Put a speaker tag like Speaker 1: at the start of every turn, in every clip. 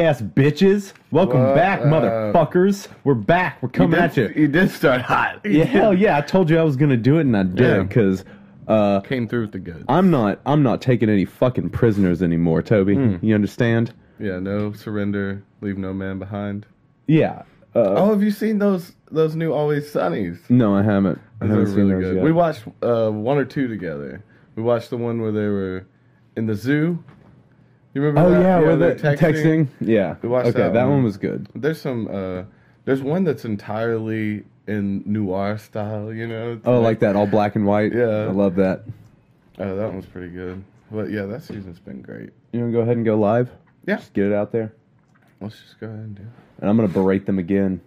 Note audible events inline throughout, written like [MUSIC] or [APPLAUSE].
Speaker 1: ass bitches. Welcome
Speaker 2: What
Speaker 1: back,
Speaker 2: up?
Speaker 1: motherfuckers. We're back. We're coming
Speaker 2: did,
Speaker 1: at you.
Speaker 2: He did start hot.
Speaker 1: [LAUGHS] Yeah, hell yeah! I told you I was gonna do it, and I
Speaker 2: Yeah.
Speaker 1: did because uh,
Speaker 2: Came through with the goods.
Speaker 1: I'm not. I'm not taking any fucking prisoners anymore, Toby.
Speaker 2: Hmm.
Speaker 1: You understand?
Speaker 2: yeah, no surrender, leave no man behind.
Speaker 1: Yeah. Uh,
Speaker 2: Oh, have you seen those those new Always Sunnies?
Speaker 1: No, I haven't. I
Speaker 2: Those are
Speaker 1: haven't seen
Speaker 2: really
Speaker 1: those
Speaker 2: good.
Speaker 1: yet.
Speaker 2: We watched uh, one or two together. We watched the one where they were in the zoo. You remember?
Speaker 1: oh
Speaker 2: that?
Speaker 1: yeah, were
Speaker 2: they're
Speaker 1: they texting? Yeah.
Speaker 2: We watched
Speaker 1: okay,
Speaker 2: that
Speaker 1: that,
Speaker 2: one.
Speaker 1: one. was good.
Speaker 2: There's some. Uh, there's one that's entirely in noir style. You know. It's
Speaker 1: Oh, like that, all black and white.
Speaker 2: Yeah.
Speaker 1: I love that.
Speaker 2: Oh, that one's pretty good. But yeah, that season's been great.
Speaker 1: You wanna go ahead and go live?
Speaker 2: Yeah.
Speaker 1: Just get it out there,
Speaker 2: Let's just go ahead and do. it.
Speaker 1: and I'm gonna berate them again.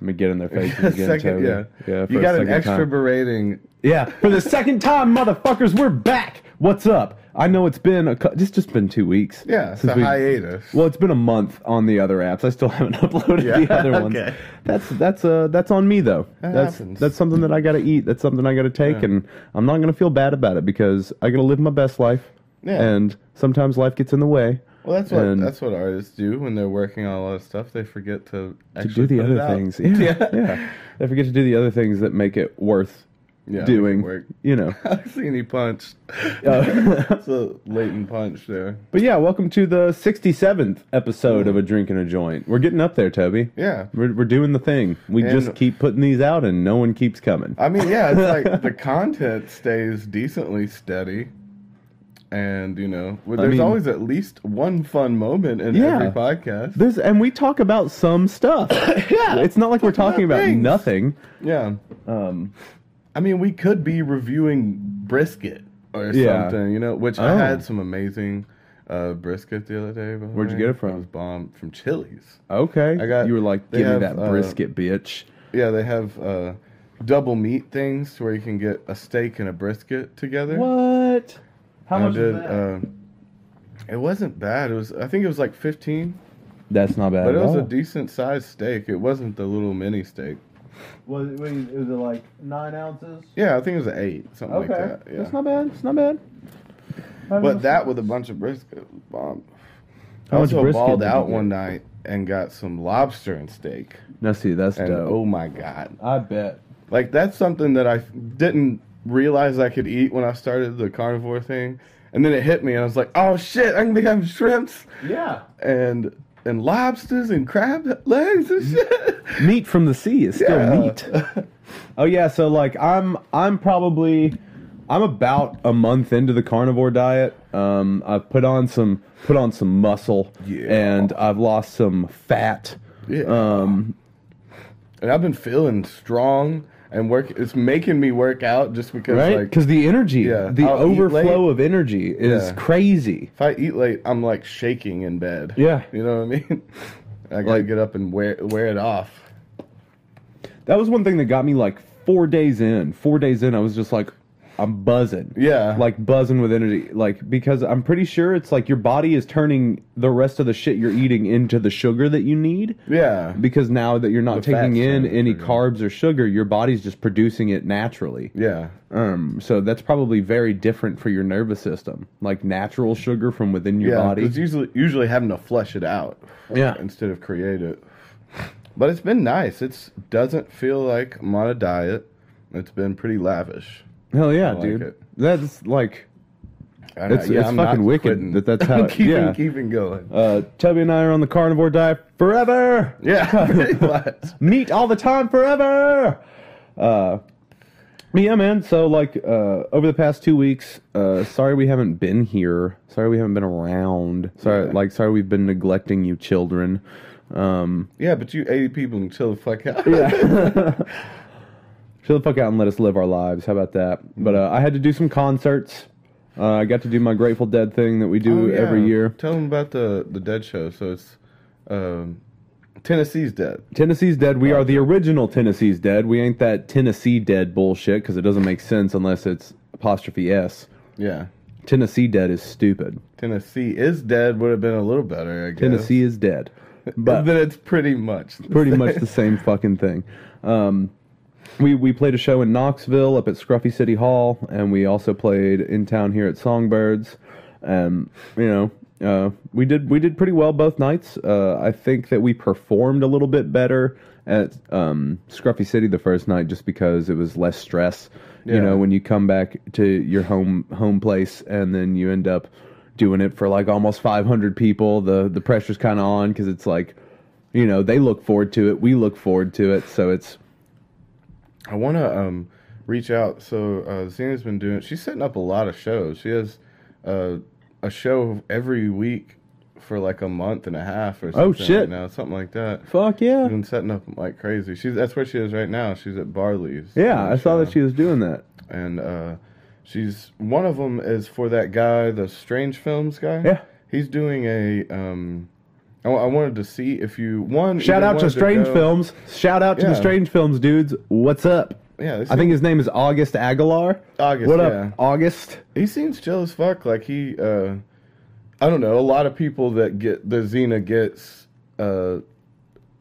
Speaker 1: I'm gonna get
Speaker 2: [LAUGHS]
Speaker 1: in their faces again,
Speaker 2: second,
Speaker 1: Toby.
Speaker 2: yeah,
Speaker 1: yeah. For
Speaker 2: You
Speaker 1: a
Speaker 2: got an
Speaker 1: second
Speaker 2: extra
Speaker 1: time.
Speaker 2: berating.
Speaker 1: Yeah, for the second time, motherfuckers, we're back. What's up? I know it's been a cou- it's just been two weeks.
Speaker 2: Yeah, it's a
Speaker 1: we-
Speaker 2: hiatus.
Speaker 1: Well, it's been a month on the other apps. I still [LAUGHS] haven't uploaded
Speaker 2: Yeah,
Speaker 1: the other ones.
Speaker 2: okay.
Speaker 1: That's that's uh that's on me though.
Speaker 2: That
Speaker 1: that's
Speaker 2: happens.
Speaker 1: that's something that I got to eat. That's something I got to take,
Speaker 2: Yeah.
Speaker 1: and I'm not gonna feel bad about it because I gotta live my best life.
Speaker 2: Yeah.
Speaker 1: And sometimes life gets in the way.
Speaker 2: Well, that's what
Speaker 1: And-
Speaker 2: that's what artists do when they're working on a lot of stuff. They forget to
Speaker 1: to
Speaker 2: actually
Speaker 1: do the
Speaker 2: put it
Speaker 1: other
Speaker 2: out. [LAUGHS]
Speaker 1: things. Yeah, yeah. I forget to do the other things that make it worth
Speaker 2: Yeah, make it
Speaker 1: doing.
Speaker 2: work.
Speaker 1: You know.
Speaker 2: I seen he punched. [LAUGHS]
Speaker 1: Uh,
Speaker 2: It's a latent punch there.
Speaker 1: But yeah, welcome to the 67th episode of A Drink and a Joint. We're getting up there, Toby.
Speaker 2: Yeah.
Speaker 1: We're, we're doing the thing. We
Speaker 2: And-
Speaker 1: just keep putting these out and no one keeps coming.
Speaker 2: I mean, yeah, it's
Speaker 1: [LAUGHS]
Speaker 2: like the content stays decently steady. And, you know, well,
Speaker 1: I
Speaker 2: there's
Speaker 1: mean-
Speaker 2: always at least one fun moment in
Speaker 1: Yeah.
Speaker 2: every podcast.
Speaker 1: There's, and we talk about some
Speaker 2: [COUGHS]
Speaker 1: stuff. yeah. It's not like we're talking about
Speaker 2: Things.
Speaker 1: nothing.
Speaker 2: Yeah.
Speaker 1: Um,
Speaker 2: I mean, we could be reviewing brisket or
Speaker 1: Yeah.
Speaker 2: something, you know, which I
Speaker 1: Oh.
Speaker 2: had some amazing uh, brisket the other day. by the
Speaker 1: Where'd you
Speaker 2: way.
Speaker 1: get it from?
Speaker 2: It was bomb from Chili's.
Speaker 1: okay.
Speaker 2: I got-
Speaker 1: you were like,
Speaker 2: they
Speaker 1: give
Speaker 2: have,
Speaker 1: me that
Speaker 2: uh,
Speaker 1: brisket, bitch.
Speaker 2: Yeah, they have uh, double meat things where you can get a steak and a brisket together.
Speaker 1: What? How
Speaker 2: And
Speaker 1: much
Speaker 2: I
Speaker 1: is
Speaker 2: did,
Speaker 1: that?
Speaker 2: uh, it wasn't bad. It was, I think it was like 15,
Speaker 1: That's not bad
Speaker 2: but
Speaker 1: at
Speaker 2: it was
Speaker 1: all.
Speaker 2: a decent sized steak. It wasn't the little mini steak.
Speaker 3: Was it, was it like nine ounces?
Speaker 2: Yeah, I think it was an eight, something
Speaker 1: okay.
Speaker 2: like that. Yeah.
Speaker 1: That's not bad. It's not bad.
Speaker 2: But that with a bunch of brisket was bomb. I
Speaker 1: How much
Speaker 2: also
Speaker 1: brisket
Speaker 2: balled
Speaker 1: did you
Speaker 2: out
Speaker 1: get?
Speaker 2: one night and got some lobster and steak.
Speaker 1: Now, see, that's
Speaker 2: And
Speaker 1: dope.
Speaker 2: oh my god.
Speaker 1: I bet.
Speaker 2: Like that's something that I didn't realize I could eat when I started the carnivore thing. And then it hit me and I was like, "Oh shit, I can be having shrimps
Speaker 1: Yeah.
Speaker 2: and and lobsters and crab legs and
Speaker 1: Mm-hmm.
Speaker 2: shit." [LAUGHS]
Speaker 1: meat from the sea is still
Speaker 2: Yeah. [LAUGHS]
Speaker 1: meat. oh yeah, so like I'm I'm probably I'm about a month into the carnivore diet. Um, I've put on some put on some muscle
Speaker 2: Yeah.
Speaker 1: and I've lost some fat.
Speaker 2: Yeah.
Speaker 1: Um,
Speaker 2: and I've been feeling strong and work it's making me work out just because
Speaker 1: right?
Speaker 2: like
Speaker 1: Because the energy,
Speaker 2: Yeah.
Speaker 1: the
Speaker 2: I'll eat
Speaker 1: overflow
Speaker 2: late.
Speaker 1: of energy is
Speaker 2: Yeah.
Speaker 1: crazy.
Speaker 2: if I eat late, I'm like shaking in bed.
Speaker 1: Yeah.
Speaker 2: you know what I mean. [LAUGHS] I gotta
Speaker 1: Like-
Speaker 2: get up and wear wear it off.
Speaker 1: That was one thing that got me like four days in. Four days in, I was just like, I'm buzzing.
Speaker 2: Yeah,
Speaker 1: like buzzing with energy like because i'm pretty sure it's like your body is turning the rest of the shit you're eating into the sugar that you need
Speaker 2: yeah,
Speaker 1: because now that you're not
Speaker 2: The
Speaker 1: taking
Speaker 2: fats
Speaker 1: in
Speaker 2: are
Speaker 1: any
Speaker 2: sugar.
Speaker 1: carbs or sugar your body's just producing it naturally
Speaker 2: yeah,
Speaker 1: um so that's probably very different for your nervous system like natural sugar from within your
Speaker 2: yeah.
Speaker 1: body
Speaker 2: It's usually usually having to flush it out.
Speaker 1: Yeah.
Speaker 2: instead of create it. But it's been nice. It's doesn't feel like I'm on a diet. It's been pretty lavish.
Speaker 1: hell yeah
Speaker 2: like
Speaker 1: dude
Speaker 2: it.
Speaker 1: that's like
Speaker 2: I-
Speaker 1: It's- it's
Speaker 2: uh, not
Speaker 1: fucking wicked
Speaker 2: quitting. [LAUGHS]
Speaker 1: that that's how-
Speaker 2: keeping
Speaker 1: yeah.
Speaker 2: keeping going.
Speaker 1: [LAUGHS] uh tubby and i are on the carnivore diet forever
Speaker 2: yeah, pretty much.
Speaker 1: meat all the time forever. Uh, but yeah, man. So like uh, over the past two weeks, uh, sorry we haven't been here. Sorry we haven't been around. Sorry,
Speaker 2: Yeah.
Speaker 1: like sorry we've been neglecting you, children. Um,
Speaker 2: Yeah, but you 80 people can chill the fuck out.
Speaker 1: chill the fuck out and let us live our lives. How about that?
Speaker 2: Mm-hmm.
Speaker 1: But uh, I had to do some concerts. Uh, I got to do my Grateful Dead thing that we do
Speaker 2: Oh, yeah.
Speaker 1: every year.
Speaker 2: Tell them about the the Dead show. So it's um, Tennessee's Dead.
Speaker 1: Tennessee's Dead. We are the original Tennessee's Dead. We ain't that Tennessee Dead bullshit because it doesn't make sense unless it's apostrophe s.
Speaker 2: Yeah,
Speaker 1: Tennessee Dead is stupid.
Speaker 2: Tennessee is dead would have been a little better. I guess.
Speaker 1: Tennessee is [LAUGHS] dead.
Speaker 2: but
Speaker 1: But
Speaker 2: then it's pretty much the
Speaker 1: pretty
Speaker 2: same.
Speaker 1: much the same fucking thing. Um, we we played a show in Knoxville up at Scruffy City Hall, and we also played in town here at Songbirds. Um, you know, uh, we did we did pretty well both nights. Uh, I think that we performed a little bit better at um, Scruffy City the first night, just because it was less stress. You
Speaker 2: Yeah.
Speaker 1: know, when you come back to your home home place and then you end up doing it for like almost 500 people, the the pressure's kind of on because it's like, you know, they look forward to it, we look forward to it, so it's
Speaker 2: I want to um, reach out. So uh, Xena's been doing. She's setting up a lot of shows. She has uh, a show every week for like a month and a half or something.
Speaker 1: Oh, shit.
Speaker 2: Right now something like that.
Speaker 1: fuck
Speaker 2: She's
Speaker 1: yeah.
Speaker 2: been setting up like crazy. She's that's where she is right now. She's at Barley's.
Speaker 1: Yeah, I saw that she was doing that.
Speaker 2: and uh, she's one of them is for that guy, the Strange Films guy.
Speaker 1: Yeah.
Speaker 2: he's doing a. Um, I, I wanted to see if you one
Speaker 1: Shout
Speaker 2: either
Speaker 1: out to
Speaker 2: wanted
Speaker 1: Strange
Speaker 2: go-
Speaker 1: Films. Shout out to the
Speaker 2: Yeah.
Speaker 1: Strange Films dudes. What's up?
Speaker 2: Yeah, they
Speaker 1: I think his name is August Aguilar.
Speaker 2: August,
Speaker 1: What
Speaker 2: yeah.
Speaker 1: up, August?
Speaker 2: He seems chill as fuck. Like he, uh, I don't know. A lot of people that get the Xena gets uh,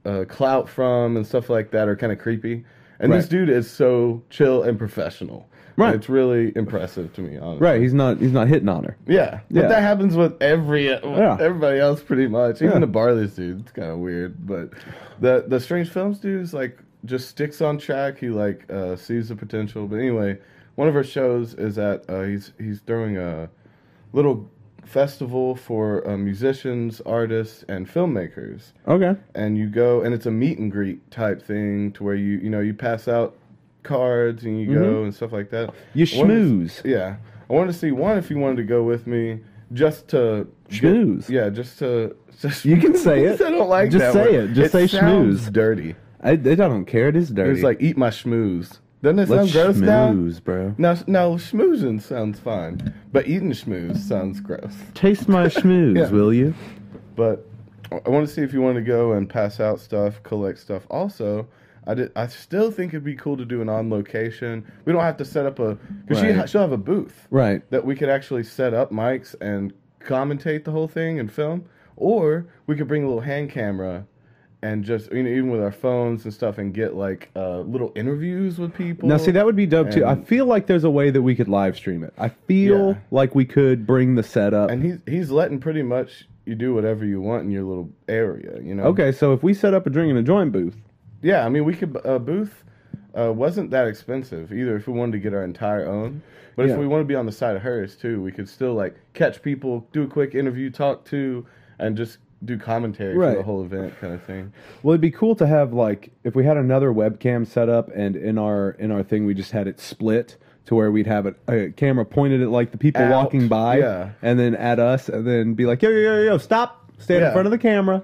Speaker 2: uh, clout from and stuff like that are kind of creepy. And this
Speaker 1: Right.
Speaker 2: dude is so chill and professional. And
Speaker 1: Right.
Speaker 2: it's really impressive to me, honestly.
Speaker 1: Right, he's not he's not hitting on her.
Speaker 2: Yeah.
Speaker 1: Yeah.
Speaker 2: But that happens with every with
Speaker 1: Yeah.
Speaker 2: everybody else pretty much. Even
Speaker 1: Yeah.
Speaker 2: the Barley's dude, it's kind of weird. But the the Strange Films dude is like just sticks on track. He like uh, sees the potential. But anyway, one of her shows is that uh, he's he's throwing a little festival for uh, musicians, artists, and filmmakers
Speaker 1: Okay.
Speaker 2: and you go and it's a meet and greet type thing to where you you know you pass out cards and you go and stuff like that.
Speaker 1: Mm-hmm. You
Speaker 2: I wanted to-
Speaker 1: schmooze.
Speaker 2: yeah, I wanted to see one if you wanted to go with me just to
Speaker 1: Schmooze.
Speaker 2: yeah, just to.
Speaker 1: [LAUGHS]
Speaker 2: Just,
Speaker 1: You can say it.
Speaker 2: [LAUGHS] I don't like
Speaker 1: Just
Speaker 2: that
Speaker 1: say
Speaker 2: word.
Speaker 1: it. Just say
Speaker 2: sounds
Speaker 1: schmooze.
Speaker 2: Dirty.
Speaker 1: I, I don't care. It is dirty.
Speaker 2: It's like eat my schmooze. Doesn't it
Speaker 1: let's
Speaker 2: sound gross now?
Speaker 1: schmooze, bro.
Speaker 2: No, no, schmoozing sounds fine, but eating schmooze sounds gross.
Speaker 1: Taste [LAUGHS] my schmooze,
Speaker 2: Yeah.
Speaker 1: will you?
Speaker 2: But I- I want to see if you want to go and pass out stuff, collect stuff. Also, I did. I still think it'd be cool to do an on location. We don't have to set up a because she
Speaker 1: Right.
Speaker 2: ha- she'll have a booth
Speaker 1: Right.
Speaker 2: that we could actually set up mics and commentate the whole thing and film, or we could bring a little hand camera. And just you know, even with our phones and stuff, and get like uh, little interviews with people.
Speaker 1: Now, see, that would be dope too. I
Speaker 2: and-
Speaker 1: feel like there's a way that we could live stream it. I feel
Speaker 2: Yeah.
Speaker 1: like we could bring the setup.
Speaker 2: and he's he's letting pretty much you do whatever you want in your little area. You know.
Speaker 1: okay, so if we set up a drink and a joint booth,
Speaker 2: Yeah, I mean, we could. A booth uh, wasn't that expensive either. If we wanted to get our entire own, but
Speaker 1: Yeah.
Speaker 2: if we want to be on the side of hers too, we could still like catch people, do a quick interview, talk to, and just do commentary for
Speaker 1: Right.
Speaker 2: the whole event, kind of thing.
Speaker 1: Well, it'd be cool to have like if we had another webcam set up, and in our in our thing we just had it split to where we'd have a, a camera pointed at like the people
Speaker 2: Out,
Speaker 1: walking by,
Speaker 2: yeah.
Speaker 1: and then at us, and then be like, yo yo yo yo, stop, stand in
Speaker 2: Yeah.
Speaker 1: front of the camera.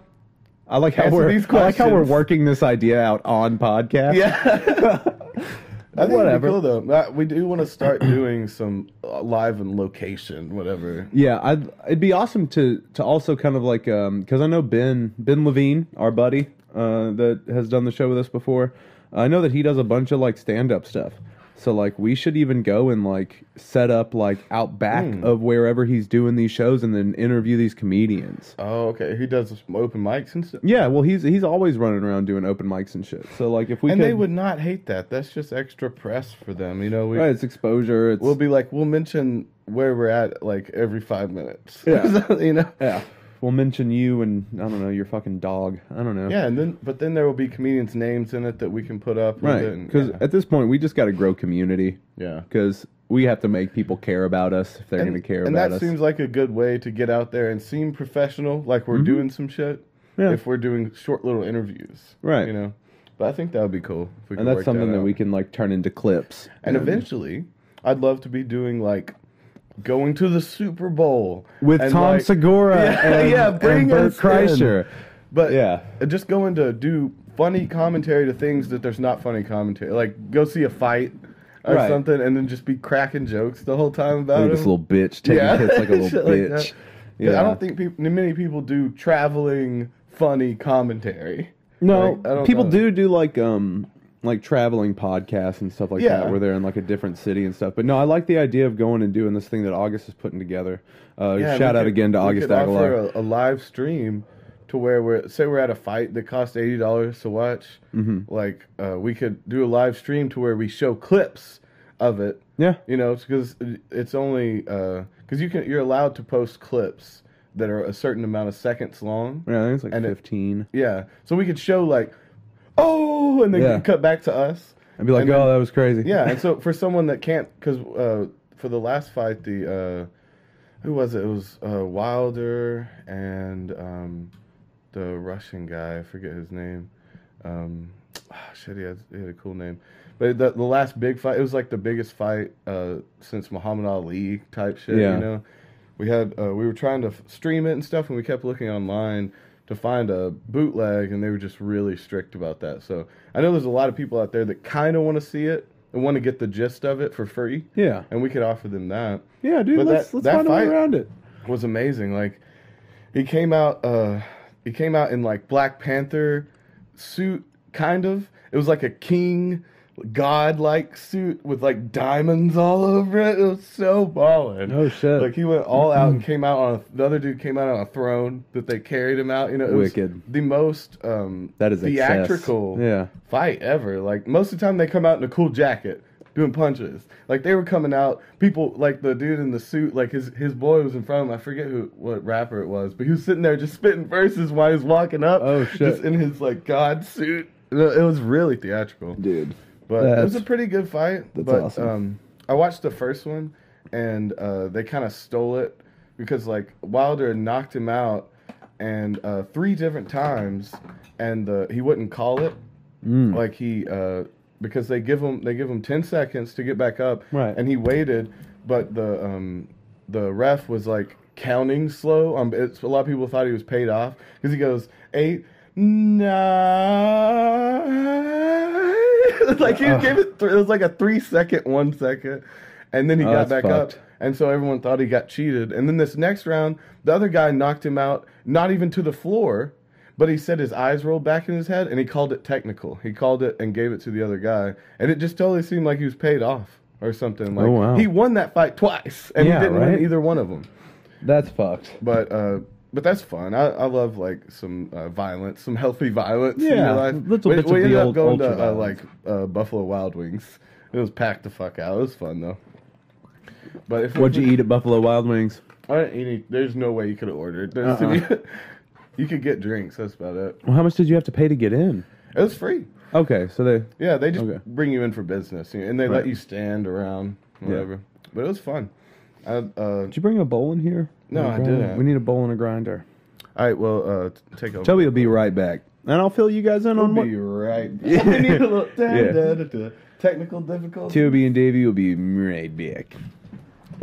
Speaker 1: I like how
Speaker 2: Answer
Speaker 1: we're
Speaker 2: these
Speaker 1: I like how we're
Speaker 2: questions.
Speaker 1: working this idea out on podcast.
Speaker 2: [LAUGHS] Yeah. I think
Speaker 1: Whatever.
Speaker 2: Whatever. Cool, though. Uh, We do want to start [CLEARS THROAT] doing some uh, live and location, whatever.
Speaker 1: Yeah, I'd, it'd be awesome to to also kind of like um because I know Ben Ben Levine, our buddy uh, that has done the show with us before. I know that he does a bunch of like stand up stuff. So like we should even go and like set up like out back
Speaker 2: Hmm.
Speaker 1: of wherever he's doing these shows and then interview these comedians.
Speaker 2: Oh, okay. He does some open mics and stuff.
Speaker 1: Yeah, well he's he's always running around doing open mics and shit. So like if we
Speaker 2: And
Speaker 1: could,
Speaker 2: they would not hate that. That's just extra press for them. You know, we,
Speaker 1: right, it's exposure. It's
Speaker 2: we'll be like we'll mention where we're at like every five minutes [LAUGHS]
Speaker 1: Yeah.
Speaker 2: you know
Speaker 1: yeah. We'll mention you and I don't know your fucking dog. I don't know.
Speaker 2: yeah and then but then there will be comedians names in it that we can put up with it
Speaker 1: Right,
Speaker 2: and-
Speaker 1: because
Speaker 2: yeah.
Speaker 1: at this point we just got to grow community.
Speaker 2: yeah
Speaker 1: because we have to make people care about us if they're
Speaker 2: and,
Speaker 1: going to care
Speaker 2: and
Speaker 1: about
Speaker 2: that
Speaker 1: us.
Speaker 2: seems like a good way to get out there and seem professional like we're doing some shit
Speaker 1: Mm-hmm. Yeah.
Speaker 2: if we're doing short little interviews
Speaker 1: Right.
Speaker 2: you know but i think that would be cool if we could
Speaker 1: and that's
Speaker 2: work
Speaker 1: something that,
Speaker 2: out.
Speaker 1: we can like turn into clips.
Speaker 2: and eventually i'd love to be doing like going to the super bowl
Speaker 1: with
Speaker 2: and,
Speaker 1: Tom
Speaker 2: like-
Speaker 1: Segura
Speaker 2: [LAUGHS] Yeah,
Speaker 1: and,
Speaker 2: yeah,
Speaker 1: and
Speaker 2: bring
Speaker 1: Bert
Speaker 2: us in.
Speaker 1: Kreischer.
Speaker 2: But
Speaker 1: Yeah.
Speaker 2: yeah, just going to do funny commentary to things that there's not funny commentary. Like go see a fight or
Speaker 1: Right.
Speaker 2: something, and then just be cracking jokes the whole time about
Speaker 1: Look at
Speaker 2: it.
Speaker 1: this little bitch taking
Speaker 2: Yeah.
Speaker 1: hits
Speaker 2: [LAUGHS]
Speaker 1: like a little
Speaker 2: Shit like
Speaker 1: bitch.
Speaker 2: that.
Speaker 1: yeah,
Speaker 2: I don't think peop many people do traveling funny commentary.
Speaker 1: No,
Speaker 2: Like, I don't
Speaker 1: people
Speaker 2: know.
Speaker 1: do do like um like traveling podcasts and stuff like that
Speaker 2: Yeah.
Speaker 1: where they're in like a different city and stuff. But no, I like the idea of going and doing this thing that August is putting together. Uh,
Speaker 2: Yeah,
Speaker 1: shout
Speaker 2: we
Speaker 1: out
Speaker 2: could-
Speaker 1: again to
Speaker 2: we
Speaker 1: August
Speaker 2: could offer
Speaker 1: Aguilar.
Speaker 2: A, a live stream to where we're say we're at a fight that cost eighty dollars to watch.
Speaker 1: Mm-hmm.
Speaker 2: Like uh, we could do a live stream to where we show clips of it.
Speaker 1: yeah,
Speaker 2: uh, You know, because it's only because you can you're allowed to post clips that are a certain amount of seconds long.
Speaker 1: Yeah, I think it's like
Speaker 2: And it-
Speaker 1: fifteen.
Speaker 2: Yeah, so we could show like, oh, and then
Speaker 1: Yeah.
Speaker 2: cut back to us.
Speaker 1: I'd be like,
Speaker 2: and
Speaker 1: oh,
Speaker 2: then-
Speaker 1: that was crazy. [LAUGHS]
Speaker 2: Yeah, and so for someone that can't, because uh, for the last fight, the uh, who was it? It was uh, Wilder and um, the Russian guy. I forget his name. Um, ah, shit, he had, he had a cool name. But the, the last big fight, it was like the biggest fight uh, since Muhammad Ali type shit.
Speaker 1: Yeah.
Speaker 2: You know, we had uh, we were trying to f- stream it and stuff, and we kept looking online to find a bootleg, and they were just really strict about that. So I know there's a lot of people out there that kind of want to see it and want to get the gist of it for free,
Speaker 1: yeah,
Speaker 2: and we could offer them that
Speaker 1: yeah, dude.
Speaker 2: But
Speaker 1: let's
Speaker 2: that-
Speaker 1: let's
Speaker 2: that
Speaker 1: find a
Speaker 2: fight-
Speaker 1: way around it.
Speaker 2: was amazing. Like he came out uh he came out in like Black Panther suit kind of. It was like a king god-like suit with like diamonds all over it. It was so ballin'.
Speaker 1: Oh shit.
Speaker 2: Like he went all out and came out on a, the other dude came out on a throne that they carried him out, you know. It
Speaker 1: Wicked.
Speaker 2: Was the most um
Speaker 1: that is excess.
Speaker 2: theatrical
Speaker 1: Yeah.
Speaker 2: fight ever. Like most of the time they come out in a cool jacket doing punches. Like they were coming out, people like the dude in the suit, like his his boy was in front of him. I forget who what rapper it was, but he was sitting there just spitting verses while he was walking up.
Speaker 1: Oh, shit.
Speaker 2: Just in his like god suit. It was really theatrical.
Speaker 1: Dude.
Speaker 2: But it was
Speaker 1: That's-
Speaker 2: a pretty good fight.
Speaker 1: that's
Speaker 2: but
Speaker 1: awesome.
Speaker 2: um, I watched the first one, and uh, they kind of stole it because like Wilder knocked him out, and uh, three different times, and uh, he wouldn't call it.
Speaker 1: Mm.
Speaker 2: Like he uh, because they give him they give him ten seconds to get back up,
Speaker 1: Right.
Speaker 2: And he waited, but the um, the ref was like counting slow. Um, it's, a lot of people thought he was paid off because he goes eight. Nine. [LAUGHS] like he
Speaker 1: Ugh.
Speaker 2: gave it, th- it was like a three second, one second, and then he
Speaker 1: Oh,
Speaker 2: got
Speaker 1: that's
Speaker 2: back
Speaker 1: fucked.
Speaker 2: up, and so everyone thought he got cheated. And then this next round, the other guy knocked him out, not even to the floor, but he said his eyes rolled back in his head, and he called it technical. He called it and gave it to the other guy, and it just totally seemed like he was paid off or something. Like
Speaker 1: Oh, wow.
Speaker 2: he won that fight twice, and
Speaker 1: Yeah,
Speaker 2: he didn't
Speaker 1: right?
Speaker 2: win either one of them
Speaker 1: That's fucked.
Speaker 2: but uh but that's fun. I, I love like some uh, violence, some healthy violence. in
Speaker 1: Yeah,
Speaker 2: your life.
Speaker 1: little
Speaker 2: we,
Speaker 1: bits of the
Speaker 2: we ended up
Speaker 1: old
Speaker 2: going to uh, like
Speaker 1: ultra-violence.
Speaker 2: uh, Buffalo Wild Wings. It was packed the fuck out. It was fun though. But if
Speaker 1: What'd you eat at Buffalo Wild Wings?
Speaker 2: I didn't eat any, there's no way you could have ordered. There's
Speaker 1: Uh-uh.
Speaker 2: [LAUGHS] you could get drinks. That's about it.
Speaker 1: Well, how much did you have to pay to get in?
Speaker 2: It was free.
Speaker 1: Okay, so they
Speaker 2: Yeah, they just
Speaker 1: Okay.
Speaker 2: bring you in for business, you know, and they
Speaker 1: Right.
Speaker 2: let you stand around, whatever. But it was fun. I, uh,
Speaker 1: did you bring a bowl in here? Or
Speaker 2: No,
Speaker 1: a
Speaker 2: I
Speaker 1: grinder?
Speaker 2: didn't.
Speaker 1: We need a bowl and a grinder.
Speaker 2: all right, well, uh, t- take over.
Speaker 1: Toby will be right back, and I'll fill you guys in on what
Speaker 2: We'll be right.
Speaker 1: [LAUGHS] Yeah.
Speaker 2: back. [LAUGHS] we need a little da,
Speaker 1: Yeah.
Speaker 2: da, da, da. technical difficulty.
Speaker 1: Toby and Davey will be right back.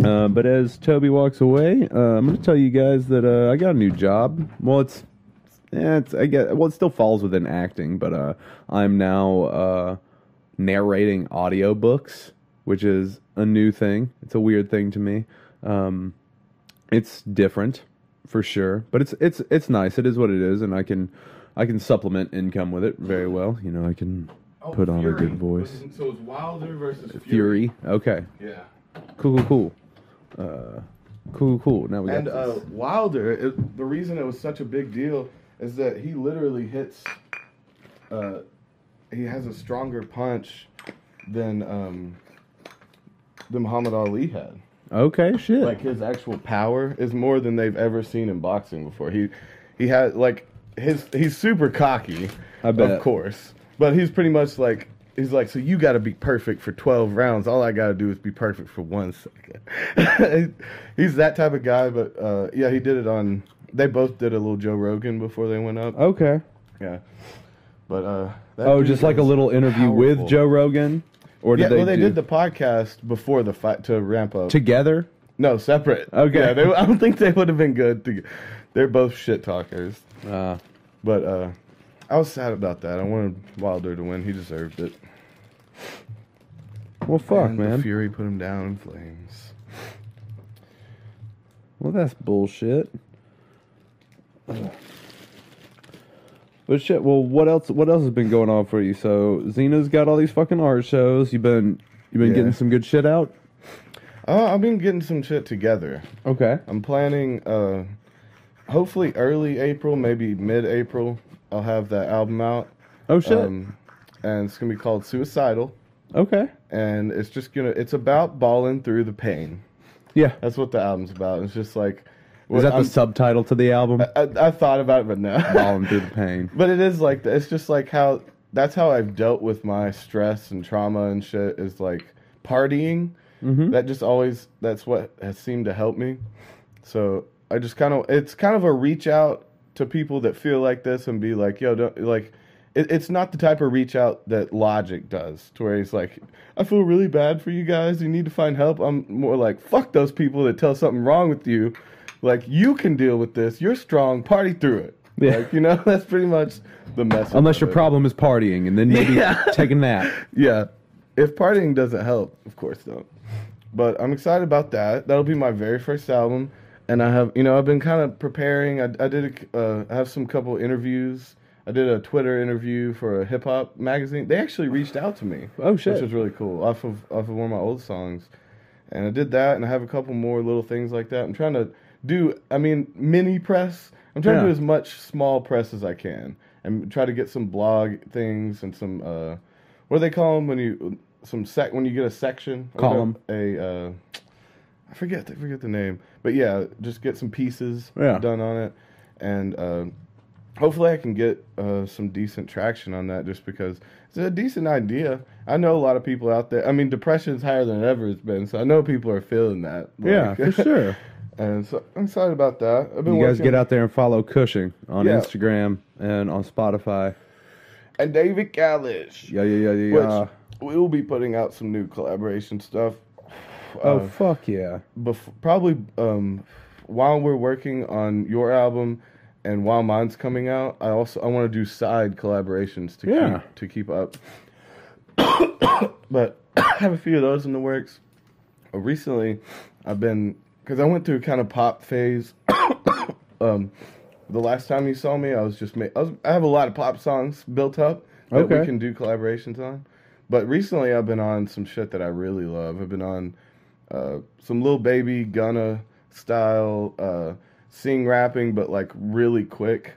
Speaker 1: Uh, but as Toby walks away, uh, I'm going to tell you guys that uh, I got a new job. Well, it's, eh, it's I guess, well, it still falls within acting, but uh, I'm now uh, narrating audiobooks, which is a new thing. It's a weird thing to me. Um, it's different for sure, but it's it's it's nice. It is what it is, and I can I can supplement income with it very well. You know, I can
Speaker 2: Oh,
Speaker 1: put on a good voice.
Speaker 2: So it's Wilder versus
Speaker 1: Fury. Okay.
Speaker 2: Yeah.
Speaker 1: Cool, cool, cool. Uh, cool, cool. Now we got
Speaker 2: And uh,
Speaker 1: this.
Speaker 2: Wilder, it, the reason it was such a big deal is that he literally hits. Uh, he has a stronger punch than um, than Muhammad Ali had.
Speaker 1: okay, shit.
Speaker 2: like his actual power is more than they've ever seen in boxing before. He he had like his he's super cocky,
Speaker 1: I bet.
Speaker 2: of course, but he's pretty much like he's like so you got to be perfect for twelve rounds. All I got to do is be perfect for one second. [LAUGHS] he's that type of guy, but uh, yeah, he did it on. They both did a little Joe Rogan before they went up.
Speaker 1: okay.
Speaker 2: Yeah, but uh, that
Speaker 1: Uh, Oh,
Speaker 2: dude
Speaker 1: just like a
Speaker 2: was
Speaker 1: little interview with
Speaker 2: powerful.
Speaker 1: Joe Rogan, or did
Speaker 2: Yeah,
Speaker 1: they,
Speaker 2: well, they
Speaker 1: do
Speaker 2: did the podcast before the fight to ramp up.
Speaker 1: together?
Speaker 2: No, separate.
Speaker 1: Okay.
Speaker 2: Yeah, they, I don't think they would have been good. To, they're both shit talkers.
Speaker 1: Uh,
Speaker 2: But uh, I was sad about that. I wanted Wilder to win. He deserved it.
Speaker 1: well, fuck,
Speaker 2: And
Speaker 1: man.
Speaker 2: Fury put him down in flames.
Speaker 1: Well, that's bullshit. But shit. Well, what else? What else has been going on for you? So Xena's got all these fucking art shows. You've been you've been
Speaker 2: Yeah.
Speaker 1: getting some good shit out.
Speaker 2: Uh, I've been getting some shit together.
Speaker 1: Okay.
Speaker 2: I'm planning, uh, hopefully early April, maybe mid-April. I'll have that album out.
Speaker 1: Oh shit.
Speaker 2: Um, and it's gonna be called Suicidal.
Speaker 1: okay.
Speaker 2: And it's just gonna. It's about balling through the pain.
Speaker 1: Yeah.
Speaker 2: That's what the album's about. It's just like
Speaker 1: Is that the
Speaker 2: I'm-
Speaker 1: subtitle to the album?
Speaker 2: I, I thought about it, but no. [LAUGHS]
Speaker 1: Balling through the pain.
Speaker 2: But it is like it's just like how that's how I've dealt with my stress and trauma and shit is like partying. That just always that's what has seemed to help me. So I just kind of it's kind of a reach out to people that feel like this and be like, yo, don't like. It, it's not the type of reach out that logic does, to where he's like, I feel really bad for you guys. You need to find help. I'm more like, fuck those people that tell something wrong with you. Like you can deal with this. You're strong. Party through it.
Speaker 1: Yeah.
Speaker 2: Like, you know, [LAUGHS] that's pretty much the message.
Speaker 1: Unless
Speaker 2: of
Speaker 1: your
Speaker 2: it.
Speaker 1: problem is partying and then maybe
Speaker 2: Yeah.
Speaker 1: take a nap.
Speaker 2: [LAUGHS] Yeah. If partying doesn't help, of course don't. But I'm excited about that. That'll be my very first album, and I have you know I've been kind of preparing. I, I did a, uh, I have some couple interviews. I did a Twitter interview for a hip hop magazine. They actually reached out to me.
Speaker 1: Oh, shit.
Speaker 2: Which was really cool. Off of off of one of my old songs, and I did that, and I have a couple more little things like that. I'm trying to do. I mean, mini press. I'm trying to
Speaker 1: Yeah.
Speaker 2: do as much small press as I can and try to get some blog things and some uh what do they call them when you some sec when you get a section Like a-
Speaker 1: Column.
Speaker 2: a uh I forget I forget the name but yeah just get some pieces
Speaker 1: Yeah.
Speaker 2: done on it and uh, hopefully I can get uh some decent traction on that just because it's a decent idea I know a lot of people out there I mean depression's higher than it ever it's been so I know people are feeling that
Speaker 1: Yeah,
Speaker 2: Like,
Speaker 1: for sure.
Speaker 2: [LAUGHS] and so I'm excited about that I've
Speaker 1: [LAUGHS]
Speaker 2: been
Speaker 1: You guys
Speaker 2: working-
Speaker 1: get out there and follow Cushing on
Speaker 2: Yeah.
Speaker 1: Instagram and on Spotify.
Speaker 2: and David Kalish
Speaker 1: Yeah, yeah, yeah, yeah.
Speaker 2: Which
Speaker 1: yeah.
Speaker 2: we will be putting out some new collaboration stuff.
Speaker 1: oh,
Speaker 2: uh,
Speaker 1: fuck yeah.
Speaker 2: bef- probably um, while we're working on your album and while mine's coming out, I also I want to do side collaborations to
Speaker 1: Yeah.
Speaker 2: keep to keep up. [COUGHS] but [COUGHS] I have a few of those in the works. Uh, Recently, I've been because I went through kind of pop phase. [COUGHS] um, the last time you saw me, I was just ma- I, was, I have a lot of pop songs built up that we
Speaker 1: Okay.
Speaker 2: can do collaborations on. But recently, I've been on some shit that I really love. I've been on uh, some little baby Gunna style uh, sing rapping, but like really quick.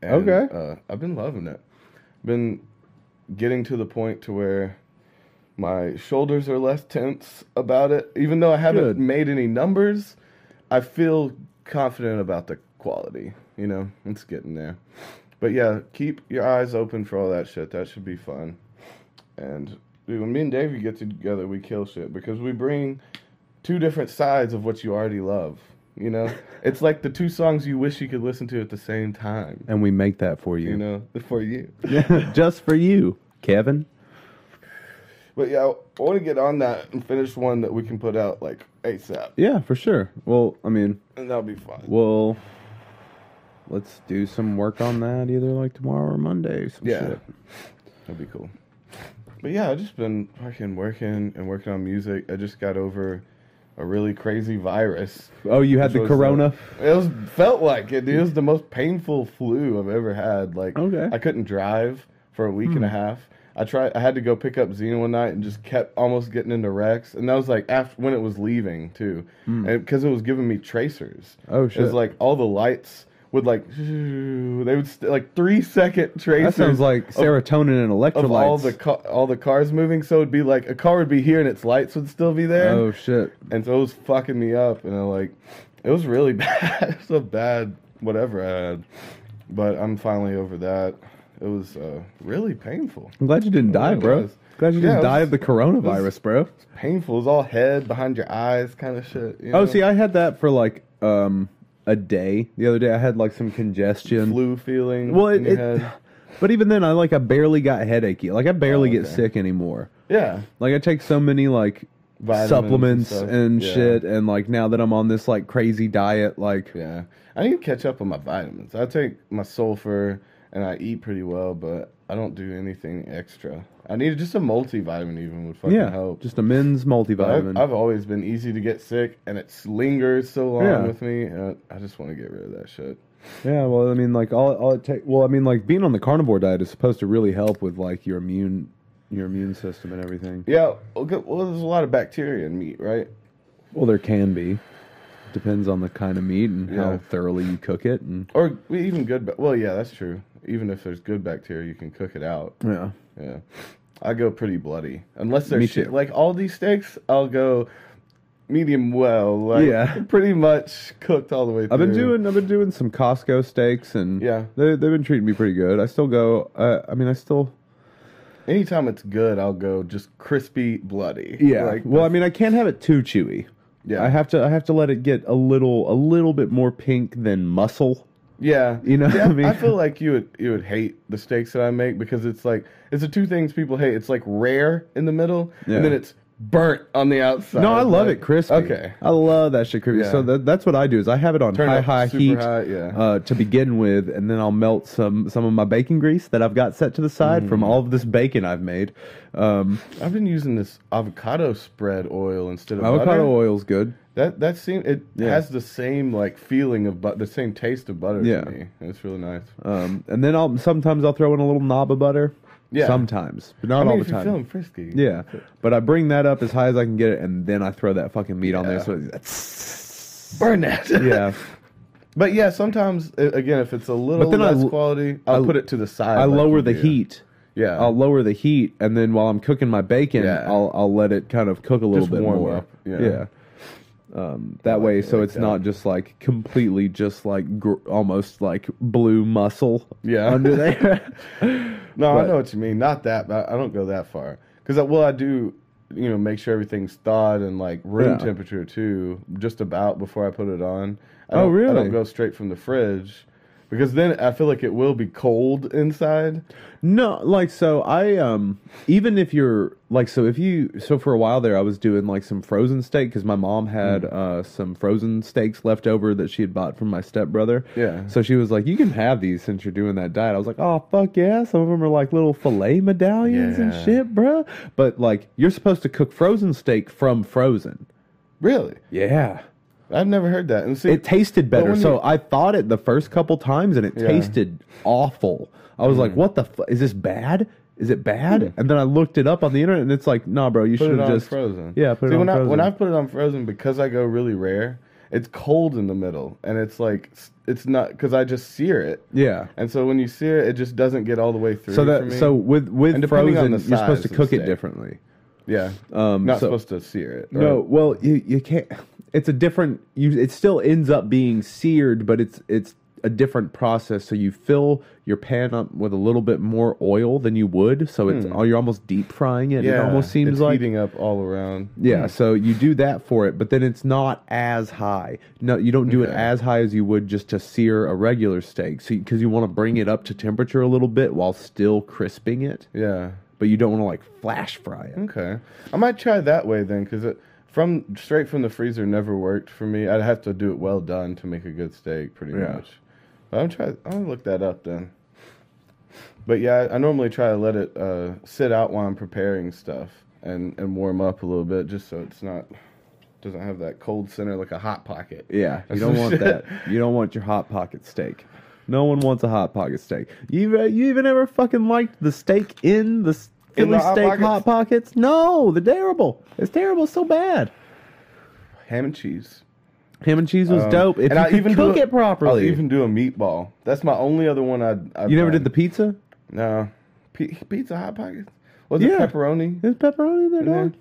Speaker 2: And,
Speaker 1: Okay.
Speaker 2: Uh, I've been loving it. Been getting to the point to where my shoulders are less tense about it. Even though I haven't
Speaker 1: Good.
Speaker 2: made any numbers, I feel confident about the quality. You know, it's getting there. But yeah, keep your eyes open for all that shit. That should be fun. And dude, when me and Davey get together, we kill shit because we bring two different sides of what you already love. You know, it's like the two songs you wish you could listen to at the same time.
Speaker 1: And we make that for
Speaker 2: You
Speaker 1: you.
Speaker 2: know, for you.
Speaker 1: [LAUGHS] Just for you, Kevin.
Speaker 2: But yeah, I want to get on that and finish one that we can put out like ASAP,
Speaker 1: Yeah, for sure. Well, I mean,
Speaker 2: and that'll be fun.
Speaker 1: we'll let's do some work on that either like tomorrow or Monday. Some
Speaker 2: Yeah.
Speaker 1: shit.
Speaker 2: That'll be cool. But yeah, I've just been fucking working and working on music. I just got over a really crazy virus.
Speaker 1: Oh, you had
Speaker 2: which
Speaker 1: the
Speaker 2: was
Speaker 1: corona?
Speaker 2: it was felt like it. It was the most painful flu I've ever had. Like
Speaker 1: Okay. Hmm.
Speaker 2: I couldn't drive for a week and a half. I tried. I had to go pick up Xena one night and just kept almost getting into wrecks. And that was like after when it was leaving too, because it was giving me tracers.
Speaker 1: Hmm. Oh,
Speaker 2: It was
Speaker 1: shit.
Speaker 2: like all the lights would like they would st- like three second [LAUGHS] tracers.
Speaker 1: That sounds like
Speaker 2: of-
Speaker 1: serotonin and electrolytes.
Speaker 2: of all the ca- all the cars moving. So it'd be like a car would be here and its lights would still be there.
Speaker 1: oh shit.
Speaker 2: And so it was fucking me up, and I like, it was really [LAUGHS] bad. it was a bad whatever I had, but I'm finally over that. It was uh, really painful.
Speaker 1: I'm glad you didn't die,
Speaker 2: it
Speaker 1: bro.
Speaker 2: was.
Speaker 1: Glad you
Speaker 2: Yeah,
Speaker 1: didn't
Speaker 2: it
Speaker 1: die
Speaker 2: was-
Speaker 1: of the coronavirus,
Speaker 2: was-
Speaker 1: bro.
Speaker 2: Painful. It was all head behind your eyes, kind of shit. You
Speaker 1: Oh,
Speaker 2: know?
Speaker 1: see, I had that for like um a day. The other day, I had like some congestion.
Speaker 2: flu feeling.
Speaker 1: Well,
Speaker 2: in
Speaker 1: it,
Speaker 2: your
Speaker 1: it,
Speaker 2: head.
Speaker 1: [LAUGHS] but even then, I like I barely got headachy. Like I barely
Speaker 2: Oh,
Speaker 1: get
Speaker 2: okay.
Speaker 1: sick anymore.
Speaker 2: yeah,
Speaker 1: Like I take so many like
Speaker 2: Vitamins and
Speaker 1: supplements
Speaker 2: stuff.
Speaker 1: and,
Speaker 2: Yeah.
Speaker 1: shit, and like now that I'm on this like crazy diet, like
Speaker 2: yeah. I need to catch up on my vitamins. I take my sulfur and I eat pretty well, but I don't do anything extra. I need just a multivitamin even would fucking
Speaker 1: yeah,
Speaker 2: help.
Speaker 1: just a men's multivitamin.
Speaker 2: I've, I've always been easy to get sick, and it lingers so long
Speaker 1: Yeah.
Speaker 2: with me. And I just want to get rid of that shit.
Speaker 1: yeah, well, I mean, like all, all it take. Well, I mean, like being on the carnivore diet is supposed to really help with like your immune your immune system and everything.
Speaker 2: Yeah, okay, well, there's a lot of bacteria in meat, right?
Speaker 1: Well, there can be. Depends on the kind of meat and
Speaker 2: Yeah.
Speaker 1: how thoroughly you cook it, and
Speaker 2: Or even good. Ba- well, yeah, that's true. Even if there's good bacteria, you can cook it out.
Speaker 1: yeah.
Speaker 2: Yeah, I go pretty bloody unless
Speaker 1: Me
Speaker 2: there's shit
Speaker 1: too.
Speaker 2: like all these steaks. I'll go medium well. Like,
Speaker 1: Yeah.
Speaker 2: [LAUGHS] Pretty much cooked all the way through.
Speaker 1: I've been doing I've been doing some Costco steaks and
Speaker 2: Yeah.
Speaker 1: they they've been treating me pretty good. I still go. Uh, I mean, I still
Speaker 2: Anytime it's good, I'll go just crispy, bloody. Like,
Speaker 1: well, I mean, I can't have it too chewy.
Speaker 2: Yeah.
Speaker 1: I have to I have to let it get a little a little bit more pink than muscle.
Speaker 2: Yeah,
Speaker 1: You know what
Speaker 2: Yeah,
Speaker 1: I mean?
Speaker 2: feel like you would you would hate the steaks that I make because it's like it's the two things people hate. It's like rare in the middle,
Speaker 1: Yeah.
Speaker 2: and then it's burnt on the outside.
Speaker 1: No, I love
Speaker 2: Like,
Speaker 1: it crispy.
Speaker 2: Okay,
Speaker 1: I love that shit crispy.
Speaker 2: Yeah.
Speaker 1: So that, that's what I do is I have it on
Speaker 2: Turn it
Speaker 1: high
Speaker 2: up
Speaker 1: high
Speaker 2: super
Speaker 1: heat
Speaker 2: high, yeah.
Speaker 1: uh, to begin with, and then I'll melt some some of my bacon grease that I've got set to the side
Speaker 2: Mm.
Speaker 1: from all of this bacon I've made. Um,
Speaker 2: I've been using this avocado spread oil instead of
Speaker 1: avocado
Speaker 2: butter.
Speaker 1: oil's good.
Speaker 2: That that seems it
Speaker 1: Yeah.
Speaker 2: has the same like feeling of but the same taste of butter
Speaker 1: Yeah.
Speaker 2: to me. It's really nice.
Speaker 1: Um, and then I'll sometimes I'll throw in a little knob of butter.
Speaker 2: Yeah.
Speaker 1: Sometimes, but not
Speaker 2: I mean,
Speaker 1: all
Speaker 2: if
Speaker 1: the time.
Speaker 2: You're feeling frisky.
Speaker 1: Yeah, but I bring that up as high as I can get it, and then I throw that fucking meat on there.
Speaker 2: Yeah.
Speaker 1: So it's,
Speaker 2: burn that.
Speaker 1: [LAUGHS] yeah,
Speaker 2: [LAUGHS] but yeah, sometimes a- again if it's a little
Speaker 1: then I
Speaker 2: less
Speaker 1: l-
Speaker 2: quality, I'll
Speaker 1: I-
Speaker 2: put it to the side.
Speaker 1: I
Speaker 2: like
Speaker 1: lower
Speaker 2: you
Speaker 1: the
Speaker 2: do.
Speaker 1: heat.
Speaker 2: Yeah,
Speaker 1: I'll lower the heat, and then while I'm cooking my bacon,
Speaker 2: Yeah.
Speaker 1: I'll I'll let it kind of cook a little
Speaker 2: Just
Speaker 1: bit
Speaker 2: warm
Speaker 1: more.
Speaker 2: up, yeah.
Speaker 1: Um, that way,
Speaker 2: it
Speaker 1: so
Speaker 2: like
Speaker 1: it's
Speaker 2: that.
Speaker 1: not just like completely just like gr- almost like blue muscle
Speaker 2: Yeah.
Speaker 1: under
Speaker 2: [LAUGHS]
Speaker 1: there.
Speaker 2: No, I
Speaker 1: But-
Speaker 2: know what you mean. Not that, but I don't go that far. Because well, I do, you know, make sure everything's thawed and like
Speaker 1: Yeah.
Speaker 2: room temperature too, just about before I put it on. I
Speaker 1: Oh,
Speaker 2: don't- I
Speaker 1: really?
Speaker 2: don't go straight from the fridge, because then I feel like it will be cold inside.
Speaker 1: No, like so I um even if you're like so if you so for a while there I was doing like some frozen steak cuz my mom had
Speaker 2: Mm.
Speaker 1: uh some frozen steaks left over that she had bought from my stepbrother.
Speaker 2: Yeah.
Speaker 1: So she was like you can have these since you're doing that diet. I was like, "Oh fuck yeah. Some of them are like little fillet medallions and
Speaker 2: Yeah.
Speaker 1: shit, bruh. But like you're supposed to cook frozen steak from frozen.
Speaker 2: Really,
Speaker 1: Yeah.
Speaker 2: I've never heard that. And see,
Speaker 1: It tasted
Speaker 2: But
Speaker 1: better.
Speaker 2: when
Speaker 1: So
Speaker 2: you-
Speaker 1: I thought it the first couple times and it
Speaker 2: Yeah. Mm.
Speaker 1: tasted awful. I was like, what the fu- is this bad? Is it bad? And then I looked it up on the internet and it's like, nah, bro, you
Speaker 2: put
Speaker 1: should
Speaker 2: it
Speaker 1: have
Speaker 2: on
Speaker 1: just
Speaker 2: frozen.
Speaker 1: Yeah, put
Speaker 2: See,
Speaker 1: it on
Speaker 2: when I,
Speaker 1: frozen.
Speaker 2: when I put it on frozen, because I go really rare, it's cold in the middle, and it's like s- it's not because I just sear it.
Speaker 1: yeah.
Speaker 2: And so when you sear it, it just doesn't get all the way through.
Speaker 1: So
Speaker 2: for
Speaker 1: that
Speaker 2: me.
Speaker 1: so with with
Speaker 2: And depending on
Speaker 1: frozen,
Speaker 2: the
Speaker 1: you're supposed
Speaker 2: size
Speaker 1: to
Speaker 2: of the
Speaker 1: cook it
Speaker 2: steak.
Speaker 1: differently.
Speaker 2: Yeah.
Speaker 1: Um,
Speaker 2: Not
Speaker 1: so-
Speaker 2: supposed to sear it.
Speaker 1: No,
Speaker 2: right?
Speaker 1: well, you you can't. It's a different. You it still ends up being seared, but it's it's a different process. So you fill your pan up with a little bit more oil than you would. So it's oh, you're almost deep frying it. It almost seems
Speaker 2: Hmm. it's
Speaker 1: like
Speaker 2: heating up all around.
Speaker 1: Yeah, so you do that for it, but then it's not as high. No, you don't do it
Speaker 2: Okay.
Speaker 1: as high as you would just to sear a regular steak, so because you want to bring it up to temperature a little bit while still crisping it,
Speaker 2: Yeah.
Speaker 1: but you don't want to like flash fry it.
Speaker 2: Okay. I might try that way then, because from straight from the freezer never worked for me. I'd have to do it well done to make a good steak, pretty
Speaker 1: Yeah.
Speaker 2: much. But I'm try. I'm gonna look that up then. But yeah, I, I normally try to let it uh, sit out while I'm preparing stuff and and warm up a little bit, just so it's not doesn't have that cold center like a hot pocket.
Speaker 1: Yeah, you don't want
Speaker 2: [LAUGHS]
Speaker 1: that. You don't want your hot pocket steak. No one wants a hot pocket steak. You ever- you even ever fucking liked the steak in the s-
Speaker 2: In
Speaker 1: Philly
Speaker 2: the Hot
Speaker 1: steak
Speaker 2: Pockets?
Speaker 1: hot pockets? No, they're terrible. It's terrible. It's so bad.
Speaker 2: Ham and cheese.
Speaker 1: Ham and cheese was
Speaker 2: Um,
Speaker 1: dope. If
Speaker 2: and
Speaker 1: you
Speaker 2: I'll
Speaker 1: could
Speaker 2: do
Speaker 1: cook
Speaker 2: a-
Speaker 1: it properly.
Speaker 2: I'll even do a meatball. That's my only other one I'd. I've
Speaker 1: you never
Speaker 2: done.
Speaker 1: did the pizza?
Speaker 2: No. P- pizza Hot Pockets? Was
Speaker 1: Yeah.
Speaker 2: it pepperoni?
Speaker 1: There's pepperoni in there,
Speaker 2: Yeah.
Speaker 1: dog.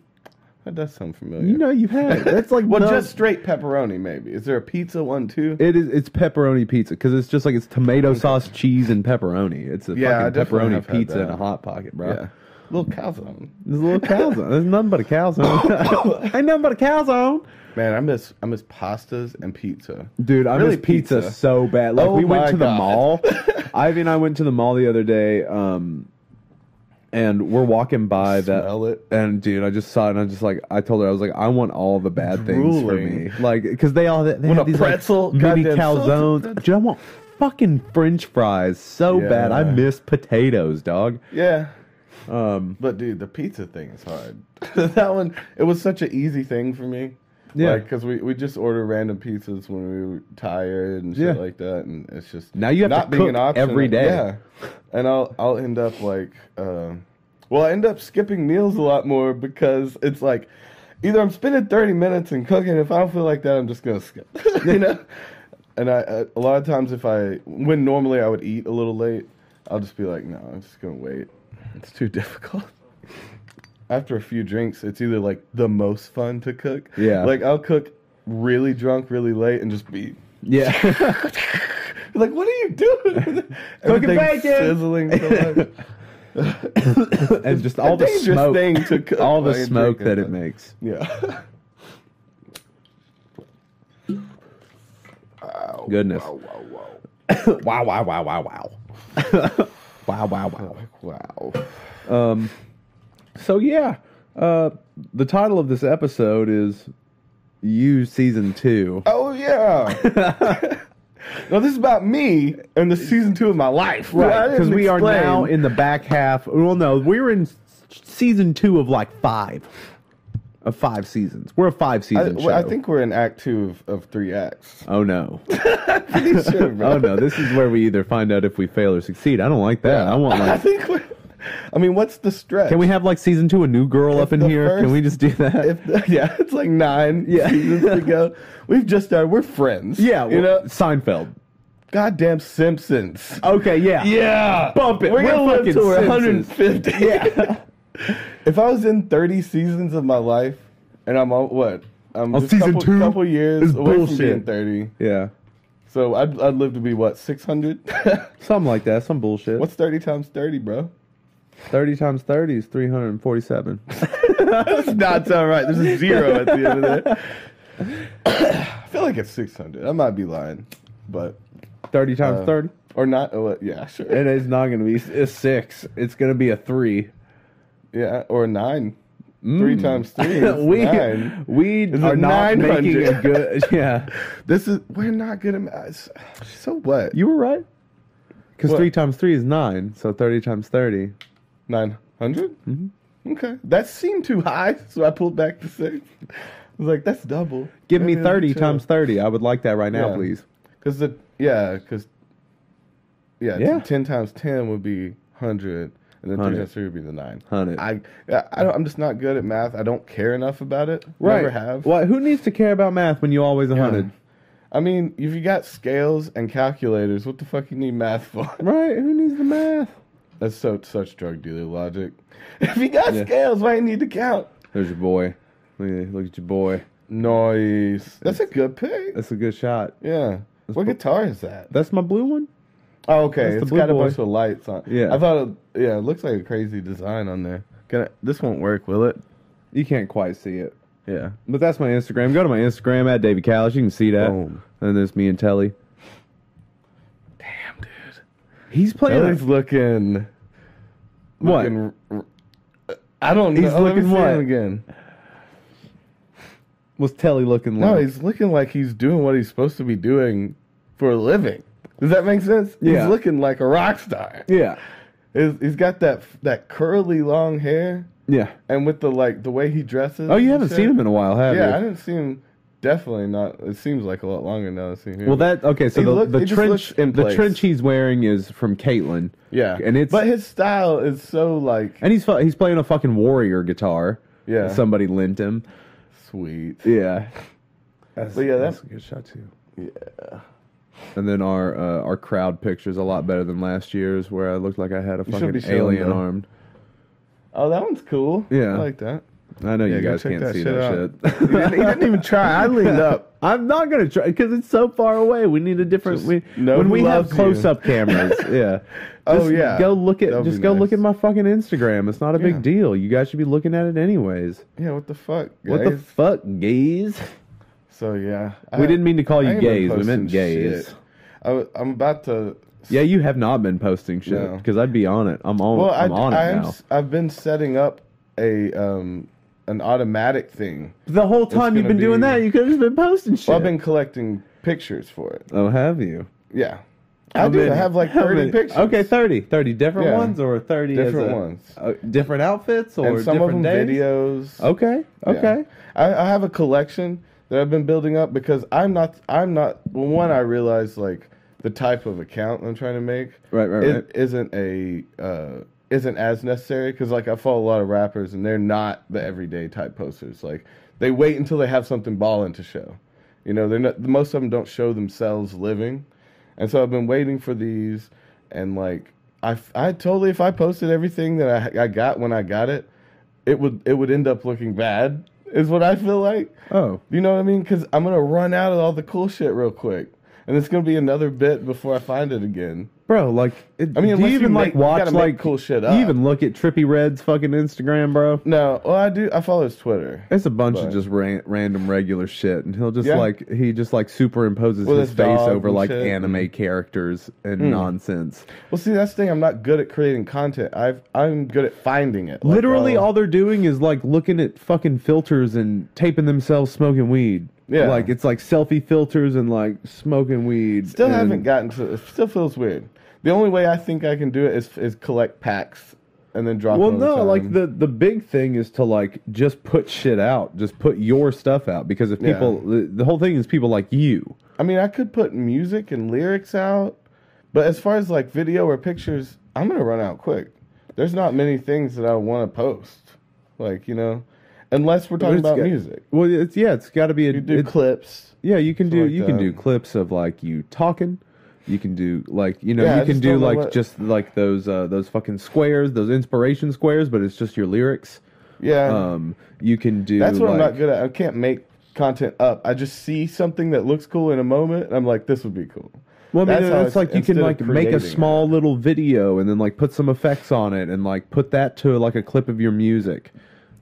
Speaker 2: That does sound familiar.
Speaker 1: You know you've had it. That's like
Speaker 2: [LAUGHS] well,
Speaker 1: the-
Speaker 2: just straight pepperoni, maybe. Is there a pizza one too?
Speaker 1: it is. It's pepperoni pizza because it's just like it's tomato sauce, cheese, and pepperoni. It's a
Speaker 2: Yeah, I
Speaker 1: fucking
Speaker 2: definitely
Speaker 1: pepperoni
Speaker 2: have had
Speaker 1: pizza
Speaker 2: that.
Speaker 1: in a hot pocket, bro.
Speaker 2: yeah. Little calzone.
Speaker 1: There's a little calzone. There's nothing but a
Speaker 2: [COUGHS]
Speaker 1: calzone. Ain't nothing but a calzone.
Speaker 2: Man, I miss I miss pastas and pizza.
Speaker 1: Dude, I
Speaker 2: Really,
Speaker 1: miss pizza,
Speaker 2: pizza.
Speaker 1: so bad. Like
Speaker 2: Oh
Speaker 1: we went
Speaker 2: my
Speaker 1: to the
Speaker 2: God. [LAUGHS]
Speaker 1: mall. Ivy and I went to the mall the other day, um, and we're walking by that.
Speaker 2: Smell it.
Speaker 1: And dude, I just saw it, and I just like I told her I was like I want all the bad things for
Speaker 2: Drooling.
Speaker 1: me, like because they all they
Speaker 2: Want
Speaker 1: have
Speaker 2: a
Speaker 1: these like,
Speaker 2: pretzel?
Speaker 1: mini
Speaker 2: Goddamn
Speaker 1: calzones.
Speaker 2: sausage.
Speaker 1: Dude, I want fucking French fries so
Speaker 2: Yeah.
Speaker 1: bad. I miss potatoes, dog.
Speaker 2: Yeah.
Speaker 1: Um,
Speaker 2: But dude, the pizza thing is hard. [LAUGHS] that one, it was such an easy thing for me.
Speaker 1: Yeah.
Speaker 2: because we, we just order random pizzas when we were tired and shit
Speaker 1: Yeah.
Speaker 2: like that, and it's just
Speaker 1: Now you have to cook every day.
Speaker 2: Yeah, and I'll I'll end up like, um, well, I end up skipping meals a lot more because it's like either I'm spending thirty minutes in cooking. If I don't feel like that, I'm just gonna skip. [LAUGHS] you know, and I I- a lot of times if I when normally I would eat a [LAUGHS] little late, I'll just be like, no, I'm just gonna wait. It's too difficult. after a few drinks, it's either like the most fun to cook.
Speaker 1: Yeah.
Speaker 2: Like I'll cook really drunk, really late, and just be [LAUGHS]
Speaker 1: [LAUGHS] Yeah.
Speaker 2: like, "What are you doing?" Everything's
Speaker 1: bacon!
Speaker 2: sizzling
Speaker 1: [LAUGHS]
Speaker 2: so much.
Speaker 1: and just all the
Speaker 2: dangerous
Speaker 1: smoke,
Speaker 2: thing to cook
Speaker 1: all
Speaker 2: while
Speaker 1: the
Speaker 2: you're
Speaker 1: smoke
Speaker 2: drinking,
Speaker 1: that it
Speaker 2: but-
Speaker 1: makes.
Speaker 2: Yeah.
Speaker 1: Goodness.
Speaker 2: Wow, wow, [COUGHS] wow.
Speaker 1: wow! Wow! Wow! Wow!
Speaker 2: [LAUGHS]
Speaker 1: Wow! wow! Wow! Wow!
Speaker 2: Like, wow.
Speaker 1: So yeah, uh, the title of this episode is "You Season 2.
Speaker 2: Oh yeah. [LAUGHS] no, this is about me and the season two of my life. I didn't
Speaker 1: Because we are
Speaker 2: explain.
Speaker 1: now in the back half. Well, no, we're in s- season two of like five, of five seasons. We're a five
Speaker 2: I,
Speaker 1: season show.
Speaker 2: well, I think we're in Act Two of, of three acts. [LAUGHS]
Speaker 1: Oh no!
Speaker 2: Pretty sure, bro.
Speaker 1: Oh no! This is where we either find out if we fail or succeed. I don't like that. I want
Speaker 2: [LAUGHS] I [LAUGHS]
Speaker 1: like.
Speaker 2: think we're. I mean, what's the stretch?
Speaker 1: Can we have like season two, a new girl up in
Speaker 2: the
Speaker 1: here? Can
Speaker 2: first-
Speaker 1: we just do that?
Speaker 2: If [LAUGHS] yeah, it's like nine
Speaker 1: Yeah.
Speaker 2: seasons to [LAUGHS] go. We've just started. We're friends.
Speaker 1: yeah,
Speaker 2: you know,
Speaker 1: Seinfeld.
Speaker 2: goddamn Simpsons.
Speaker 1: Okay, yeah.
Speaker 2: Oh, Yeah,
Speaker 1: Bump it.
Speaker 2: We're gonna
Speaker 1: We're
Speaker 2: live
Speaker 1: fucking
Speaker 2: till we're
Speaker 1: Simpsons.
Speaker 2: 150. [LAUGHS] Yeah. if I was in 30 seasons of my life, and I'm on what? I'm
Speaker 1: On
Speaker 2: just
Speaker 1: season
Speaker 2: couple,
Speaker 1: two
Speaker 2: couple years
Speaker 1: is
Speaker 2: away
Speaker 1: bullshit.
Speaker 2: from being 30.
Speaker 1: Yeah.
Speaker 2: So I'd, I'd live to be what 600.
Speaker 1: Something like that. Some bullshit.
Speaker 2: [LAUGHS] What's 30 times 30, bro?
Speaker 1: 30 times 30 is 347.
Speaker 2: That's not sound right. There's a zero at the end of that. [COUGHS] I feel like it's 600. I might be lying, but
Speaker 1: 30 times
Speaker 2: Uh,
Speaker 1: 30?
Speaker 2: or not. Oh, yeah, sure.
Speaker 1: It is not going to be a 6. It's going to be a 3.
Speaker 2: Yeah, or nine. Three times three.
Speaker 1: [LAUGHS]
Speaker 2: Is [LAUGHS]
Speaker 1: we
Speaker 2: nine.
Speaker 1: we
Speaker 2: It's
Speaker 1: are
Speaker 2: a
Speaker 1: not making a [LAUGHS]
Speaker 2: 900.
Speaker 1: good yeah.
Speaker 2: This is we're not good at math. So what?
Speaker 1: You were right. Cuz
Speaker 2: What?
Speaker 1: 3 times 3 is 9, so 30 times 30.
Speaker 2: Nine
Speaker 1: Mm-hmm.
Speaker 2: Okay, that seemed too high, so I pulled back to six. I was like, that's double.
Speaker 1: Give me 30 times 30. I would like that right now,
Speaker 2: Yeah.
Speaker 1: please.
Speaker 2: Because the yeah, because yeah, t-
Speaker 1: Yeah.
Speaker 2: ten times ten would be hundred, and then
Speaker 1: 100.
Speaker 2: three times three would be the nine.
Speaker 1: 100.
Speaker 2: I yeah, I don't. I'm just not good at math. I don't care enough about it. Never have.
Speaker 1: Well, who needs to care about math when you always a 100?
Speaker 2: I mean, if you got scales and calculators, what the fuck you need math for?
Speaker 1: Right? Who needs the math?
Speaker 2: That's so such drug dealer logic. [LAUGHS] If you got scales, why you need to count?
Speaker 1: There's your boy. Look at, look at your boy.
Speaker 2: Nice. That's a good pick.
Speaker 1: That's a good shot.
Speaker 2: Yeah. What guitar is that?
Speaker 1: That's my blue one.
Speaker 2: Oh, okay.
Speaker 1: That's the
Speaker 2: It's
Speaker 1: blue
Speaker 2: got a
Speaker 1: boy.
Speaker 2: bunch of lights on.
Speaker 1: Yeah.
Speaker 2: I thought. It, yeah, it looks like a crazy design on there. Can I, this won't work, will it?
Speaker 1: You can't quite see it.
Speaker 2: Yeah.
Speaker 1: But that's my Instagram. Go to my Instagram at David Callis. You can see that.
Speaker 2: Boom.
Speaker 1: And there's me and Telly.
Speaker 2: Damn, dude.
Speaker 1: He's playing.
Speaker 2: Ellie's looking.
Speaker 1: What?
Speaker 2: looking r- r- I don't know.
Speaker 1: He's
Speaker 2: Let me
Speaker 1: looking
Speaker 2: see
Speaker 1: what?
Speaker 2: him again.
Speaker 1: was Telly looking like?
Speaker 2: No, he's looking like he's doing what he's supposed to be doing for a living. Does that make sense?
Speaker 1: Yeah.
Speaker 2: He's looking like a rock star.
Speaker 1: yeah,
Speaker 2: He's- he's got that that curly long hair,
Speaker 1: yeah.
Speaker 2: and with the like the way he dresses.
Speaker 1: Oh, you
Speaker 2: and
Speaker 1: haven't
Speaker 2: shit.
Speaker 1: seen him in a while, have
Speaker 2: yeah, I
Speaker 1: you?
Speaker 2: didn't see him. Definitely not. It seems like a lot longer now. I've seen him.
Speaker 1: Well, that okay. So
Speaker 2: He
Speaker 1: the,
Speaker 2: look-
Speaker 1: the
Speaker 2: he just
Speaker 1: trench,
Speaker 2: looks in
Speaker 1: the
Speaker 2: place.
Speaker 1: trench he's wearing is from Caitlyn.
Speaker 2: yeah,
Speaker 1: and it's
Speaker 2: but his style is so like
Speaker 1: and he's fu- he's playing a fucking warrior guitar.
Speaker 2: Yeah.
Speaker 1: that somebody lent him.
Speaker 2: sweet.
Speaker 1: Yeah,
Speaker 2: But yeah, that's-
Speaker 1: a good shot too.
Speaker 2: Yeah,
Speaker 1: And then our uh, our crowd picture's a lot better than last year's, where I looked like I had a
Speaker 2: should
Speaker 1: fucking
Speaker 2: be showing
Speaker 1: alien
Speaker 2: them.
Speaker 1: armed.
Speaker 2: Oh, that one's cool.
Speaker 1: Yeah.
Speaker 2: I like that.
Speaker 1: I know
Speaker 2: Yeah,
Speaker 1: you
Speaker 2: go
Speaker 1: guys
Speaker 2: check
Speaker 1: can't
Speaker 2: that
Speaker 1: see
Speaker 2: shit
Speaker 1: that
Speaker 2: out.
Speaker 1: shit.
Speaker 2: [LAUGHS] He didn't, he didn't even try.
Speaker 1: [LAUGHS]
Speaker 2: I leaned up.
Speaker 1: I'm not gonna try because it's so far away. We need a different.
Speaker 2: Just
Speaker 1: we,
Speaker 2: know
Speaker 1: when
Speaker 2: who
Speaker 1: we have
Speaker 2: loves you. [LAUGHS]
Speaker 1: close-up cameras, yeah.
Speaker 2: Oh,
Speaker 1: Just
Speaker 2: yeah.
Speaker 1: Go look at
Speaker 2: That'd
Speaker 1: just
Speaker 2: be
Speaker 1: go
Speaker 2: nice.
Speaker 1: look at my fucking Instagram. It's not a
Speaker 2: Yeah.
Speaker 1: big deal. You guys should be looking at it anyways.
Speaker 2: Yeah, what the fuck, guys?
Speaker 1: What the fuck, gays?
Speaker 2: so yeah,
Speaker 1: we didn't mean to call
Speaker 2: I
Speaker 1: you
Speaker 2: ain't been
Speaker 1: gays. We
Speaker 2: posting
Speaker 1: meant gays.
Speaker 2: shit. I, w- I'm about to.
Speaker 1: Yeah, you have not been posting shit
Speaker 2: No.
Speaker 1: because I'd be on it. I'm on.
Speaker 2: Well, I,
Speaker 1: I'm on
Speaker 2: I
Speaker 1: it
Speaker 2: am,
Speaker 1: now.
Speaker 2: s- I've been setting up a um an automatic thing.
Speaker 1: The whole time you've
Speaker 2: gonna
Speaker 1: been doing
Speaker 2: be-
Speaker 1: that, you could have just been posting shit.
Speaker 2: Well, I've been collecting pictures for it.
Speaker 1: oh, have you?
Speaker 2: Yeah,
Speaker 1: How
Speaker 2: I do.
Speaker 1: many?
Speaker 2: I have like
Speaker 1: How
Speaker 2: 30
Speaker 1: many?
Speaker 2: pictures.
Speaker 1: Okay, 30. 30 different
Speaker 2: Yeah.
Speaker 1: ones or 30 as
Speaker 2: Different
Speaker 1: a-
Speaker 2: ones.
Speaker 1: uh, different outfits or
Speaker 2: and some of them
Speaker 1: different days?
Speaker 2: videos.
Speaker 1: Okay,
Speaker 2: Yeah.
Speaker 1: okay.
Speaker 2: I, I have a collection that I've been building up because I'm not. I'm not. Well, one, I realize like the type of account I'm trying to make.
Speaker 1: Right, right,
Speaker 2: is-
Speaker 1: right.
Speaker 2: Isn't a uh, isn't as necessary because like I follow a lot of rappers and they're not the everyday type posters. Like they wait until they have something balling to show. You know, they're not. Most of them don't show themselves living, and so I've been waiting for these and like. I, I totally if I posted everything that I, I got when I got it, it would it would end up looking bad. Is what I feel like.
Speaker 1: Oh,
Speaker 2: You know what I mean? Because I'm gonna run out of all the cool shit real quick, and it's gonna be another bit before I find it again.
Speaker 1: bro, like it,
Speaker 2: I mean,
Speaker 1: do
Speaker 2: unless
Speaker 1: you
Speaker 2: you
Speaker 1: even
Speaker 2: make-
Speaker 1: like
Speaker 2: you
Speaker 1: watch
Speaker 2: gotta make
Speaker 1: like
Speaker 2: cool shit
Speaker 1: do
Speaker 2: up.
Speaker 1: You even look at Trippy Red's fucking Instagram, bro.
Speaker 2: No, well I do. I follow his Twitter.
Speaker 1: It's a bunch of
Speaker 2: But-
Speaker 1: just ran, random regular shit, and he'll just
Speaker 2: Yeah.
Speaker 1: like he just like superimposes
Speaker 2: With
Speaker 1: his
Speaker 2: his
Speaker 1: face
Speaker 2: dog
Speaker 1: over
Speaker 2: and Hmm.
Speaker 1: like
Speaker 2: shit.
Speaker 1: anime characters and nonsense.
Speaker 2: Well, see, that's the thing. I'm not good at creating content. I've I'm good at finding it. Like,
Speaker 1: Literally,
Speaker 2: oh,
Speaker 1: all they're doing is like looking at fucking filters and taping themselves smoking weed.
Speaker 2: Yeah.
Speaker 1: like it's like selfie filters and like smoking weed.
Speaker 2: Still
Speaker 1: and-
Speaker 2: haven't gotten to. It still feels weird. The only way I think I can do it is is collect packs and then drop.
Speaker 1: Well,
Speaker 2: them all
Speaker 1: no,
Speaker 2: the
Speaker 1: like
Speaker 2: time.
Speaker 1: the the big thing is to like just put shit out, just put your stuff out because if
Speaker 2: Yeah.
Speaker 1: people, the, the whole thing is people like you.
Speaker 2: I mean, I could put music and lyrics out, but as far as like video or pictures, I'm gonna run out quick. There's not many things that I want to post, like you know, unless we're talking
Speaker 1: It's
Speaker 2: about
Speaker 1: got-
Speaker 2: music.
Speaker 1: Well, it's yeah, it's got to be a
Speaker 2: You do
Speaker 1: it-
Speaker 2: clips.
Speaker 1: yeah. You can
Speaker 2: something
Speaker 1: do
Speaker 2: like um,
Speaker 1: you can
Speaker 2: that.
Speaker 1: do clips of like you talking. You can do like you know
Speaker 2: Yeah, I
Speaker 1: you can
Speaker 2: just
Speaker 1: do
Speaker 2: don't know
Speaker 1: like
Speaker 2: what-
Speaker 1: just like those uh those fucking squares, those inspiration squares, but it's just your lyrics.
Speaker 2: Yeah,
Speaker 1: Um, you can do
Speaker 2: Uh-huh. that's what I'm
Speaker 1: like-
Speaker 2: not good at. I can't make content up. I just see something that looks cool in a moment, and I'm like, this would be cool.
Speaker 1: Well, I mean,
Speaker 2: how
Speaker 1: it's like you can
Speaker 2: instead of
Speaker 1: like make a
Speaker 2: creating it.
Speaker 1: small little video and then like put some effects on it and like put that to like a clip of your music,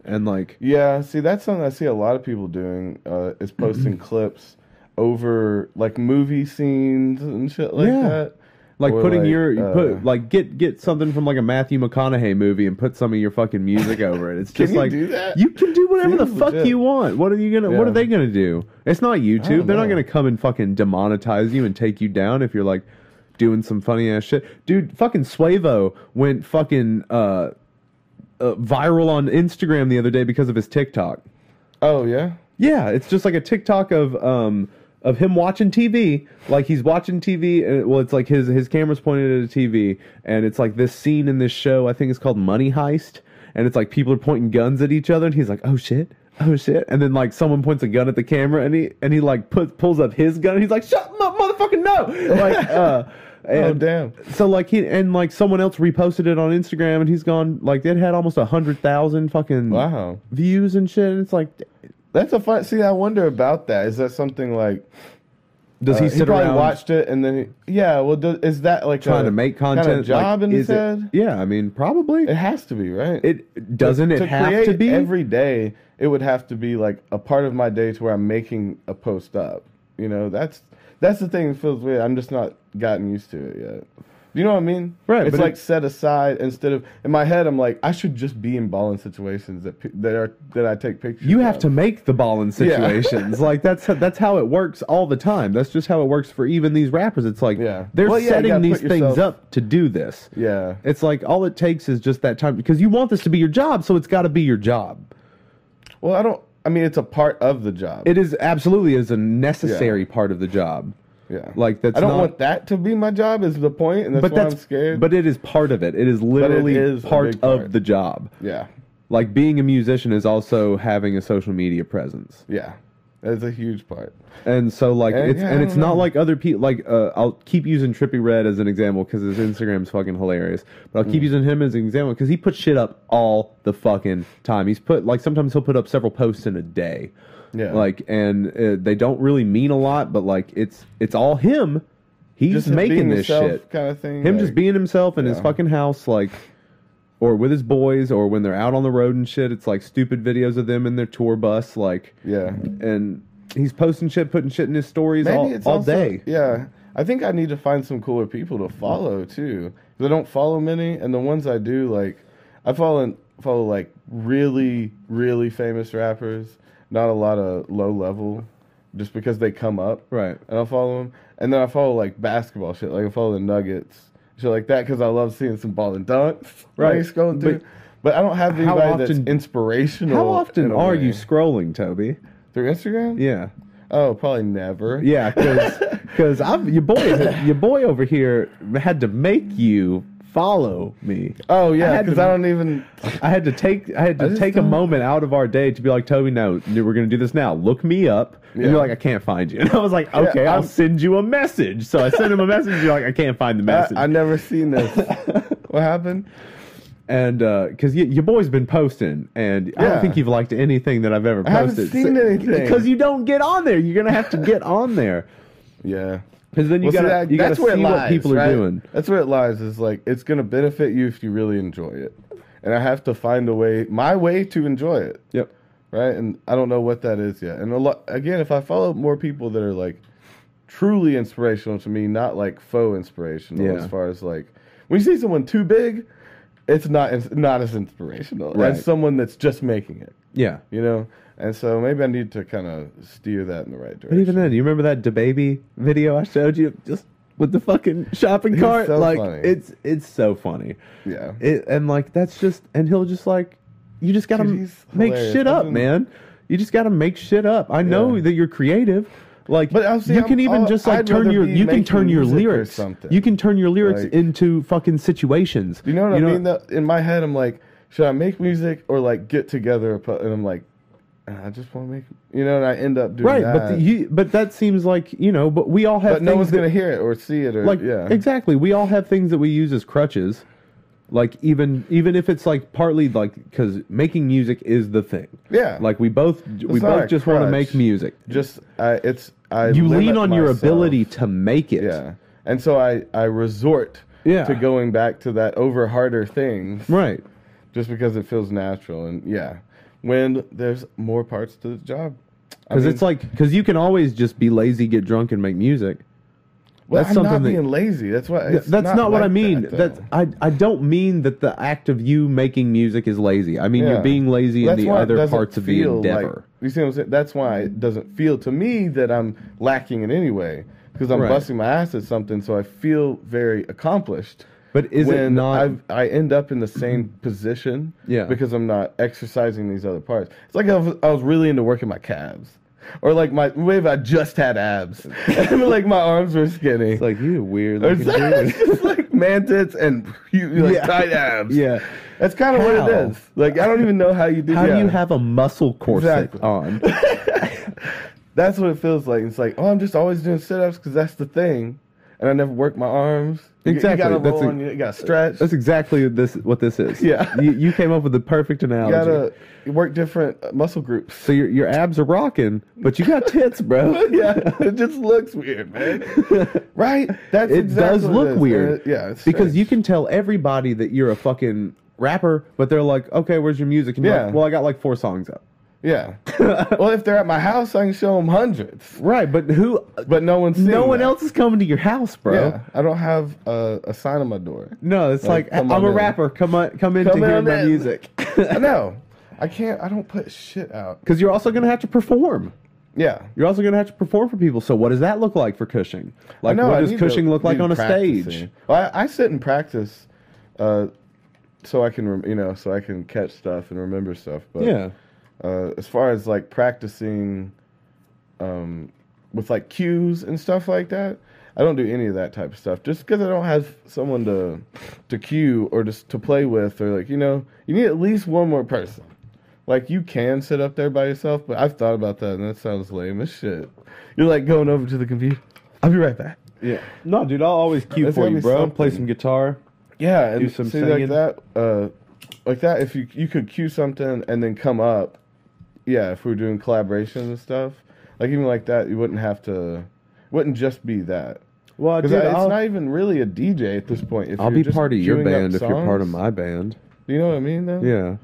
Speaker 1: and like
Speaker 2: Yeah, see, that's something I see a lot of people doing uh,
Speaker 1: [CLEARS THROAT]
Speaker 2: is posting clips over like movie scenes and shit like
Speaker 1: Yeah.
Speaker 2: that.
Speaker 1: like
Speaker 2: Or,
Speaker 1: putting
Speaker 2: like,
Speaker 1: your you
Speaker 2: uh,
Speaker 1: put like get get something from like a Matthew McConaughey movie and put some of your fucking music over it. It's
Speaker 2: Can
Speaker 1: just
Speaker 2: you
Speaker 1: like
Speaker 2: do that?
Speaker 1: you can do whatever the
Speaker 2: Seems
Speaker 1: fuck
Speaker 2: legit.
Speaker 1: you want. What are you gonna What
Speaker 2: Yeah.
Speaker 1: are they gonna do? It's not YouTube.
Speaker 2: don't
Speaker 1: They're not
Speaker 2: know.
Speaker 1: gonna come and fucking demonetize you and take you down if you're like doing some funny ass shit, dude. Fucking Swavo went fucking. uh uh, viral on Instagram the other day because of his TikTok.
Speaker 2: Oh yeah,
Speaker 1: Yeah, it's just like a TikTok of um of him watching TV, like he's watching TV. And, well, it's like his his camera's pointed at a TV, and it's like this scene in this show. I think it's called Money Heist, and it's like people are pointing guns at each other, and he's like, "Oh shit." Oh shit! And then like someone points a gun at the camera, and he and he like put, pulls up his gun, and he's like, "Shut up, motherfucking
Speaker 2: [LAUGHS]
Speaker 1: no!" Like, uh, and,
Speaker 2: oh damn.
Speaker 1: so like he and like someone else reposted it on Instagram and he's gone like it had almost a hundred thousand fucking
Speaker 2: Wow.
Speaker 1: views and shit. And it's like,
Speaker 2: That's a fun. See, I wonder about that. Is that something like
Speaker 1: does
Speaker 2: uh,
Speaker 1: he sit
Speaker 2: probably
Speaker 1: around
Speaker 2: watched it and then he, yeah? Well, do, is that like
Speaker 1: trying
Speaker 2: a
Speaker 1: to make
Speaker 2: kind
Speaker 1: content?
Speaker 2: of job
Speaker 1: like,
Speaker 2: in his
Speaker 1: is it-
Speaker 2: head?
Speaker 1: yeah, I mean, probably
Speaker 2: It has to be right.
Speaker 1: it doesn't. It
Speaker 2: to
Speaker 1: have
Speaker 2: create
Speaker 1: to be.
Speaker 2: every day. It would have to be like a part of my day to where I'm making a post up. You know, that's that's the thing that feels weird. I'm just not gotten used to it yet. You know what I mean?
Speaker 1: Right,
Speaker 2: It's
Speaker 1: but
Speaker 2: like
Speaker 1: it-
Speaker 2: set aside instead of in my head. I'm like, I should just be in balling situations that pe- that are that I take pictures.
Speaker 1: you have
Speaker 2: of.
Speaker 1: to make the ball in
Speaker 2: [LAUGHS]
Speaker 1: situations. like that's that's how it works all the time. That's just how it works for even these rappers. It's like
Speaker 2: Yeah.
Speaker 1: they're
Speaker 2: Well, yeah, you
Speaker 1: setting
Speaker 2: gotta
Speaker 1: these
Speaker 2: put
Speaker 1: things
Speaker 2: yourself-
Speaker 1: up to do this.
Speaker 2: Yeah.
Speaker 1: It's like all it takes is just that time because you want this to be your job, so it's got to be your job.
Speaker 2: Well, I don't. I mean, it's a part of the job.
Speaker 1: It is absolutely is a necessary part of the job.
Speaker 2: yeah.
Speaker 1: Like that's
Speaker 2: I don't
Speaker 1: not-
Speaker 2: want that to be my job. Is the point, and that's
Speaker 1: but
Speaker 2: why
Speaker 1: that's
Speaker 2: I'm scared.
Speaker 1: But it is part of it. It is literally
Speaker 2: is a
Speaker 1: part
Speaker 2: big
Speaker 1: of
Speaker 2: part.
Speaker 1: the job.
Speaker 2: yeah,
Speaker 1: Like being a musician is also having a social media presence.
Speaker 2: yeah, that's a huge part.
Speaker 1: And so like
Speaker 2: And,
Speaker 1: it's
Speaker 2: yeah,
Speaker 1: and
Speaker 2: I
Speaker 1: it's
Speaker 2: don't
Speaker 1: not
Speaker 2: know.
Speaker 1: like other people like uh, I'll keep using Trippy Red as an example because his Instagram's fucking hilarious. But
Speaker 2: Mm.
Speaker 1: I'll keep using him as an example because he puts shit up all the fucking time. He's put like sometimes he'll put up several posts in a day.
Speaker 2: Yeah.
Speaker 1: Like and uh, they don't really mean a lot, but like it's it's all him. He's making this shit.
Speaker 2: kind of thing.
Speaker 1: Him
Speaker 2: like-
Speaker 1: just being himself in his
Speaker 2: Yeah.
Speaker 1: fucking house, like, or with his boys, or when they're out on the road and shit. It's like stupid videos of them in their tour bus, like,
Speaker 2: Yeah.
Speaker 1: and he's posting shit, putting shit in his stories
Speaker 2: Maybe
Speaker 1: all,
Speaker 2: it's
Speaker 1: all
Speaker 2: also-
Speaker 1: day.
Speaker 2: Yeah. I think I need to find some cooler people to follow too. 'Cause I don't follow many, and the ones I do, like, I follow follow like really really famous rappers, not a lot of low level, just because they come up.
Speaker 1: Right.
Speaker 2: and I'll follow him. And then I follow like basketball shit, like I follow the Nuggets, shit like that, because I love seeing some ball and dunks.
Speaker 1: [LAUGHS] Right.
Speaker 2: like, scrolling through.
Speaker 1: But-
Speaker 2: But, I don't have
Speaker 1: How
Speaker 2: anybody
Speaker 1: often-
Speaker 2: that's inspirational.
Speaker 1: How often
Speaker 2: in a
Speaker 1: are you
Speaker 2: way.
Speaker 1: scrolling, Toby?
Speaker 2: through Instagram?
Speaker 1: Yeah,
Speaker 2: Oh, probably never.
Speaker 1: yeah,
Speaker 2: [LAUGHS]
Speaker 1: because I'm your boy. Your boy over here had to make you follow me.
Speaker 2: Oh
Speaker 1: I
Speaker 2: yeah,
Speaker 1: had
Speaker 2: because
Speaker 1: to-
Speaker 2: I don't even.
Speaker 1: I had to take I had to
Speaker 2: just
Speaker 1: take a
Speaker 2: don't-
Speaker 1: moment out of our day to be like Toby, no, no, we're gonna do this now. Look me up, and
Speaker 2: Yeah.
Speaker 1: you're like, I can't find you. [LAUGHS] And I was like, okay, I'll
Speaker 2: I'm-
Speaker 1: send you a message.
Speaker 2: [LAUGHS]
Speaker 1: So I sent him a message. You're like, I can't find the
Speaker 2: I,
Speaker 1: [LAUGHS] message.
Speaker 2: I never seen this. what happened?
Speaker 1: And because y- your boy's been posting, and I don't
Speaker 2: Yeah.
Speaker 1: think you've liked anything that I've ever
Speaker 2: I haven't
Speaker 1: posted.
Speaker 2: seen anything.
Speaker 1: because you don't get on there. You're gonna have to get on there
Speaker 2: Yeah.
Speaker 1: because then you
Speaker 2: Well, see,
Speaker 1: gotta
Speaker 2: that-
Speaker 1: you gotta see
Speaker 2: where it
Speaker 1: what
Speaker 2: lies,
Speaker 1: people
Speaker 2: right?
Speaker 1: are doing.
Speaker 2: That's where it lies. Is like it's gonna benefit you if you really enjoy it, and I have to find a way, my way to enjoy it,
Speaker 1: Yep.
Speaker 2: right? And I don't know what that is yet. And a lot again, if I follow more people that are like truly inspirational to me, not like faux inspirational,
Speaker 1: Yeah.
Speaker 2: as far as like when you see someone too big, it's not it's not as inspirational
Speaker 1: Right.
Speaker 2: as someone that's just making it,
Speaker 1: Yeah.
Speaker 2: you know. And so maybe I need to kind of steer that in the right direction.
Speaker 1: But even then, you remember that DeBaby video I showed you just with the fucking shopping
Speaker 2: He's
Speaker 1: cart?
Speaker 2: so
Speaker 1: like
Speaker 2: funny.
Speaker 1: it's it's so funny.
Speaker 2: yeah.
Speaker 1: It, and like that's just and he'll just like you just gotta
Speaker 2: Dude,
Speaker 1: m-
Speaker 2: he's
Speaker 1: make
Speaker 2: hilarious.
Speaker 1: shit up,
Speaker 2: Doesn't-
Speaker 1: man. You just gotta make shit up. I know
Speaker 2: Yeah.
Speaker 1: that you're creative. Like
Speaker 2: But I'll say
Speaker 1: you
Speaker 2: I'm-
Speaker 1: can even
Speaker 2: I'll-
Speaker 1: just like
Speaker 2: I'd
Speaker 1: turn
Speaker 2: rather
Speaker 1: your
Speaker 2: be
Speaker 1: you can
Speaker 2: making
Speaker 1: turn your
Speaker 2: music or
Speaker 1: lyrics
Speaker 2: something.
Speaker 1: you can turn your lyrics
Speaker 2: Like-
Speaker 1: into fucking situations.
Speaker 2: Do you know what I mean? Though in my head, I'm like, should I make music or like get together? a po- And I'm like, "Ah, I just want to make, you know, and I end up doing
Speaker 1: right,
Speaker 2: that.
Speaker 1: but the, you but that seems like you know. But we all have
Speaker 2: but no
Speaker 1: things
Speaker 2: one's
Speaker 1: that-
Speaker 2: gonna hear it or see it or
Speaker 1: like
Speaker 2: yeah,
Speaker 1: exactly we all have things that we use as crutches like even even if it's like partly like because making music is the thing
Speaker 2: yeah. Like
Speaker 1: like we both we
Speaker 2: It's not
Speaker 1: both
Speaker 2: a
Speaker 1: just want to make
Speaker 2: crutch.
Speaker 1: music
Speaker 2: just I, it's I.
Speaker 1: you
Speaker 2: limit
Speaker 1: lean on your
Speaker 2: myself.
Speaker 1: ability to make it
Speaker 2: Yeah, and so I I resort
Speaker 1: Yeah.
Speaker 2: to going back to that over harder things
Speaker 1: right
Speaker 2: just because it feels natural and yeah. When there's more parts to the job, I
Speaker 1: because
Speaker 2: mean,
Speaker 1: it's like because you can always just be lazy get drunk and make music
Speaker 2: well,
Speaker 1: that's
Speaker 2: I'm
Speaker 1: something
Speaker 2: not
Speaker 1: that-
Speaker 2: being lazy. That's what.
Speaker 1: Th-
Speaker 2: it's
Speaker 1: that's not, what I
Speaker 2: like
Speaker 1: mean.
Speaker 2: that, though.
Speaker 1: that's I, I don't mean that the act of you making music is lazy. I mean
Speaker 2: Yeah.
Speaker 1: you're being lazy in
Speaker 2: That's
Speaker 1: the
Speaker 2: why it
Speaker 1: other
Speaker 2: doesn't
Speaker 1: parts of the
Speaker 2: feel
Speaker 1: endeavor.
Speaker 2: Like, you see what I'm saying? That's why it doesn't feel to me that I'm lacking in any way because I'm
Speaker 1: Right.
Speaker 2: busting my ass at something, so I feel very accomplished.
Speaker 1: but is
Speaker 2: when
Speaker 1: it not
Speaker 2: I've, I end up in the same position,
Speaker 1: Yeah.
Speaker 2: because I'm not exercising these other parts. It's like I was, I was really into working my calves. Or like my maybe I just had abs, [LAUGHS] and like my arms were skinny.
Speaker 1: It's like you weird
Speaker 2: Or
Speaker 1: [LAUGHS] looking dude.
Speaker 2: it's
Speaker 1: [LAUGHS]
Speaker 2: just like man tits and [LAUGHS] you like
Speaker 1: Yeah.
Speaker 2: tight abs.
Speaker 1: Yeah.
Speaker 2: that's kind of what
Speaker 1: How?
Speaker 2: it is. Like I don't even know how you do.
Speaker 1: How do you
Speaker 2: yeah.
Speaker 1: have a muscle corset Oh,
Speaker 2: Exactly.
Speaker 1: on?
Speaker 2: [LAUGHS] That's what it feels like. It's like, oh, I'm just always doing sit ups because that's the thing. And I never work my arms. You-
Speaker 1: Exactly.
Speaker 2: You, gotta
Speaker 1: That's
Speaker 2: roll
Speaker 1: a-
Speaker 2: on, you gotta stretch.
Speaker 1: That's exactly this what this is.
Speaker 2: Yeah.
Speaker 1: You, you came up with the perfect
Speaker 2: you
Speaker 1: analogy.
Speaker 2: gotta work different uh,
Speaker 1: [LAUGHS]
Speaker 2: muscle groups. [LAUGHS]
Speaker 1: So your your abs are rocking, but you got tits, bro.
Speaker 2: yeah, it just looks weird,
Speaker 1: [LAUGHS]
Speaker 2: man. right? That's
Speaker 1: It
Speaker 2: exactly
Speaker 1: does
Speaker 2: what
Speaker 1: look
Speaker 2: is. And
Speaker 1: weird.
Speaker 2: it- yeah, it's
Speaker 1: because
Speaker 2: strange.
Speaker 1: you can tell everybody that you're a fucking rapper, but they're like, "Okay, where's your music?" And you're
Speaker 2: Yeah.
Speaker 1: like, "Well, I got like four songs up." [LAUGHS]
Speaker 2: yeah. well, if they're at my house, I can show them hundreds,
Speaker 1: Right, but who
Speaker 2: but no one's
Speaker 1: no
Speaker 2: seeing
Speaker 1: one
Speaker 2: that.
Speaker 1: else is coming to your house, bro.
Speaker 2: Yeah, I don't have a, a sign on my door.
Speaker 1: No, it's
Speaker 2: Like,
Speaker 1: like,
Speaker 2: come
Speaker 1: I'm
Speaker 2: on
Speaker 1: a
Speaker 2: in.
Speaker 1: rapper. Come on, come in
Speaker 2: Come
Speaker 1: to hear
Speaker 2: on
Speaker 1: my
Speaker 2: in.
Speaker 1: music.
Speaker 2: I know. I can't. I don't put shit out.
Speaker 1: Because you're also gonna have to perform.
Speaker 2: Yeah.
Speaker 1: You're also going to have to perform for people. So what does that look like for Cushing? Like
Speaker 2: No,
Speaker 1: what
Speaker 2: I
Speaker 1: does
Speaker 2: need to-
Speaker 1: Cushing look like
Speaker 2: need
Speaker 1: on a stage?
Speaker 2: practicing. Well, I, I sit and practice, uh, so I can rem- you know so I can catch stuff and remember stuff. But
Speaker 1: Yeah.
Speaker 2: uh, as far as like practicing, um, with like cues and stuff like that, I don't do any of that type of stuff. Just because I don't have someone to to cue or just to play with or like you know you need at least one more person. Like you can sit up there by yourself, but I've thought about that and that sounds lame as shit. You're like going over to the computer. I'll be right back.
Speaker 1: Yeah. No, dude, I'll always cue
Speaker 2: That's
Speaker 1: for
Speaker 2: gotta
Speaker 1: you,
Speaker 2: be
Speaker 1: bro. Play
Speaker 2: something.
Speaker 1: some guitar.
Speaker 2: Yeah, and
Speaker 1: Do some
Speaker 2: see
Speaker 1: singing.
Speaker 2: like that, uh, like that. If you you could cue something and then come up, yeah. If we were doing collaborations and stuff, like even like that, you wouldn't have to, wouldn't just be that.
Speaker 1: Well,
Speaker 2: Because
Speaker 1: Uh, dude,
Speaker 2: it's
Speaker 1: I'll,
Speaker 2: not even really a DJ at this point. If
Speaker 1: I'll
Speaker 2: you're
Speaker 1: be
Speaker 2: just
Speaker 1: part of your
Speaker 2: queuing up
Speaker 1: band if you're part of
Speaker 2: songs.
Speaker 1: my band.
Speaker 2: You know what I mean? Though.
Speaker 1: Yeah.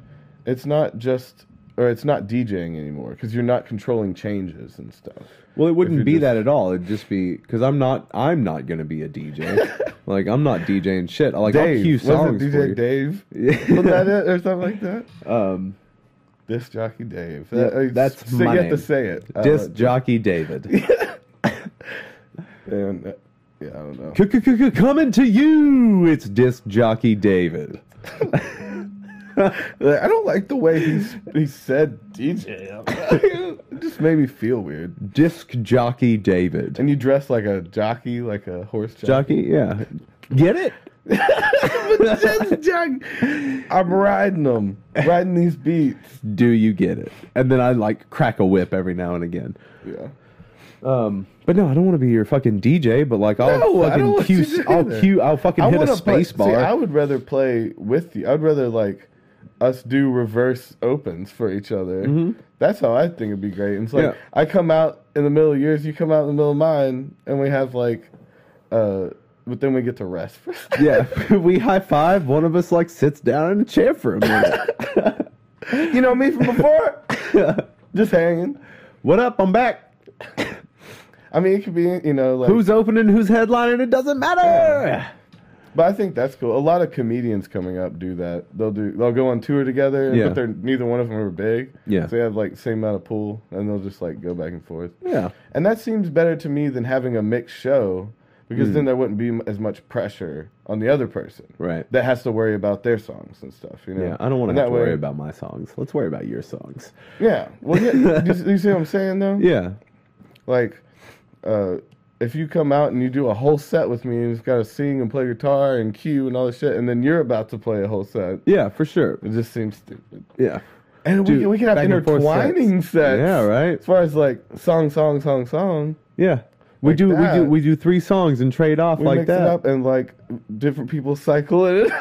Speaker 2: It's not just, or it's not DJing anymore because you're not controlling changes and stuff.
Speaker 1: Well, it
Speaker 2: you're
Speaker 1: wouldn't be
Speaker 2: just-
Speaker 1: that at all. It'd just be because I'm not. I'm not going to be a [LAUGHS] DJ. like I'm not DJing shit. Like I'll cue
Speaker 2: Dave,
Speaker 1: songs
Speaker 2: wasn't it
Speaker 1: for you.
Speaker 2: DJ Dave?
Speaker 1: Yeah.
Speaker 2: Wasn't that it or something like that?
Speaker 1: [LAUGHS] um,
Speaker 2: Disc jockey Dave.
Speaker 1: Yeah,
Speaker 2: That-
Speaker 1: that's
Speaker 2: so
Speaker 1: my
Speaker 2: you have
Speaker 1: name.
Speaker 2: to say it. Uh,
Speaker 1: disc jockey [LAUGHS] David
Speaker 2: And uh, yeah, I don't know.
Speaker 1: coming to you. It's disc jockey David.
Speaker 2: Like, I don't like the way he's, he said DJ. [LAUGHS] it just made me feel weird.
Speaker 1: Disc jockey David.
Speaker 2: And you dress like a jockey, like a horse [LAUGHS] jockey.
Speaker 1: Jockey, yeah. Get it? [LAUGHS]
Speaker 2: Just jockey. I'm riding them, riding these beats.
Speaker 1: Do you get it? And then I like crack a whip every now and again.
Speaker 2: Yeah.
Speaker 1: Um, but no, I don't want to be your fucking DJ. But like, I'll
Speaker 2: No, I
Speaker 1: fucking
Speaker 2: don't want
Speaker 1: cue,
Speaker 2: you to
Speaker 1: I'll
Speaker 2: either.
Speaker 1: cue, I'll fucking
Speaker 2: I
Speaker 1: hit a
Speaker 2: wanna play-
Speaker 1: space bar.
Speaker 2: See, I would rather play with you. I'd rather like us do reverse opens for each other. That's how I think it'd be great. And it's like
Speaker 1: Mm-hmm. Yeah.
Speaker 2: I come out in the middle of yours, you come out in the middle of mine, and we have like, uh, but then we get to rest. [LAUGHS] For
Speaker 1: [LAUGHS] yeah, [LAUGHS] we high five. One of us like sits down in a chair for a
Speaker 2: [LAUGHS]
Speaker 1: minute.
Speaker 2: you know me
Speaker 1: [LAUGHS]
Speaker 2: from before, just hanging.
Speaker 1: what up? I'm back.
Speaker 2: I mean, it could be you know like.
Speaker 1: Who's opening? Who's headlining? It doesn't matter.
Speaker 2: but I think that's cool. A lot of comedians coming up do that. They'll do. They'll go on tour together,
Speaker 1: Yeah.
Speaker 2: but they're neither one of them are big.
Speaker 1: Yeah.
Speaker 2: so they have like same amount of pool, and they'll just like go back and forth.
Speaker 1: Yeah.
Speaker 2: And that seems better to me than having a mixed show because
Speaker 1: Hmm.
Speaker 2: then there wouldn't be m- as much pressure on the other person.
Speaker 1: Right.
Speaker 2: That has to worry about their songs and stuff, you know.
Speaker 1: Yeah, I don't want
Speaker 2: And
Speaker 1: to have
Speaker 2: that
Speaker 1: to
Speaker 2: way-
Speaker 1: worry about my songs. Let's worry about your songs.
Speaker 2: Yeah. Well,
Speaker 1: [LAUGHS]
Speaker 2: yeah, do, you- do you see what I'm saying though?
Speaker 1: Yeah.
Speaker 2: Like uh if you come out and you do a whole set with me and you've got to sing and play guitar and cue and all this shit and then you're about to play a whole set,
Speaker 1: Yeah, for sure.
Speaker 2: it just seems stupid.
Speaker 1: Yeah.
Speaker 2: And we
Speaker 1: Dude,
Speaker 2: we we could have
Speaker 1: back and forth sets.
Speaker 2: intertwining sets.
Speaker 1: Yeah, right.
Speaker 2: As far as like song, song, song, song.
Speaker 1: Yeah. We
Speaker 2: Like
Speaker 1: do we
Speaker 2: that.
Speaker 1: do we do three songs and trade off
Speaker 2: We
Speaker 1: like
Speaker 2: mix it
Speaker 1: that.
Speaker 2: up and like different people
Speaker 1: [LAUGHS]
Speaker 2: cycle it.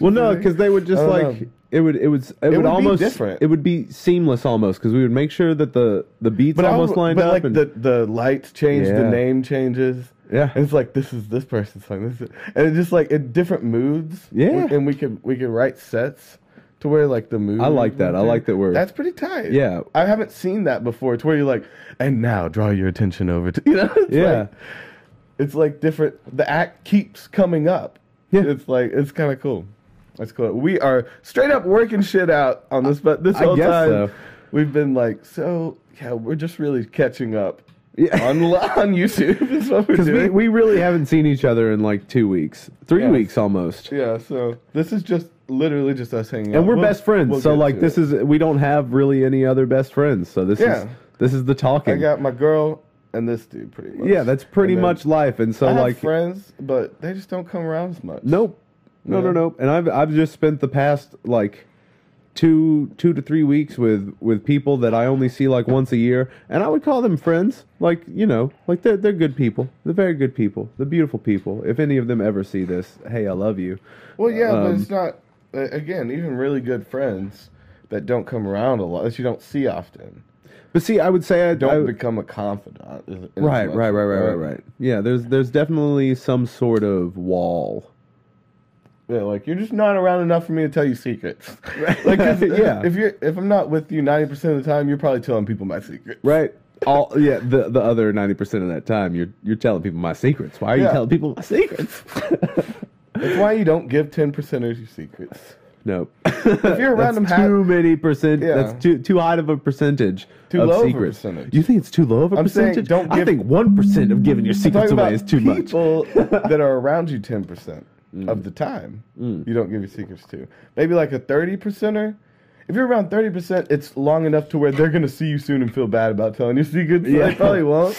Speaker 1: Well, no, because they would just
Speaker 2: I don't
Speaker 1: like
Speaker 2: know.
Speaker 1: it would it would it, would,
Speaker 2: would be
Speaker 1: almost
Speaker 2: different.
Speaker 1: it would be seamless almost because we would make sure that the the beats
Speaker 2: I
Speaker 1: almost
Speaker 2: would-
Speaker 1: lined
Speaker 2: but
Speaker 1: up.
Speaker 2: like
Speaker 1: and,
Speaker 2: the the lights change,
Speaker 1: Yeah.
Speaker 2: the name changes.
Speaker 1: Yeah.
Speaker 2: and it's like this is this person's song. This is, and it's just like in different moods.
Speaker 1: Yeah.
Speaker 2: and we could we could write sets to where like the mood.
Speaker 1: I like that. I like that we're-
Speaker 2: That's pretty tight.
Speaker 1: Yeah.
Speaker 2: I haven't seen that before. To where you're like, and now draw your attention over to [LAUGHS] you know. It's
Speaker 1: yeah,
Speaker 2: like, it's like different. The act keeps coming up.
Speaker 1: Yeah.
Speaker 2: it's like it's kind of cool. That's cool. We are straight up working shit out on this, but this
Speaker 1: I
Speaker 2: whole
Speaker 1: guess
Speaker 2: time
Speaker 1: so.
Speaker 2: we've been like, so yeah, we're just really catching up.
Speaker 1: Yeah.
Speaker 2: [LAUGHS] on on YouTube is what we're
Speaker 1: because we,
Speaker 2: doing.
Speaker 1: we really haven't seen each other in like two weeks, three
Speaker 2: Yeah.
Speaker 1: weeks almost,
Speaker 2: yeah, so this is just literally just us hanging out,
Speaker 1: and we're
Speaker 2: We'll-
Speaker 1: best friends.
Speaker 2: we'll
Speaker 1: so
Speaker 2: get
Speaker 1: like
Speaker 2: to
Speaker 1: this
Speaker 2: it.
Speaker 1: is we don't have really any other best friends. So this
Speaker 2: Yeah.
Speaker 1: is this is the
Speaker 2: I
Speaker 1: talking.
Speaker 2: got my girl and this dude pretty much.
Speaker 1: yeah, that's pretty
Speaker 2: And then
Speaker 1: much life. And so
Speaker 2: I have
Speaker 1: like
Speaker 2: friends, but they just don't come around as much.
Speaker 1: Nope. No, no,
Speaker 2: Yeah.
Speaker 1: no. And I've I've just spent the past like two two to three weeks with with people that I only see like once a year, and I would call them friends. Like you know, like they're they're good people. They're very good people. They're beautiful people. If any of them ever see this, hey, I love you.
Speaker 2: Well, yeah, but
Speaker 1: Um,
Speaker 2: it's not. a- Again, even really good friends that don't come around a lot, that you don't see often,
Speaker 1: But see, I would say I
Speaker 2: don't
Speaker 1: I-
Speaker 2: become a confidant. as- as
Speaker 1: Right,
Speaker 2: much,
Speaker 1: right, right, right, right, right. Yeah, there's there's definitely some sort of wall.
Speaker 2: Yeah, like you're just not around enough for me to tell you secrets. [LAUGHS] like, 'cause
Speaker 1: [LAUGHS] Yeah.
Speaker 2: if you're if I'm not with you ninety percent of the time, you're probably telling people my secrets.
Speaker 1: Right. All yeah, the the other ninety percent of that time you're you're telling people my secrets. Why are you
Speaker 2: Yeah.
Speaker 1: telling people my secrets? [LAUGHS]
Speaker 2: That's why you don't give ten percent of your secrets.
Speaker 1: Nope. [LAUGHS]
Speaker 2: If you're a
Speaker 1: That's
Speaker 2: random
Speaker 1: too
Speaker 2: hat,
Speaker 1: many percent.
Speaker 2: Yeah.
Speaker 1: That's too too high of a percentage.
Speaker 2: Too
Speaker 1: of
Speaker 2: low of a
Speaker 1: secrets.
Speaker 2: percentage.
Speaker 1: You think it's too low of a
Speaker 2: I'm saying
Speaker 1: percentage?
Speaker 2: don't
Speaker 1: I
Speaker 2: give-
Speaker 1: think one percent of giving your
Speaker 2: talking
Speaker 1: secrets
Speaker 2: about
Speaker 1: away is too much. [LAUGHS]
Speaker 2: people that are around you ten percent of
Speaker 1: Mm.
Speaker 2: the time, you don't give your secrets to. Maybe like a thirty percenter. If you're around thirty percent, it's long enough to where they're gonna see you soon and feel bad about telling your secrets. Yeah.
Speaker 1: Yeah.
Speaker 2: They
Speaker 1: [LAUGHS]
Speaker 2: probably won't.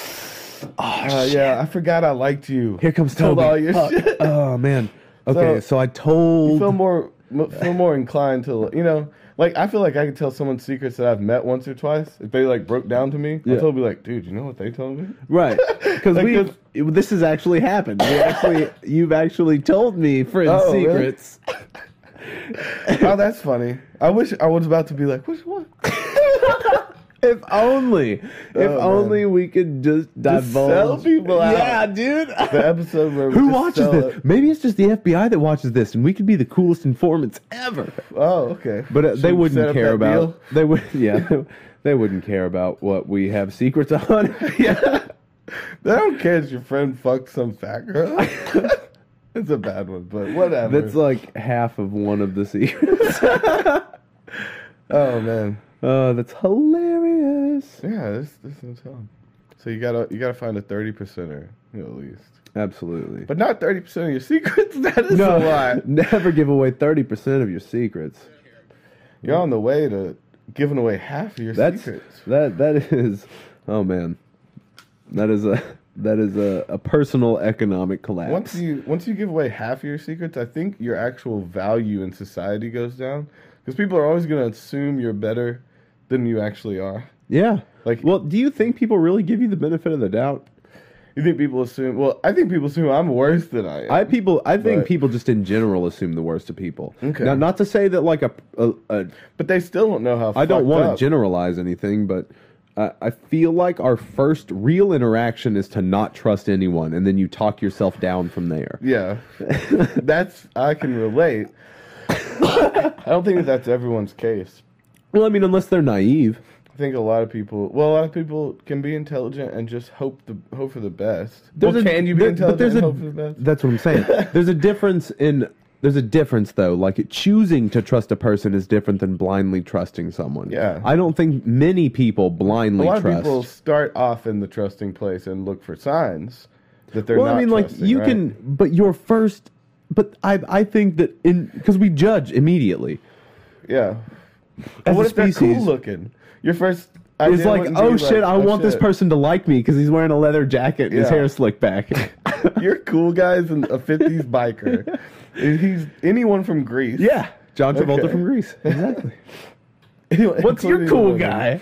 Speaker 1: Oh,
Speaker 2: Uh,
Speaker 1: shit.
Speaker 2: yeah, I forgot I liked you.
Speaker 1: Here
Speaker 2: [LAUGHS]
Speaker 1: comes
Speaker 2: Told
Speaker 1: Toby.
Speaker 2: all your
Speaker 1: Fuck.
Speaker 2: shit. [LAUGHS]
Speaker 1: Oh man. Okay, so,
Speaker 2: So-
Speaker 1: I
Speaker 2: You
Speaker 1: told.
Speaker 2: feel more m- feel more inclined to you know like I feel like I could tell someone secrets that I've met once or twice if they like broke down to me.
Speaker 1: Yeah.
Speaker 2: I'll totally be like, dude, you know what they told me?
Speaker 1: [LAUGHS]
Speaker 2: [LAUGHS]
Speaker 1: Right, because
Speaker 2: Like
Speaker 1: we
Speaker 2: this-
Speaker 1: this has actually happened. You actually, you've actually told me friend
Speaker 2: Oh, really?
Speaker 1: secrets.
Speaker 2: oh, that's funny. I wish I was about to be like, which one?
Speaker 1: If only, if
Speaker 2: Oh, man.
Speaker 1: only we could just divulge.
Speaker 2: sell people out.
Speaker 1: Yeah, dude.
Speaker 2: The episode where we
Speaker 1: Who
Speaker 2: just
Speaker 1: watches
Speaker 2: sell
Speaker 1: this?
Speaker 2: it-
Speaker 1: Maybe it's just the FBI that watches this, and we could be the coolest informants ever.
Speaker 2: Oh, okay.
Speaker 1: But uh,
Speaker 2: Should
Speaker 1: they
Speaker 2: we set
Speaker 1: wouldn't
Speaker 2: up
Speaker 1: care
Speaker 2: that
Speaker 1: about.
Speaker 2: deal?
Speaker 1: They would, [LAUGHS] yeah. they wouldn't care about what we have secrets on. [LAUGHS]
Speaker 2: yeah. They don't care if your friend fucked some fat
Speaker 1: [LAUGHS]
Speaker 2: girl. [LAUGHS] it's a bad one, but whatever.
Speaker 1: That's like half of one of the secrets. [LAUGHS]
Speaker 2: oh man.
Speaker 1: uh, that's hilarious.
Speaker 2: Yeah, this this no telling. So you gotta you gotta find a thirty percenter you know, at least.
Speaker 1: Absolutely.
Speaker 2: But not thirty percent of your secrets. [LAUGHS] That is
Speaker 1: no,
Speaker 2: a lie.
Speaker 1: [LAUGHS] never give away thirty percent of your secrets.
Speaker 2: You're on the way to giving away half of your
Speaker 1: That's
Speaker 2: secrets.
Speaker 1: that. That is. Oh man, that is a that is a, a personal economic collapse.
Speaker 2: Once you once you give away half of your secrets, I think your actual value in society goes down because people are always going to assume you're better than you actually are.
Speaker 1: Yeah.
Speaker 2: Like-
Speaker 1: well, do you think people really give you the benefit of the doubt?
Speaker 2: You think people assume? Well, I think people assume I'm worse than I am.
Speaker 1: I people, I think
Speaker 2: But-
Speaker 1: people just in general assume the worst of people.
Speaker 2: Okay.
Speaker 1: Now, not to say that like a, a, a
Speaker 2: but they still don't know how.
Speaker 1: I don't
Speaker 2: fucked
Speaker 1: want to
Speaker 2: up.
Speaker 1: generalize anything, but I, I feel like our first real interaction is to not trust anyone, and then you talk yourself down from there. [LAUGHS]
Speaker 2: Yeah, that's I can relate. I don't think that that's everyone's case.
Speaker 1: Well, I mean, unless they're naive.
Speaker 2: I think a lot of people. Well, a lot of people can be intelligent and just hope the hope for the best. well,
Speaker 1: There's a-
Speaker 2: can you be
Speaker 1: there- but
Speaker 2: intelligent
Speaker 1: there's
Speaker 2: and
Speaker 1: a-
Speaker 2: hope for the best?
Speaker 1: That's what I'm
Speaker 2: [LAUGHS]
Speaker 1: saying. there's a difference in there's a difference though. Like choosing to trust a person is different than blindly trusting someone.
Speaker 2: Yeah.
Speaker 1: I don't think many people
Speaker 2: A
Speaker 1: blindly
Speaker 2: lot
Speaker 1: trust.
Speaker 2: of people start off in the trusting place and look for signs that they're
Speaker 1: well,
Speaker 2: not.
Speaker 1: I mean, like
Speaker 2: trusting,
Speaker 1: you
Speaker 2: right?
Speaker 1: can, but your first, but I I think that in because we judge immediately.
Speaker 2: Yeah.
Speaker 1: As
Speaker 2: what
Speaker 1: a
Speaker 2: if they're cool
Speaker 1: species-
Speaker 2: looking? Your first.
Speaker 1: It's
Speaker 2: idea
Speaker 1: like,
Speaker 2: wouldn't
Speaker 1: oh
Speaker 2: be
Speaker 1: shit, I
Speaker 2: oh,
Speaker 1: want this
Speaker 2: shit.
Speaker 1: person to like me because he's wearing a leather jacket and his
Speaker 2: Yeah.
Speaker 1: hair slicked
Speaker 2: [LAUGHS]
Speaker 1: back.
Speaker 2: You're cool guys and a '50s biker. He's anyone from Greece. [LAUGHS]
Speaker 1: yeah, John Travolta
Speaker 2: Okay.
Speaker 1: from
Speaker 2: [LAUGHS]
Speaker 1: Greece. Exactly.
Speaker 2: Anyone-
Speaker 1: What's your
Speaker 2: including
Speaker 1: cool
Speaker 2: women.
Speaker 1: guy?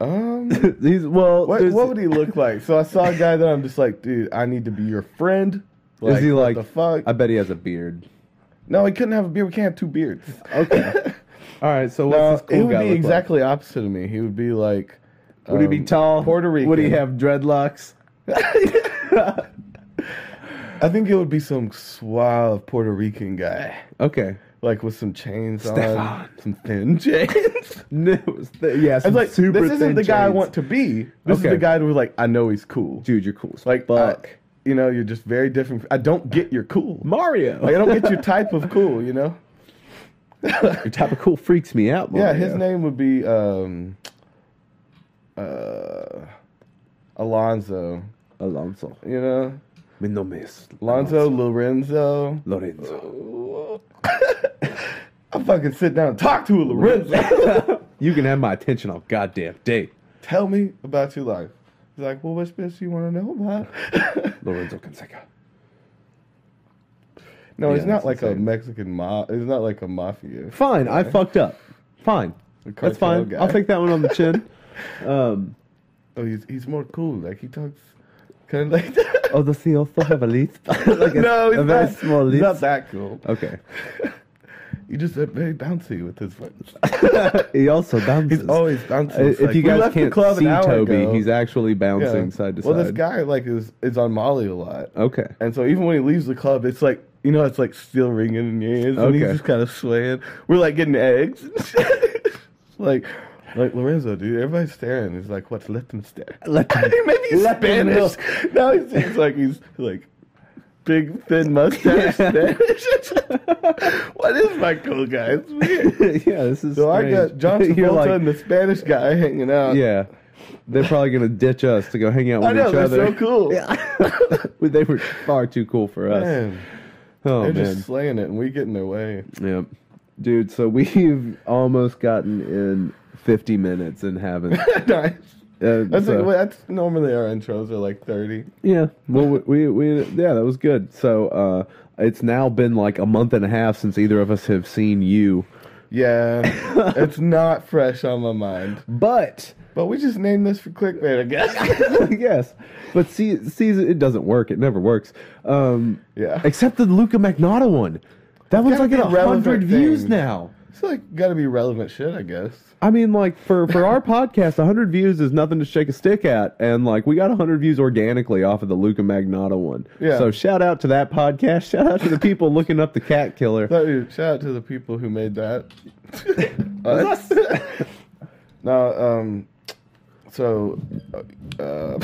Speaker 2: Um,
Speaker 1: [LAUGHS] He's well.
Speaker 2: what,
Speaker 1: there's-
Speaker 2: what would he look like? So I saw a guy that I'm just like, dude, I need to be your friend.
Speaker 1: is he like?
Speaker 2: what the fuck?
Speaker 1: I bet he has a beard.
Speaker 2: no, he couldn't have a beard. We can't have two beards.
Speaker 1: Okay. [LAUGHS] All right. So what's
Speaker 2: No,
Speaker 1: this cool
Speaker 2: Uh, it would
Speaker 1: guy
Speaker 2: be
Speaker 1: look
Speaker 2: exactly opposite of me. He would be like,
Speaker 1: Like? Would he be
Speaker 2: um,
Speaker 1: tall?
Speaker 2: Puerto Rican.
Speaker 1: Would he have dreadlocks?
Speaker 2: I think it would be some suave Puerto Rican guy, [LAUGHS]
Speaker 1: Okay.
Speaker 2: like with some chains on,
Speaker 1: Stefan.
Speaker 2: some
Speaker 1: [LAUGHS]
Speaker 2: thin [LAUGHS] chains.
Speaker 1: No. it's th- yeah.
Speaker 2: I
Speaker 1: some
Speaker 2: was like,
Speaker 1: super
Speaker 2: this isn't
Speaker 1: thin
Speaker 2: the guy I
Speaker 1: chains.
Speaker 2: want to be. This
Speaker 1: Okay.
Speaker 2: is the guy who's like, I know he's cool.
Speaker 1: Dude, you're cool. As
Speaker 2: Like,
Speaker 1: fuck.
Speaker 2: I- you know, you're just very different. I don't get your cool.
Speaker 1: Mario.
Speaker 2: [LAUGHS] Like, I don't get your type of cool,
Speaker 1: [LAUGHS]
Speaker 2: you know?
Speaker 1: Your type of cool freaks me out. Mario.
Speaker 2: Yeah, his name would be um, uh, Alonzo,
Speaker 1: Alonso.
Speaker 2: you know?
Speaker 1: Mi nombre es
Speaker 2: Alonzo Lorenzo.
Speaker 1: Lorenzo.
Speaker 2: [LAUGHS] I fucking sit down and talk to a Lorenzo.
Speaker 1: [LAUGHS] You can have my attention all goddamn day.
Speaker 2: Tell me about your life. He's like, well, which bitch do you want to know about? [LAUGHS]
Speaker 1: Lorenzo Canseco.
Speaker 2: no, he's
Speaker 1: Yeah,
Speaker 2: not
Speaker 1: that's
Speaker 2: like a
Speaker 1: insane.
Speaker 2: Mexican mob. He's not like a mafia.
Speaker 1: Fine, I fucked up. Fine.
Speaker 2: The cartel
Speaker 1: That's fine.
Speaker 2: guy.
Speaker 1: I'll take that one on the
Speaker 2: [LAUGHS]
Speaker 1: chin. Um,
Speaker 2: Oh, he's he's more cool. Like he talks kind of like that.
Speaker 1: oh, does he also have a leaf? [LAUGHS] like a,
Speaker 2: no, he's
Speaker 1: a very
Speaker 2: not,
Speaker 1: small
Speaker 2: he's
Speaker 1: leaf.
Speaker 2: not that cool.
Speaker 1: Okay.
Speaker 2: He just uh, very bouncy with his friends.
Speaker 1: [LAUGHS] he also bounces.
Speaker 2: He's always
Speaker 1: I-
Speaker 2: bouncing. It's
Speaker 1: if
Speaker 2: like,
Speaker 1: you
Speaker 2: we
Speaker 1: guys
Speaker 2: left the
Speaker 1: can't
Speaker 2: club an
Speaker 1: see
Speaker 2: hour
Speaker 1: Toby,
Speaker 2: ago.
Speaker 1: he's actually
Speaker 2: Yeah.
Speaker 1: [LAUGHS] bouncing side to
Speaker 2: Well,
Speaker 1: side.
Speaker 2: this guy like is is on Molly a lot,
Speaker 1: Okay.
Speaker 2: and so even when he leaves the club, it's like you know it's like still ringing in your ears, and he's
Speaker 1: Okay.
Speaker 2: just kind of swaying. We're like getting eggs, [LAUGHS] and shit. like. Like Lorenzo, dude, everybody's staring. He's like, "What's let them stare?"
Speaker 1: Let them-
Speaker 2: [LAUGHS] Maybe he's
Speaker 1: let them
Speaker 2: Spanish. Now he seems like he's like big, thin
Speaker 1: [LAUGHS]
Speaker 2: mustache Spanish. what is my cool guy? It's
Speaker 1: [LAUGHS]
Speaker 2: weird.
Speaker 1: yeah, this is.
Speaker 2: So I
Speaker 1: strange.
Speaker 2: got John
Speaker 1: [LAUGHS] You're
Speaker 2: Travolta
Speaker 1: like,
Speaker 2: and the Spanish guy hanging out.
Speaker 1: yeah, they're probably gonna ditch us to go hang out with
Speaker 2: I know
Speaker 1: each
Speaker 2: they're
Speaker 1: other.
Speaker 2: so
Speaker 1: [LAUGHS]
Speaker 2: cool.
Speaker 1: they were far too cool for us.
Speaker 2: Man,
Speaker 1: oh
Speaker 2: they're
Speaker 1: man.
Speaker 2: just slaying it, and we get in their way. [LAUGHS]
Speaker 1: Yep. Dude, so [LAUGHS] we've almost gotten in 50 minutes and haven't. Uh,
Speaker 2: nice. That's,
Speaker 1: so-
Speaker 2: well, that's normally our intros are like thirty.
Speaker 1: yeah. Well, we, we, we, yeah, that was good. So, uh, it's now been like a month and a half since either of us have seen you,
Speaker 2: [LAUGHS] Yeah, it's not fresh on my mind.
Speaker 1: but [LAUGHS]
Speaker 2: But we just named this for clickbait, I guess.
Speaker 1: yes, but see, season it doesn't work. It never works. Um,
Speaker 2: [LAUGHS] Yeah.
Speaker 1: Except the Luca Magnotta one. That one's
Speaker 2: Gotta
Speaker 1: like
Speaker 2: be
Speaker 1: at a hundred
Speaker 2: relevant
Speaker 1: views
Speaker 2: things.
Speaker 1: now.
Speaker 2: [LAUGHS] it's like got to be relevant shit, I guess.
Speaker 1: I mean, like for for
Speaker 2: [LAUGHS]
Speaker 1: our podcast, 100 views is nothing to shake a stick at, and like we got 100 views organically off of the Luca Magnotta one.
Speaker 2: Yeah.
Speaker 1: So shout out to that podcast. Shout out to the people looking up the cat killer.
Speaker 2: So, dude, shout out to the people who made that. [LAUGHS] Us. no, um, so uh,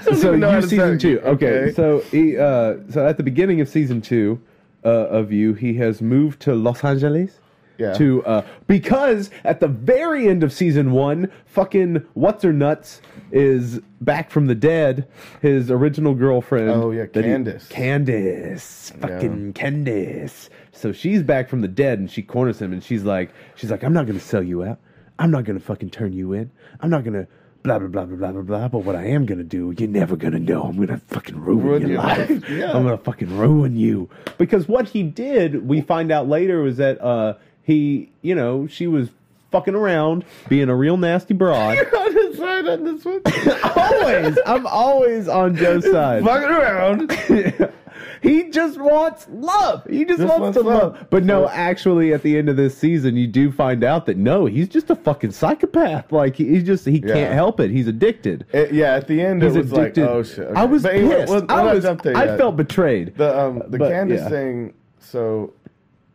Speaker 2: [LAUGHS]
Speaker 1: [LAUGHS] So
Speaker 2: even know how
Speaker 1: you
Speaker 2: to
Speaker 1: season
Speaker 2: start.
Speaker 1: two. Okay.
Speaker 2: [LAUGHS] Okay.
Speaker 1: So he uh so at the beginning of season two uh, of you, he has moved to Los Angeles.
Speaker 2: Yeah.
Speaker 1: To uh, because at the very end of season one, fucking what's her nuts is back from the dead. His original girlfriend.
Speaker 2: Oh, yeah,
Speaker 1: that he-
Speaker 2: Candace.
Speaker 1: Candace, fucking Candace. So she's back from the dead, and she corners him, and she's like, she's like, I'm not gonna sell you out. I'm not gonna fucking turn you in. I'm not gonna blah blah blah blah blah blah blah. But what I am gonna do, you're never gonna know. I'm gonna fucking ruin,
Speaker 2: Ruin
Speaker 1: your,
Speaker 2: your
Speaker 1: life.
Speaker 2: life. Yeah.
Speaker 1: I'm gonna fucking ruin you. Because what he did, we find out later, was that uh, he, you know, she was fucking around, being a real nasty
Speaker 2: [LAUGHS]
Speaker 1: broad.
Speaker 2: You're on his side on this one. [LAUGHS]
Speaker 1: always, I'm always on Joe's side.
Speaker 2: Fucking around.
Speaker 1: [LAUGHS] he just wants love. He just,
Speaker 2: Just
Speaker 1: wants,
Speaker 2: wants
Speaker 1: to
Speaker 2: love.
Speaker 1: love. But no,
Speaker 2: Yeah.
Speaker 1: actually, at the end of this season, you do find out that no, he's just a fucking psychopath. [LAUGHS] Like he- he's just he
Speaker 2: Yeah.
Speaker 1: can't help it. He's addicted.
Speaker 2: It- yeah, at the end
Speaker 1: He's
Speaker 2: it was
Speaker 1: addicted.
Speaker 2: like, oh shit. okay.
Speaker 1: I was
Speaker 2: But anyway,
Speaker 1: pissed.
Speaker 2: we're- we're
Speaker 1: I
Speaker 2: not
Speaker 1: was.
Speaker 2: up there
Speaker 1: I
Speaker 2: yet.
Speaker 1: felt betrayed.
Speaker 2: the um the
Speaker 1: but,
Speaker 2: Candace
Speaker 1: yeah.
Speaker 2: thing. So,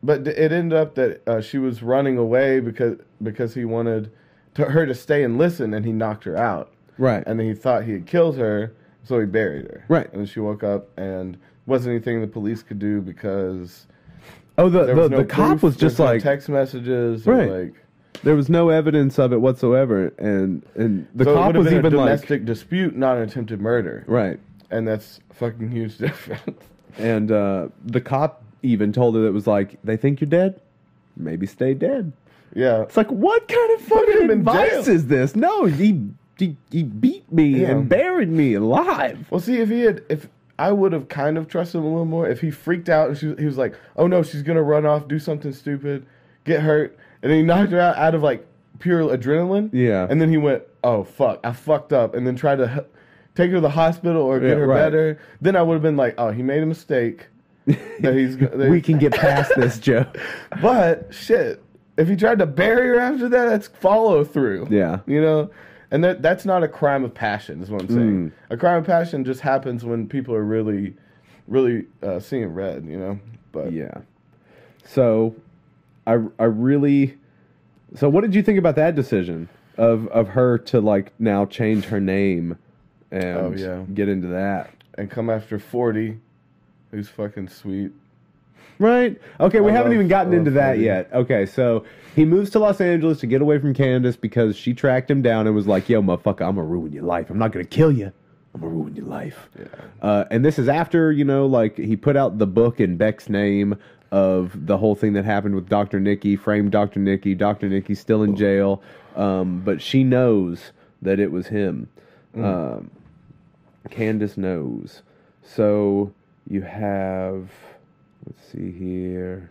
Speaker 2: but it ended up that uh, she was running away because because he wanted to, her to stay and listen, and he knocked her out.
Speaker 1: right.
Speaker 2: and then he thought he had killed her, so he buried her.
Speaker 1: Right.
Speaker 2: And then she woke up, and wasn't anything the police could do because
Speaker 1: oh, the
Speaker 2: there
Speaker 1: the,
Speaker 2: was no
Speaker 1: the cop
Speaker 2: proof,
Speaker 1: was just
Speaker 2: there's no
Speaker 1: like
Speaker 2: text messages, or
Speaker 1: Right.
Speaker 2: Like
Speaker 1: there was no evidence of it whatsoever, and and the
Speaker 2: so it
Speaker 1: cop
Speaker 2: would've
Speaker 1: was
Speaker 2: been
Speaker 1: even
Speaker 2: a
Speaker 1: like
Speaker 2: domestic dispute, not an attempted murder,
Speaker 1: right.
Speaker 2: and that's a fucking huge [LAUGHS] difference.
Speaker 1: And uh, the cop even told her that it was like, they think you're dead? Maybe stay dead.
Speaker 2: yeah.
Speaker 1: It's like, what kind of
Speaker 2: him
Speaker 1: fucking
Speaker 2: in
Speaker 1: advice
Speaker 2: jail.
Speaker 1: is this? No, he, he, he beat me
Speaker 2: Yeah.
Speaker 1: and buried me alive.
Speaker 2: Well, see, if he had, if I would have kind of trusted him a little more, if he freaked out and she, he was like, "Oh no, she's gonna run off, do something stupid, get hurt," and then he knocked her out out of like pure adrenaline.
Speaker 1: Yeah.
Speaker 2: And then he went, "Oh fuck, I fucked up," and then tried to h- take her to the hospital or get
Speaker 1: Yeah,
Speaker 2: her
Speaker 1: right.
Speaker 2: better. Then I would have been like, "Oh, he made a mistake." that
Speaker 1: [LAUGHS]
Speaker 2: he's go- that
Speaker 1: We
Speaker 2: he's-
Speaker 1: can get past this,
Speaker 2: [LAUGHS]
Speaker 1: Joe.
Speaker 2: but shit, if he tried to bury her after that, that's follow through.
Speaker 1: Yeah.
Speaker 2: You know? And that that's not a crime of passion, is what I'm
Speaker 1: Mm.
Speaker 2: saying. A crime of passion just happens when people are really, really uh, seeing red, you know? But
Speaker 1: Yeah. So, I, I really. So, what did you think about that decision of of her to like now change her name and
Speaker 2: Oh, yeah.
Speaker 1: get into that?
Speaker 2: and come after 40, who's fucking sweet.
Speaker 1: Right. Okay, we
Speaker 2: I
Speaker 1: haven't
Speaker 2: love-
Speaker 1: even gotten
Speaker 2: I
Speaker 1: into
Speaker 2: love
Speaker 1: that
Speaker 2: Phoebe.
Speaker 1: yet. Okay, so he moves to Los Angeles to get away from Candace because she tracked him down and was like, "Yo, motherfucker, I'm gonna ruin your life. I'm not gonna kill you. I'm gonna ruin your life." Uh, and this is after you know, like he put out the book in Beck's name of the whole thing that happened with Dr. Nikki, framed Dr. Nikki. Dr. Nikki's still in jail, um, but she knows that it was him. Um, Candace knows. So you have, let's see here.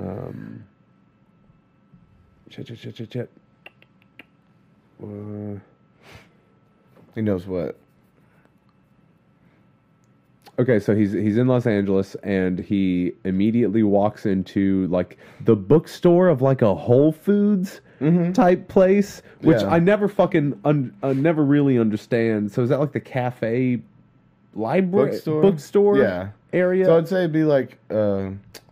Speaker 1: Um, shit, shit, shit, shit, shit. Uh,
Speaker 2: He knows what.
Speaker 1: okay, so he's he's in Los Angeles and he immediately walks into like the bookstore of like a Whole Foods type place, which
Speaker 2: Yeah.
Speaker 1: I never fucking un- I never really understand. So is that like the cafe library
Speaker 2: Bookstore?
Speaker 1: bookstore
Speaker 2: Yeah. So
Speaker 1: area?
Speaker 2: I'd say it'd be like, uh,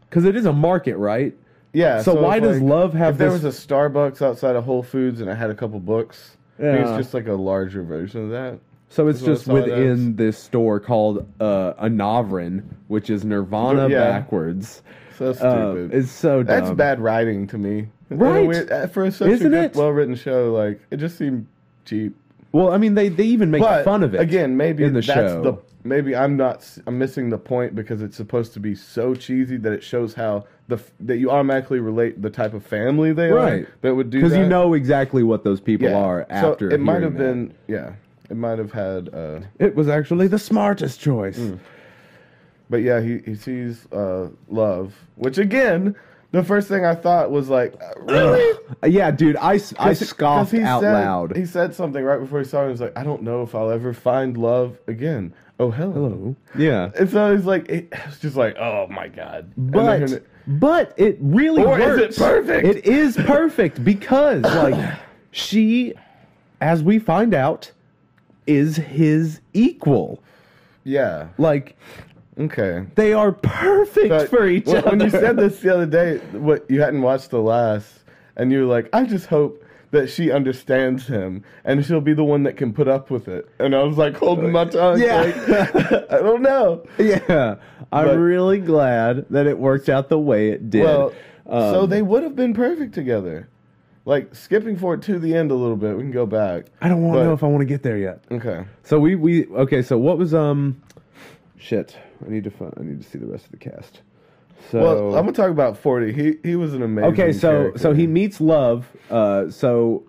Speaker 1: Because it is a market, right?
Speaker 2: yeah.
Speaker 1: So why
Speaker 2: it's
Speaker 1: does love have
Speaker 2: If there
Speaker 1: this-
Speaker 2: was a Starbucks outside of Whole Foods and I had a couple books, I think
Speaker 1: Yeah.
Speaker 2: it's just like a larger version of that.
Speaker 1: So it's
Speaker 2: That's
Speaker 1: just
Speaker 2: what I saw it
Speaker 1: within this store called uh, Anavrin, which is Nirvana
Speaker 2: Yeah.
Speaker 1: backwards.
Speaker 2: So
Speaker 1: Uh,
Speaker 2: stupid.
Speaker 1: it's so dumb.
Speaker 2: That's bad writing to me. Isn't that
Speaker 1: Right?
Speaker 2: weird? Uh, for such
Speaker 1: Isn't
Speaker 2: a good,
Speaker 1: it?
Speaker 2: well-written show, like it just seemed cheap.
Speaker 1: Well, I mean, they, they even make
Speaker 2: but
Speaker 1: fun of it
Speaker 2: again. Maybe
Speaker 1: in the
Speaker 2: that's
Speaker 1: show.
Speaker 2: the maybe I'm not s- I'm missing the point because it's supposed to be so cheesy that it shows how the f- that you automatically relate the type of family they
Speaker 1: Right.
Speaker 2: are that would do
Speaker 1: because you
Speaker 2: that.
Speaker 1: know exactly what those people
Speaker 2: Yeah.
Speaker 1: are
Speaker 2: So
Speaker 1: after.
Speaker 2: it might
Speaker 1: hearing
Speaker 2: have
Speaker 1: that.
Speaker 2: been yeah. It might have had. Uh,
Speaker 1: It was actually the smartest choice.
Speaker 2: Mm. But yeah, he, he sees uh, love, which again, the first thing I thought was like, uh, really?
Speaker 1: Yeah, dude, I, s- I
Speaker 2: Cause-
Speaker 1: scoffed
Speaker 2: 'cause he
Speaker 1: out
Speaker 2: said-
Speaker 1: loud.
Speaker 2: He said something right before he saw him. He's like, I don't know if I'll ever find love again. Oh, hello.
Speaker 1: Hello. Yeah,
Speaker 2: And so he's like, it- [SIGHS] it's just like, oh my God. And then
Speaker 1: but
Speaker 2: her-
Speaker 1: but it really
Speaker 2: Or is it
Speaker 1: works.
Speaker 2: perfect?
Speaker 1: It is perfect
Speaker 2: [SIGHS]
Speaker 1: because like she, as we find out, is his equal.
Speaker 2: yeah.
Speaker 1: Like
Speaker 2: Okay.
Speaker 1: they are perfect
Speaker 2: But
Speaker 1: for each
Speaker 2: when,
Speaker 1: other.
Speaker 2: [LAUGHS] When you said this the other day, what you hadn't watched the last, and you were like, I just hope that she understands him and she'll be the one that can put up with it. And I was like holding my tongue.
Speaker 1: Yeah.
Speaker 2: like, [LAUGHS] I don't know.
Speaker 1: yeah, [LAUGHS] I'm
Speaker 2: But-
Speaker 1: really glad that it worked out the way it did.
Speaker 2: Well, so
Speaker 1: Um,
Speaker 2: they would have been perfect together. Like skipping forward to the end a little bit, we can go back.
Speaker 1: I don't want to
Speaker 2: but-
Speaker 1: know if I want to get there yet.
Speaker 2: Okay.
Speaker 1: So we we okay. So what was um, shit. I need to find, I need to see the rest of the cast. So
Speaker 2: Well, I'm gonna talk about forty. He he was an amazing.
Speaker 1: okay. So
Speaker 2: character.
Speaker 1: so he meets love. Uh, so.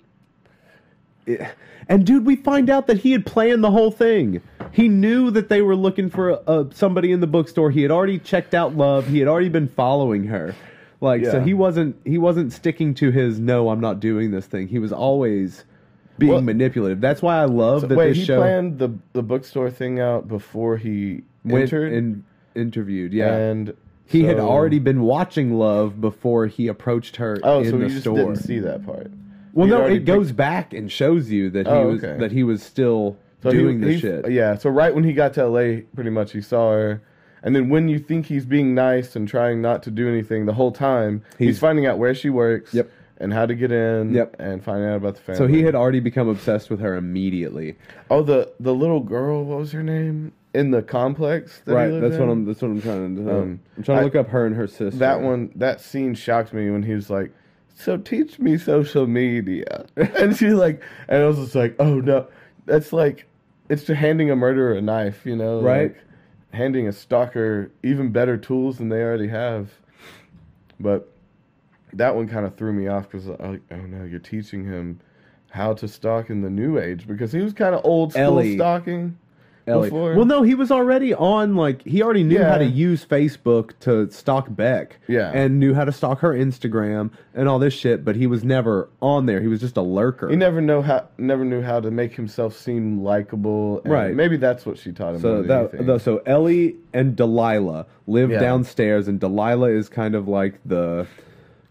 Speaker 1: it- and dude, we find out that he had planned the whole thing. He knew that they were uh, looking for a, a, somebody in the bookstore. He had already checked out Love. He had already been following her. Like so
Speaker 2: Yeah.
Speaker 1: he wasn't he wasn't sticking to his no, I'm not doing this thing. He was always being
Speaker 2: Well-
Speaker 1: manipulative. That's why I love
Speaker 2: So
Speaker 1: that
Speaker 2: wait,
Speaker 1: this
Speaker 2: he
Speaker 1: show
Speaker 2: planned the the bookstore thing out before he
Speaker 1: went
Speaker 2: entered,
Speaker 1: and interviewed. Yeah.
Speaker 2: and
Speaker 1: he had
Speaker 2: so-
Speaker 1: already been watching Love before he approached her
Speaker 2: Oh,
Speaker 1: in
Speaker 2: so
Speaker 1: the
Speaker 2: you just
Speaker 1: store.
Speaker 2: didn't see that part.
Speaker 1: Well,
Speaker 2: He'd
Speaker 1: no,
Speaker 2: already
Speaker 1: it goes back and shows you that he
Speaker 2: Oh,
Speaker 1: was
Speaker 2: okay.
Speaker 1: that he was still
Speaker 2: So he-
Speaker 1: doing
Speaker 2: he-
Speaker 1: the shit.
Speaker 2: Yeah, so right when he got to LA, pretty much he saw her. And then when you think he's being nice and trying not to do anything the whole time, he's,
Speaker 1: He's-
Speaker 2: finding out where she works
Speaker 1: Yep.
Speaker 2: and how to get in
Speaker 1: Yep.
Speaker 2: and find out about the family.
Speaker 1: So he had already become obsessed with her immediately.
Speaker 2: Oh, the the little girl, what was her name? In the complex. that he
Speaker 1: right.
Speaker 2: lived
Speaker 1: That's what
Speaker 2: in?
Speaker 1: I'm. That's what I'm trying to. do.
Speaker 2: Um,
Speaker 1: I'm trying to
Speaker 2: I-
Speaker 1: look up her and her sister.
Speaker 2: That one, that scene shocked me when he was like, "So teach me social media," [LAUGHS] and she like, and I was just like, "Oh no, that's like, it's just handing a murderer a knife, you know,
Speaker 1: Right.
Speaker 2: Like, handing a stalker even better tools than they already have, but that one kind of threw me off because like, oh no, you're teaching him how to stalk in the new age because he was kind of old school
Speaker 1: Ellie.
Speaker 2: stalking.
Speaker 1: Ellie.
Speaker 2: before.
Speaker 1: Well, no, he was already on. Like he already knew how to
Speaker 2: Yeah.
Speaker 1: use Facebook to stalk Beck.
Speaker 2: Yeah.
Speaker 1: And knew how to stalk her Instagram and all this shit, but he was never on there. He was just a lurker.
Speaker 2: He never know how never knew how to make himself seem likable. and
Speaker 1: Right.
Speaker 2: Maybe that's what she taught him.
Speaker 1: so
Speaker 2: more than
Speaker 1: that
Speaker 2: anything.
Speaker 1: though, so Ellie and Delilah live
Speaker 2: Yeah.
Speaker 1: downstairs, and Delilah is kind of like the,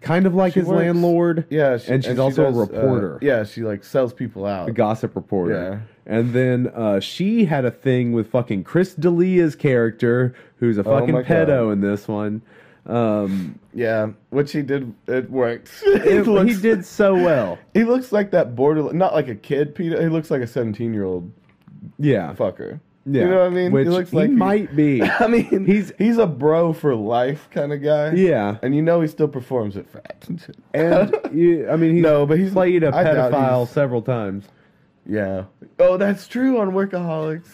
Speaker 1: kind of like
Speaker 2: She
Speaker 1: his
Speaker 2: works-
Speaker 1: landlord.
Speaker 2: yeah, she-
Speaker 1: and she's
Speaker 2: she
Speaker 1: also a
Speaker 2: does, uh,
Speaker 1: reporter.
Speaker 2: yeah, she like sells people out.
Speaker 1: a gossip reporter. And then uh, she had a thing with fucking Chris D'Elia's character, who's a fucking
Speaker 2: Oh my God.
Speaker 1: pedo in this one. Um,
Speaker 2: Yeah, what she did, it worked. [LAUGHS] he,
Speaker 1: it-
Speaker 2: looks,
Speaker 1: he did so well.
Speaker 2: he looks like that borderline, not like a kid, Peter. He looks like a seventeen-year-old
Speaker 1: Yeah,
Speaker 2: fucker.
Speaker 1: yeah.
Speaker 2: You know what I mean?
Speaker 1: Which
Speaker 2: he looks like he- [LAUGHS]
Speaker 1: might be.
Speaker 2: I mean,
Speaker 1: He's-
Speaker 2: he's he's a bro for life kind of guy.
Speaker 1: yeah,
Speaker 2: and you know he still performs it fat. [LAUGHS]
Speaker 1: and you, I mean, he's
Speaker 2: No, but he's-
Speaker 1: played a
Speaker 2: I doubt
Speaker 1: pedophile
Speaker 2: he's-
Speaker 1: several times.
Speaker 2: yeah. Oh, that's true on workaholics.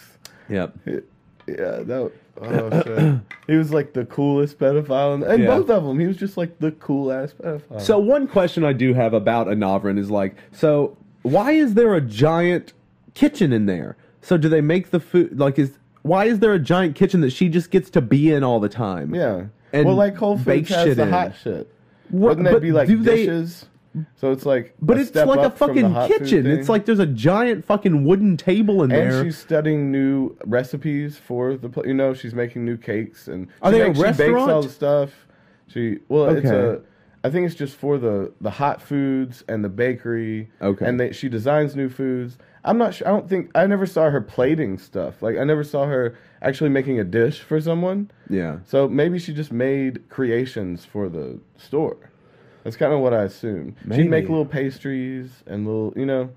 Speaker 1: Yep.
Speaker 2: Yeah, that.
Speaker 1: [CLEARS THROAT]
Speaker 2: Oh, shit. he was like the coolest pedophile, and, and
Speaker 1: Yeah.
Speaker 2: both of them. He was just like the cool ass pedophile.
Speaker 1: So one question I do have about Anavrin is like, so why is there a giant kitchen in there? So do they make the food like is why is there a giant kitchen that she just gets to be in all the time?
Speaker 2: yeah,
Speaker 1: and
Speaker 2: well, like Whole
Speaker 1: bake
Speaker 2: Foods has
Speaker 1: shit
Speaker 2: the
Speaker 1: in.
Speaker 2: hot shit.
Speaker 1: What-
Speaker 2: Wouldn't that
Speaker 1: but
Speaker 2: be like
Speaker 1: do they-
Speaker 2: dishes? so it's like,
Speaker 1: But
Speaker 2: a
Speaker 1: it's
Speaker 2: step
Speaker 1: like a
Speaker 2: up from the
Speaker 1: fucking
Speaker 2: hot food
Speaker 1: kitchen.
Speaker 2: thing.
Speaker 1: It's like there's a giant fucking wooden table in
Speaker 2: And
Speaker 1: there.
Speaker 2: she's studying new recipes for the pl- you know she's making new cakes and
Speaker 1: Are
Speaker 2: she
Speaker 1: they a
Speaker 2: makes, She bakes all
Speaker 1: restaurant?
Speaker 2: the stuff. She well, it's
Speaker 1: Okay.
Speaker 2: a. I think it's just for the the hot foods and the bakery.
Speaker 1: Okay.
Speaker 2: And they, she designs new foods. I'm not sure. I don't think I never saw her plating stuff. Like I never saw her actually making a dish for someone.
Speaker 1: Yeah.
Speaker 2: So maybe she just made creations for the store. That's kind of what I assumed. She'd
Speaker 1: Maybe.
Speaker 2: make little pastries and little, you know,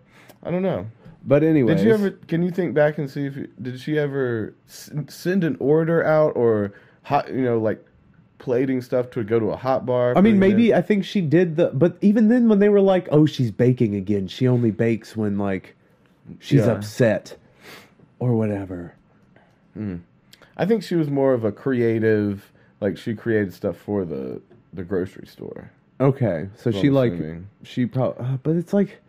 Speaker 2: I don't know.
Speaker 1: But anyway,
Speaker 2: Did you ever? Can you think back and see if you- did she ever s- send an order out or hot? You know, like plating stuff to go to a hot bar.
Speaker 1: I mean,
Speaker 2: putting
Speaker 1: maybe
Speaker 2: in-
Speaker 1: I think she did the. But even then, when they were like, "Oh, she's baking again. She only bakes when like she's
Speaker 2: Yeah.
Speaker 1: upset or whatever."
Speaker 2: I think she was more of a creative. Like she created stuff for the the grocery store.
Speaker 1: Okay, so
Speaker 2: what
Speaker 1: she
Speaker 2: I'm
Speaker 1: like
Speaker 2: assuming.
Speaker 1: she probably, uh, but it's like,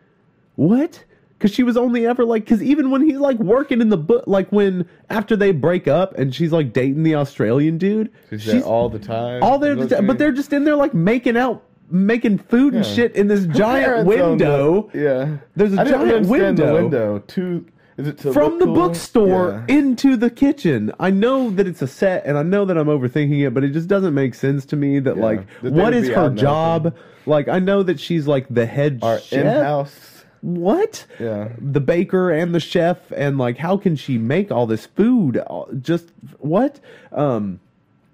Speaker 1: what? Because she was only ever like, because even when he's like working in the book, like when after they break up and she's like dating the Australian dude,
Speaker 2: She's, there all the time.
Speaker 1: all they're
Speaker 2: You know
Speaker 1: just,
Speaker 2: what I
Speaker 1: but they're
Speaker 2: mean?
Speaker 1: just in there like making out, making food and
Speaker 2: Yeah.
Speaker 1: shit in
Speaker 2: [LAUGHS]
Speaker 1: this giant
Speaker 2: Parents own the-
Speaker 1: window
Speaker 2: yeah,
Speaker 1: There's a
Speaker 2: I didn't
Speaker 1: giant
Speaker 2: understand the
Speaker 1: window.
Speaker 2: window to is it to
Speaker 1: from
Speaker 2: look
Speaker 1: the
Speaker 2: cool?
Speaker 1: bookstore
Speaker 2: Yeah.
Speaker 1: into the kitchen. I know that it's a set, and I know that I'm overthinking it, but it just doesn't make sense to me that
Speaker 2: Yeah.
Speaker 1: like,
Speaker 2: That they
Speaker 1: what
Speaker 2: would
Speaker 1: is
Speaker 2: be
Speaker 1: her
Speaker 2: out and
Speaker 1: job?
Speaker 2: open.
Speaker 1: Like, I know that she's like the head
Speaker 2: our
Speaker 1: chef.
Speaker 2: in-house.
Speaker 1: what?
Speaker 2: Yeah.
Speaker 1: The baker and the chef and like how can she make all this food uh, just what? Um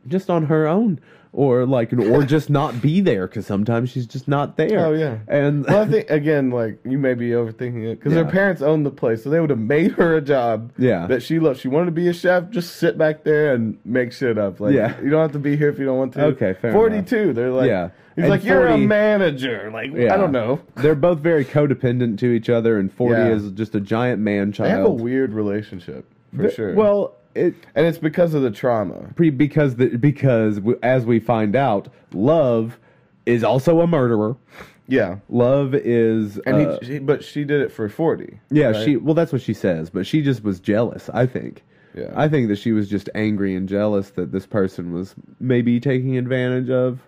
Speaker 1: just on her own or like or
Speaker 2: [LAUGHS]
Speaker 1: just not be there cuz sometimes she's just not there.
Speaker 2: Oh, yeah.
Speaker 1: And
Speaker 2: well, I think again, like you may be overthinking it because her
Speaker 1: Yeah.
Speaker 2: parents owned the place, so they would have made her a job.
Speaker 1: Yeah.
Speaker 2: that she loved. She wanted to be a chef. Just sit back there and make shit up. Like,
Speaker 1: Yeah.
Speaker 2: you don't have to be here if you don't want to.
Speaker 1: Okay, fair enough.
Speaker 2: Forty-two. They're like,
Speaker 1: Yeah.
Speaker 2: He's
Speaker 1: And
Speaker 2: like, you're
Speaker 1: 40
Speaker 2: a manager. Like,
Speaker 1: yeah.
Speaker 2: I don't know.
Speaker 1: [LAUGHS] They're both very codependent to each other and 40
Speaker 2: Yeah.
Speaker 1: is just a giant man child.
Speaker 2: They have a weird relationship for sure.
Speaker 1: Uh, Well, it
Speaker 2: and it's because of the trauma.
Speaker 1: pre- because the, because w- as we find out, love is also a murderer.
Speaker 2: Yeah,
Speaker 1: Love is
Speaker 2: and
Speaker 1: uh,
Speaker 2: he, she, but she did it for forty.
Speaker 1: Yeah,
Speaker 2: right?
Speaker 1: she. Well, that's what she says, but she just was jealous. I think.
Speaker 2: Yeah.
Speaker 1: I think that she was just angry and jealous that this person was maybe taking advantage of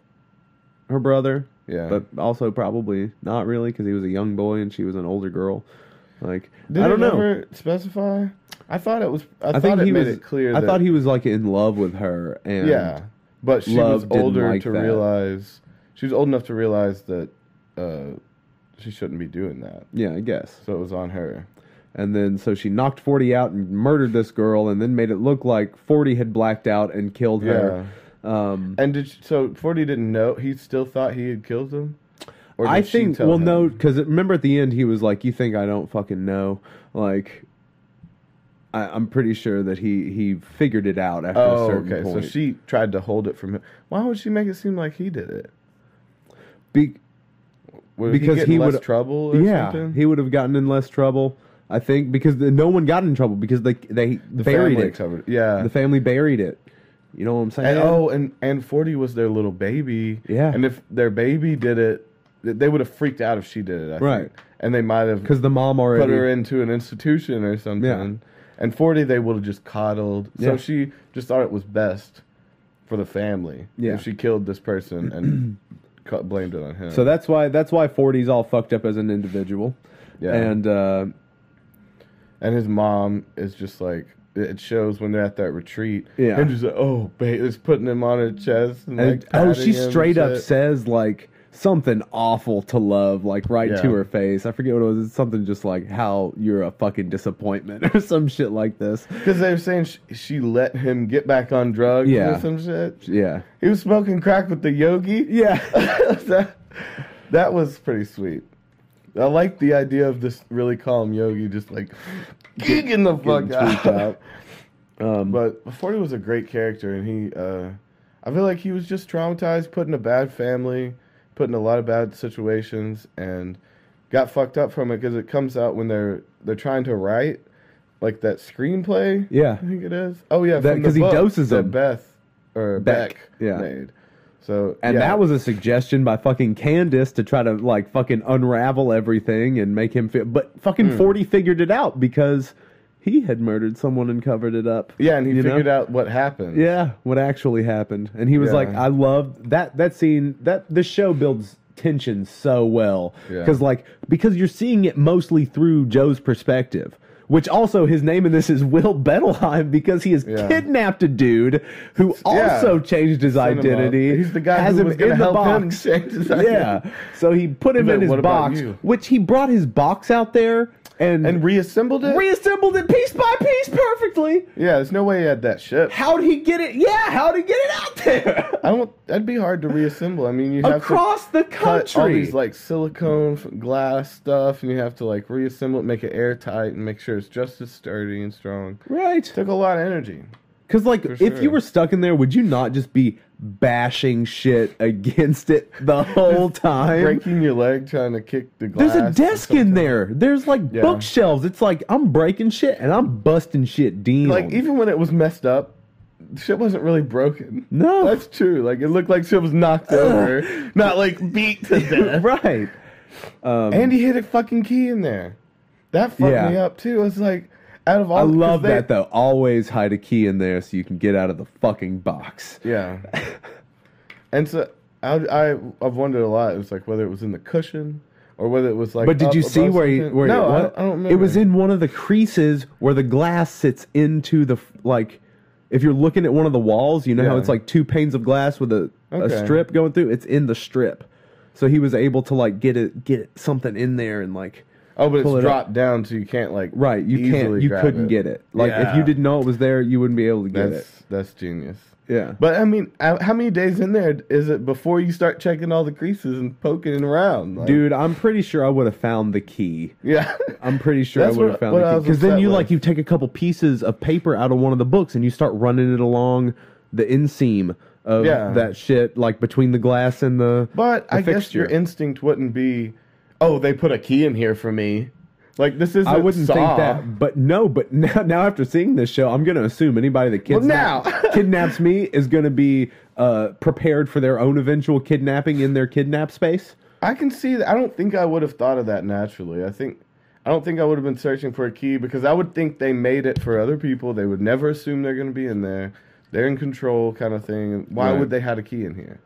Speaker 1: her brother,
Speaker 2: Yeah.
Speaker 1: but also probably not really because he was a young boy and she was an older girl. Like
Speaker 2: Did
Speaker 1: I don't know.
Speaker 2: it ever specify? I thought it was. I,
Speaker 1: I
Speaker 2: thought
Speaker 1: think
Speaker 2: it
Speaker 1: he
Speaker 2: made
Speaker 1: was.
Speaker 2: it clear.
Speaker 1: I
Speaker 2: that,
Speaker 1: thought he was like in love with her, and
Speaker 2: Yeah, but she was
Speaker 1: Love didn't
Speaker 2: older
Speaker 1: like
Speaker 2: to
Speaker 1: that.
Speaker 2: realize. She was old enough to realize that uh, she shouldn't be doing that.
Speaker 1: yeah, I guess.
Speaker 2: So it was on her.
Speaker 1: And then so she knocked Forty out and murdered this girl, and then made it look like Forty had blacked out and killed her. Um,
Speaker 2: And did she, so Forty didn't know. He still thought he had killed him. Or
Speaker 1: I
Speaker 2: did she
Speaker 1: think.
Speaker 2: tell
Speaker 1: Well,
Speaker 2: him?
Speaker 1: no, because remember at the end he was like, "You think I don't fucking know?" Like, I, I'm pretty sure that he he figured it out after a
Speaker 2: Oh,
Speaker 1: certain
Speaker 2: okay.
Speaker 1: point.
Speaker 2: So she tried to hold it from him. Why would she make it seem like he did it?
Speaker 1: Be-
Speaker 2: Was
Speaker 1: Because
Speaker 2: he, get in
Speaker 1: he
Speaker 2: less
Speaker 1: would-
Speaker 2: trouble. Or
Speaker 1: yeah,
Speaker 2: something?
Speaker 1: he would have gotten in less trouble, I think, because the, no one got in trouble because they they
Speaker 2: the
Speaker 1: buried
Speaker 2: family
Speaker 1: it.
Speaker 2: covered. Yeah,
Speaker 1: The family buried it. You know what I'm saying?
Speaker 2: And, oh, and and forty was their little baby.
Speaker 1: Yeah.
Speaker 2: And if their baby did it, th- they would have freaked out if she did it. I
Speaker 1: Right.
Speaker 2: Think. And they might have
Speaker 1: because the mom already.
Speaker 2: put her into an institution or something. And forty, they would have just coddled.
Speaker 1: Yeah.
Speaker 2: So she just thought it was best for the family.
Speaker 1: Yeah.
Speaker 2: If she killed this person
Speaker 1: [CLEARS THROAT]
Speaker 2: and cu- blamed it on him.
Speaker 1: So that's why that's why 40's all fucked up as an individual.
Speaker 2: Yeah.
Speaker 1: And uh,
Speaker 2: and his mom is just like. It shows when they're at that retreat.
Speaker 1: Yeah.
Speaker 2: And she's like, oh, babe, it's putting him on her chest. And,
Speaker 1: and
Speaker 2: like,
Speaker 1: oh,
Speaker 2: patting
Speaker 1: she
Speaker 2: him and
Speaker 1: straight up
Speaker 2: shit.
Speaker 1: says like something awful to love, like right to
Speaker 2: Yeah.
Speaker 1: her face. I forget what it was. It's something just like how you're a fucking disappointment [LAUGHS] or some shit like this.
Speaker 2: Because they were saying she, she let him get back on drugs
Speaker 1: Yeah.
Speaker 2: or some shit.
Speaker 1: Yeah.
Speaker 2: He was smoking crack with the yogi.
Speaker 1: Yeah.
Speaker 2: [LAUGHS] that, that was pretty sweet. I like the idea of this really calm yogi just [LAUGHS] like getting Um, the fuck
Speaker 1: getting
Speaker 2: out.
Speaker 1: tweaked out.
Speaker 2: [LAUGHS] but Forty was a great character, and he, uh, I feel like he was just traumatized, put in a bad family, put in a lot of bad situations, and got fucked up from it because it comes out when they're they're trying to write like that screenplay.
Speaker 1: [LAUGHS] Yeah.
Speaker 2: I think it is. Oh yeah,
Speaker 1: That-
Speaker 2: from the
Speaker 1: 'cause he
Speaker 2: book
Speaker 1: doses
Speaker 2: that
Speaker 1: them.
Speaker 2: Beth or Beck,
Speaker 1: Beck, yeah.
Speaker 2: made. So
Speaker 1: And
Speaker 2: yeah.
Speaker 1: that was a suggestion by fucking Candace to try to like fucking unravel everything and make him feel. But fucking
Speaker 2: Hmm.
Speaker 1: Forty figured it out because he had murdered someone and covered it up.
Speaker 2: yeah, and he
Speaker 1: you know?
Speaker 2: figured out what happened.
Speaker 1: Yeah, what actually happened. And he was
Speaker 2: Yeah.
Speaker 1: like, I love that that scene that this show builds tension so well.
Speaker 2: Yeah.
Speaker 1: Because like because you're seeing it mostly through Joe's perspective. Which also his name in this is Will Bettelheim because he has
Speaker 2: Yeah.
Speaker 1: kidnapped a dude who
Speaker 2: Yeah.
Speaker 1: also changed his
Speaker 2: Sent him
Speaker 1: identity.
Speaker 2: up. He's the guy
Speaker 1: has
Speaker 2: who
Speaker 1: him
Speaker 2: was gonna
Speaker 1: in the
Speaker 2: help him
Speaker 1: box.
Speaker 2: change his
Speaker 1: yeah.
Speaker 2: identity.
Speaker 1: So he put him
Speaker 2: But
Speaker 1: in his
Speaker 2: what about
Speaker 1: box,
Speaker 2: you?
Speaker 1: which he brought his box out there and,
Speaker 2: and reassembled it.
Speaker 1: reassembled it piece by piece perfectly.
Speaker 2: yeah, there's no way he had that ship.
Speaker 1: How'd he get it? Yeah, how'd he get it out
Speaker 2: [LAUGHS]
Speaker 1: there?
Speaker 2: I don't. That'd be hard to reassemble. I mean, you have to
Speaker 1: Across the
Speaker 2: cut all
Speaker 1: country.
Speaker 2: these like silicone f- glass stuff, and you have to like reassemble it, make it airtight, and make sure it's just as sturdy and strong.
Speaker 1: right.
Speaker 2: Took a lot of energy.
Speaker 1: Because, like, if
Speaker 2: sure.
Speaker 1: you were stuck in there, would you not just be bashing shit against it
Speaker 2: [LAUGHS]
Speaker 1: the whole time?
Speaker 2: Breaking your leg trying to kick the glass.
Speaker 1: There's a desk in there. There's like
Speaker 2: Yeah.
Speaker 1: bookshelves. It's like I'm breaking shit and I'm busting shit down.
Speaker 2: Like even when it was messed up, shit wasn't really broken.
Speaker 1: No.
Speaker 2: [LAUGHS] that's true. Like it looked like shit was knocked over, not like beat
Speaker 1: [LAUGHS]
Speaker 2: to death.
Speaker 1: right.
Speaker 2: And he hit a fucking key in there. That fucked
Speaker 1: Yeah.
Speaker 2: me up too. It's like out of all,
Speaker 1: I love
Speaker 2: Um, 'cause they-
Speaker 1: that though. Always hide a key in there so you can get out of the fucking box.
Speaker 2: Yeah. and so I, I I've wondered a lot. It was like whether it was in the cushion or whether it was like.
Speaker 1: But did
Speaker 2: up
Speaker 1: you
Speaker 2: above
Speaker 1: see where he,
Speaker 2: something.
Speaker 1: where
Speaker 2: no, I,
Speaker 1: what?
Speaker 2: don't, I don't remember.
Speaker 1: It was in one of the creases where the glass sits into the f- like. If you're looking at one of the walls, you know how
Speaker 2: Yeah.
Speaker 1: it's like two panes of glass with a,
Speaker 2: Okay.
Speaker 1: a strip going through. It's in the strip, so he was able to like get it get it, something in there and like
Speaker 2: Oh, but it's
Speaker 1: pull it up.
Speaker 2: dropped down, so you can't like.
Speaker 1: right. You
Speaker 2: easily
Speaker 1: can't. You
Speaker 2: grab
Speaker 1: couldn't
Speaker 2: it.
Speaker 1: get it. Like if
Speaker 2: Yeah.
Speaker 1: you didn't know it was there, you wouldn't be able to get
Speaker 2: That's that's genius.
Speaker 1: it. Yeah.
Speaker 2: But I mean, uh, how how many days in there is it before you start checking all the creases and poking around, Like,
Speaker 1: Dude, I'm pretty sure I would have found the key.
Speaker 2: Yeah. [LAUGHS]
Speaker 1: I'm pretty sure
Speaker 2: That's
Speaker 1: I would
Speaker 2: what-
Speaker 1: have found
Speaker 2: what
Speaker 1: the
Speaker 2: I
Speaker 1: key.
Speaker 2: was
Speaker 1: Because then
Speaker 2: upset
Speaker 1: you
Speaker 2: with.
Speaker 1: like you take a couple pieces of paper out of one of the books and you start running it along the inseam of
Speaker 2: Yeah.
Speaker 1: that shit, like between the glass and the.
Speaker 2: But
Speaker 1: the
Speaker 2: I guess your
Speaker 1: fixture.
Speaker 2: instinct wouldn't be, oh, they put a key in here for me. Like this isn't.
Speaker 1: I wouldn't
Speaker 2: Saw.
Speaker 1: think that, but no, but [LAUGHS] now, now after seeing this show, I'm gonna assume anybody that
Speaker 2: Well,
Speaker 1: kidnaps,
Speaker 2: now. [LAUGHS]
Speaker 1: kidnaps me is gonna be uh, prepared for their own eventual kidnapping in their kidnap space.
Speaker 2: I can see that. I don't think I would have thought of that naturally. I think I don't think I would have been searching for a key because I would think they made it for other people. They would never assume they're going to be in there. They're in control, kind of thing. Why
Speaker 1: Right.
Speaker 2: would they had a key in here?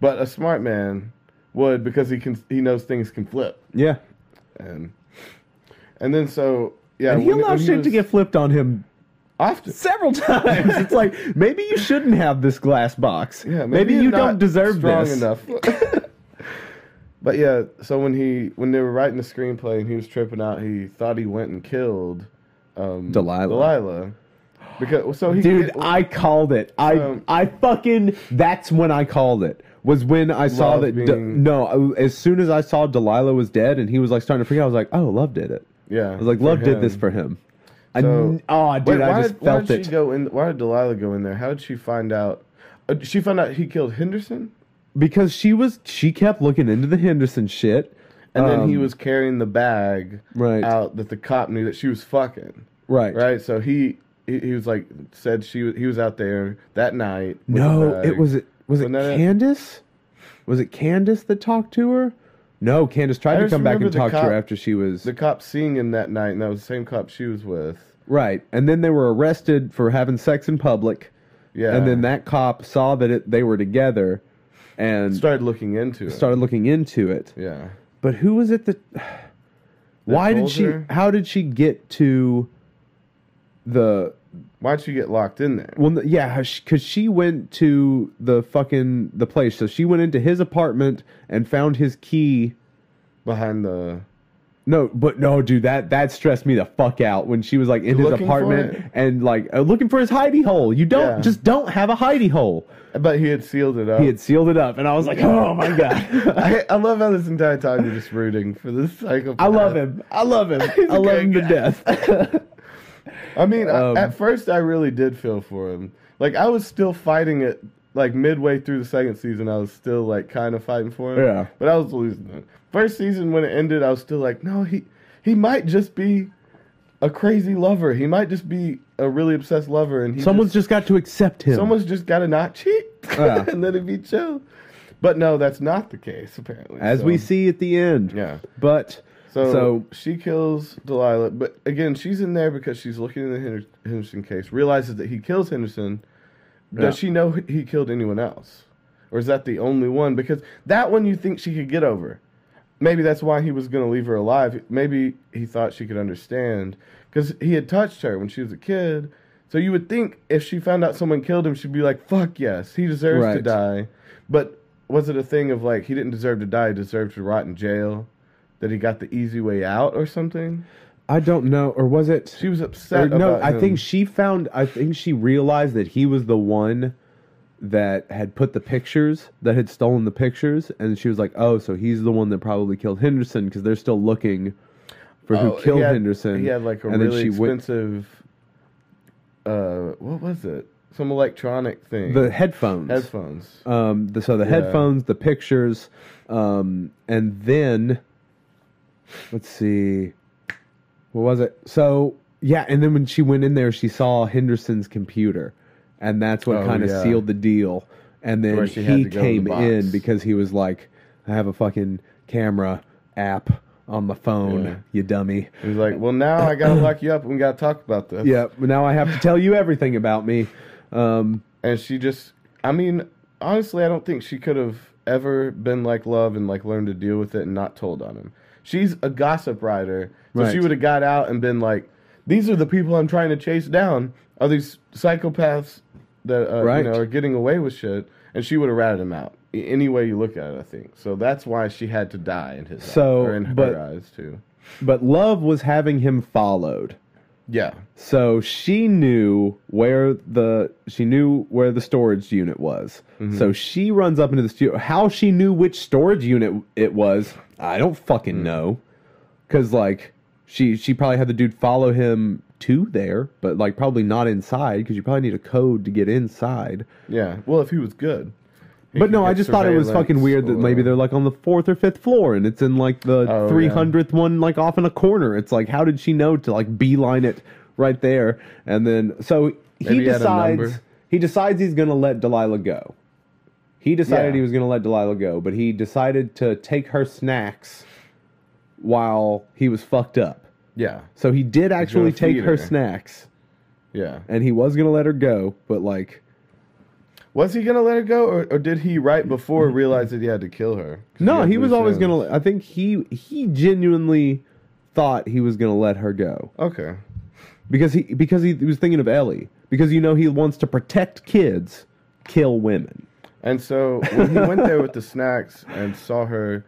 Speaker 2: But a smart man would because he can he knows things can flip
Speaker 1: Yeah.
Speaker 2: and and then so yeah
Speaker 1: And he
Speaker 2: when- when
Speaker 1: allows
Speaker 2: he
Speaker 1: shit
Speaker 2: was-
Speaker 1: to get flipped on him
Speaker 2: often
Speaker 1: several [LAUGHS] times. It's like maybe you shouldn't have this glass box.
Speaker 2: Yeah,
Speaker 1: maybe,
Speaker 2: you're
Speaker 1: you
Speaker 2: not
Speaker 1: don't deserve
Speaker 2: strong
Speaker 1: this. [LAUGHS]
Speaker 2: enough. [LAUGHS] but yeah, so when he when they were writing the screenplay and he was tripping out, he thought he went and killed um,
Speaker 1: Delilah.
Speaker 2: Delilah, because so he
Speaker 1: Dude, I called it. I
Speaker 2: So-
Speaker 1: I fucking that's when I called it. Was when I saw
Speaker 2: Love
Speaker 1: that. D-
Speaker 2: being-
Speaker 1: no, I- as soon as I saw Delilah was dead and he was like starting to freak out, I was like, oh, love did it.
Speaker 2: yeah,
Speaker 1: I was like, love did this for him. I
Speaker 2: So-
Speaker 1: oh, dude, I
Speaker 2: why,
Speaker 1: just
Speaker 2: did, why
Speaker 1: felt
Speaker 2: did
Speaker 1: it
Speaker 2: she go in? Why did Delilah go in there? How did she find out? Uh, did she found out he killed Henderson,
Speaker 1: because she was she kept looking into the Henderson shit,
Speaker 2: and then he
Speaker 1: Um,
Speaker 2: was carrying the bag
Speaker 1: right,
Speaker 2: out that the cop knew that she was fucking.
Speaker 1: right,
Speaker 2: right? So he, he he was like said she was- he was out there that night. with the
Speaker 1: No,
Speaker 2: bag.
Speaker 1: it was was it
Speaker 2: Wasn't that it?
Speaker 1: Candace? Was it Candace that talked to her? No, Candace tried
Speaker 2: I
Speaker 1: to
Speaker 2: just
Speaker 1: come back and
Speaker 2: remember the
Speaker 1: talk to her
Speaker 2: cop-
Speaker 1: after she was
Speaker 2: the cop seeing him that night, and that was the same cop she was with.
Speaker 1: right, and then they were arrested for having sex in public,
Speaker 2: Yeah,
Speaker 1: and then that cop saw that it, they were together, and
Speaker 2: started looking into it.
Speaker 1: started looking into it.
Speaker 2: yeah,
Speaker 1: But who was it that? why did
Speaker 2: told
Speaker 1: she?
Speaker 2: her?
Speaker 1: How did she get to the
Speaker 2: why'd she get locked in there?
Speaker 1: Well, n- yeah, because she went to the fucking the place. So she went into his apartment and found his key.
Speaker 2: Behind the
Speaker 1: No, but no, dude, that that stressed me the fuck out when she was like in his
Speaker 2: Looking for it?
Speaker 1: apartment and like uh, looking for his hidey hole. You don't
Speaker 2: Yeah.
Speaker 1: just don't have a hidey hole.
Speaker 2: but he had sealed it up.
Speaker 1: He had sealed it up, and I was like, oh my god, [LAUGHS]
Speaker 2: I, I love how this entire time you're just rooting for this psychopath.
Speaker 1: I love him, I love him,
Speaker 2: [LAUGHS] He's a
Speaker 1: I love
Speaker 2: good
Speaker 1: him to death.
Speaker 2: [LAUGHS] I mean, I-
Speaker 1: Um,
Speaker 2: at first I really did feel for him. Like I was still fighting it. Like midway through the second season, I was still like kind of fighting for him.
Speaker 1: Yeah.
Speaker 2: But I was losing it. First season when it ended, I was still like, no, he he might just be a crazy lover. He might just be a really obsessed lover, and he
Speaker 1: Someone's just
Speaker 2: just,
Speaker 1: got to accept him.
Speaker 2: someone's just got to not cheat,
Speaker 1: Yeah.
Speaker 2: [LAUGHS] and then it'd be chill. But no, that's not the case apparently.
Speaker 1: as
Speaker 2: so-
Speaker 1: we see at the end.
Speaker 2: yeah.
Speaker 1: But
Speaker 2: So,
Speaker 1: So-
Speaker 2: she kills Delilah, but again, she's in there because she's looking in the Hender- Henderson case, realizes that he kills Henderson.
Speaker 1: Yeah.
Speaker 2: Does she know he killed anyone else? Or is that the only one? Because that one you think she could get over. Maybe that's why he was going to leave her alive. Maybe he thought she could understand because he had touched her when she was a kid. So you would think if she found out someone killed him, she'd be like, fuck yes, he deserves to
Speaker 1: Right.
Speaker 2: die. But was it a thing of like, he didn't deserve to die, he deserved to rot in jail? That he got the easy way out or something?
Speaker 1: I don't know, or was it?
Speaker 2: She was upset.
Speaker 1: Or, no,
Speaker 2: about
Speaker 1: I
Speaker 2: him.
Speaker 1: think she found. I think she realized that he was the one that had put the pictures, that had stolen the pictures, and she was like, "Oh, so he's the one that probably killed Henderson because they're still looking for
Speaker 2: Oh,
Speaker 1: who killed
Speaker 2: he had-
Speaker 1: Henderson."
Speaker 2: He had like a
Speaker 1: and then
Speaker 2: really
Speaker 1: she went-
Speaker 2: expensive. Uh, what was it? Some electronic thing.
Speaker 1: the headphones.
Speaker 2: headphones.
Speaker 1: Um, the, so the headphones, the pictures, um, and then let's see, what was it? So yeah, and then when she went in there, she saw Henderson's computer, and that's what
Speaker 2: Oh,
Speaker 1: kind of
Speaker 2: yeah.
Speaker 1: sealed the deal. And then
Speaker 2: Where she had
Speaker 1: he
Speaker 2: to go to the
Speaker 1: came in
Speaker 2: box.
Speaker 1: because he was like, "I have a fucking camera app on my phone,
Speaker 2: Yeah.
Speaker 1: you dummy."
Speaker 2: He was like, "Well, now I gotta lock you up. and We gotta talk about this."
Speaker 1: Yeah, but now I have to tell you everything about me. Um,
Speaker 2: And she just, I mean, honestly, I don't think she could have ever been like love and like learned to deal with it and not told on him. She's a gossip writer, so she
Speaker 1: Right.
Speaker 2: would have got out and been like, "These are the people I'm trying to chase down. Are these psychopaths that uh,
Speaker 1: Right.
Speaker 2: you know are getting away with shit?" And she would have ratted him out. A- Any way you look at it, I think. So that's why she had to die in his
Speaker 1: So,
Speaker 2: eyes, or in her
Speaker 1: but-
Speaker 2: eyes too.
Speaker 1: but love was having him followed.
Speaker 2: Yeah,
Speaker 1: So she knew where the she knew where the storage unit was. So she runs up into the studio. How she knew which storage unit it was, I don't fucking know. Cause like she she probably had the dude follow him to there, but like probably not inside because you probably need a code to get inside.
Speaker 2: yeah. Well, if he was good. he
Speaker 1: but
Speaker 2: could
Speaker 1: no, I
Speaker 2: get
Speaker 1: just thought it was fucking
Speaker 2: surveillance
Speaker 1: weird that
Speaker 2: or-
Speaker 1: maybe they're like on the fourth or fifth floor and it's in like the
Speaker 2: Oh, yeah.
Speaker 1: three hundredth one, like off in a corner. It's like how did she know to like beeline it right there? And then so he
Speaker 2: Maybe he had a
Speaker 1: decides
Speaker 2: number.
Speaker 1: he decides he's gonna let Delilah go. He decided
Speaker 2: Yeah.
Speaker 1: he was gonna let Delilah go, but he decided to take her snacks while he was fucked up.
Speaker 2: Yeah,
Speaker 1: So he did actually take
Speaker 2: feed
Speaker 1: her
Speaker 2: her.
Speaker 1: snacks
Speaker 2: yeah.
Speaker 1: and he was gonna let her go, but like
Speaker 2: Was he gonna let her go, or, or did he right before realize that he had to kill her? 'Cause
Speaker 1: Mm-hmm. No,
Speaker 2: had
Speaker 1: he was
Speaker 2: loose
Speaker 1: always
Speaker 2: ends.
Speaker 1: gonna. let- I think he he genuinely thought he was gonna let her go
Speaker 2: Okay.
Speaker 1: because he because he was thinking of Ellie because you know he wants to protect kids, kill women.
Speaker 2: And so when he went there
Speaker 1: [LAUGHS]
Speaker 2: with the snacks and saw her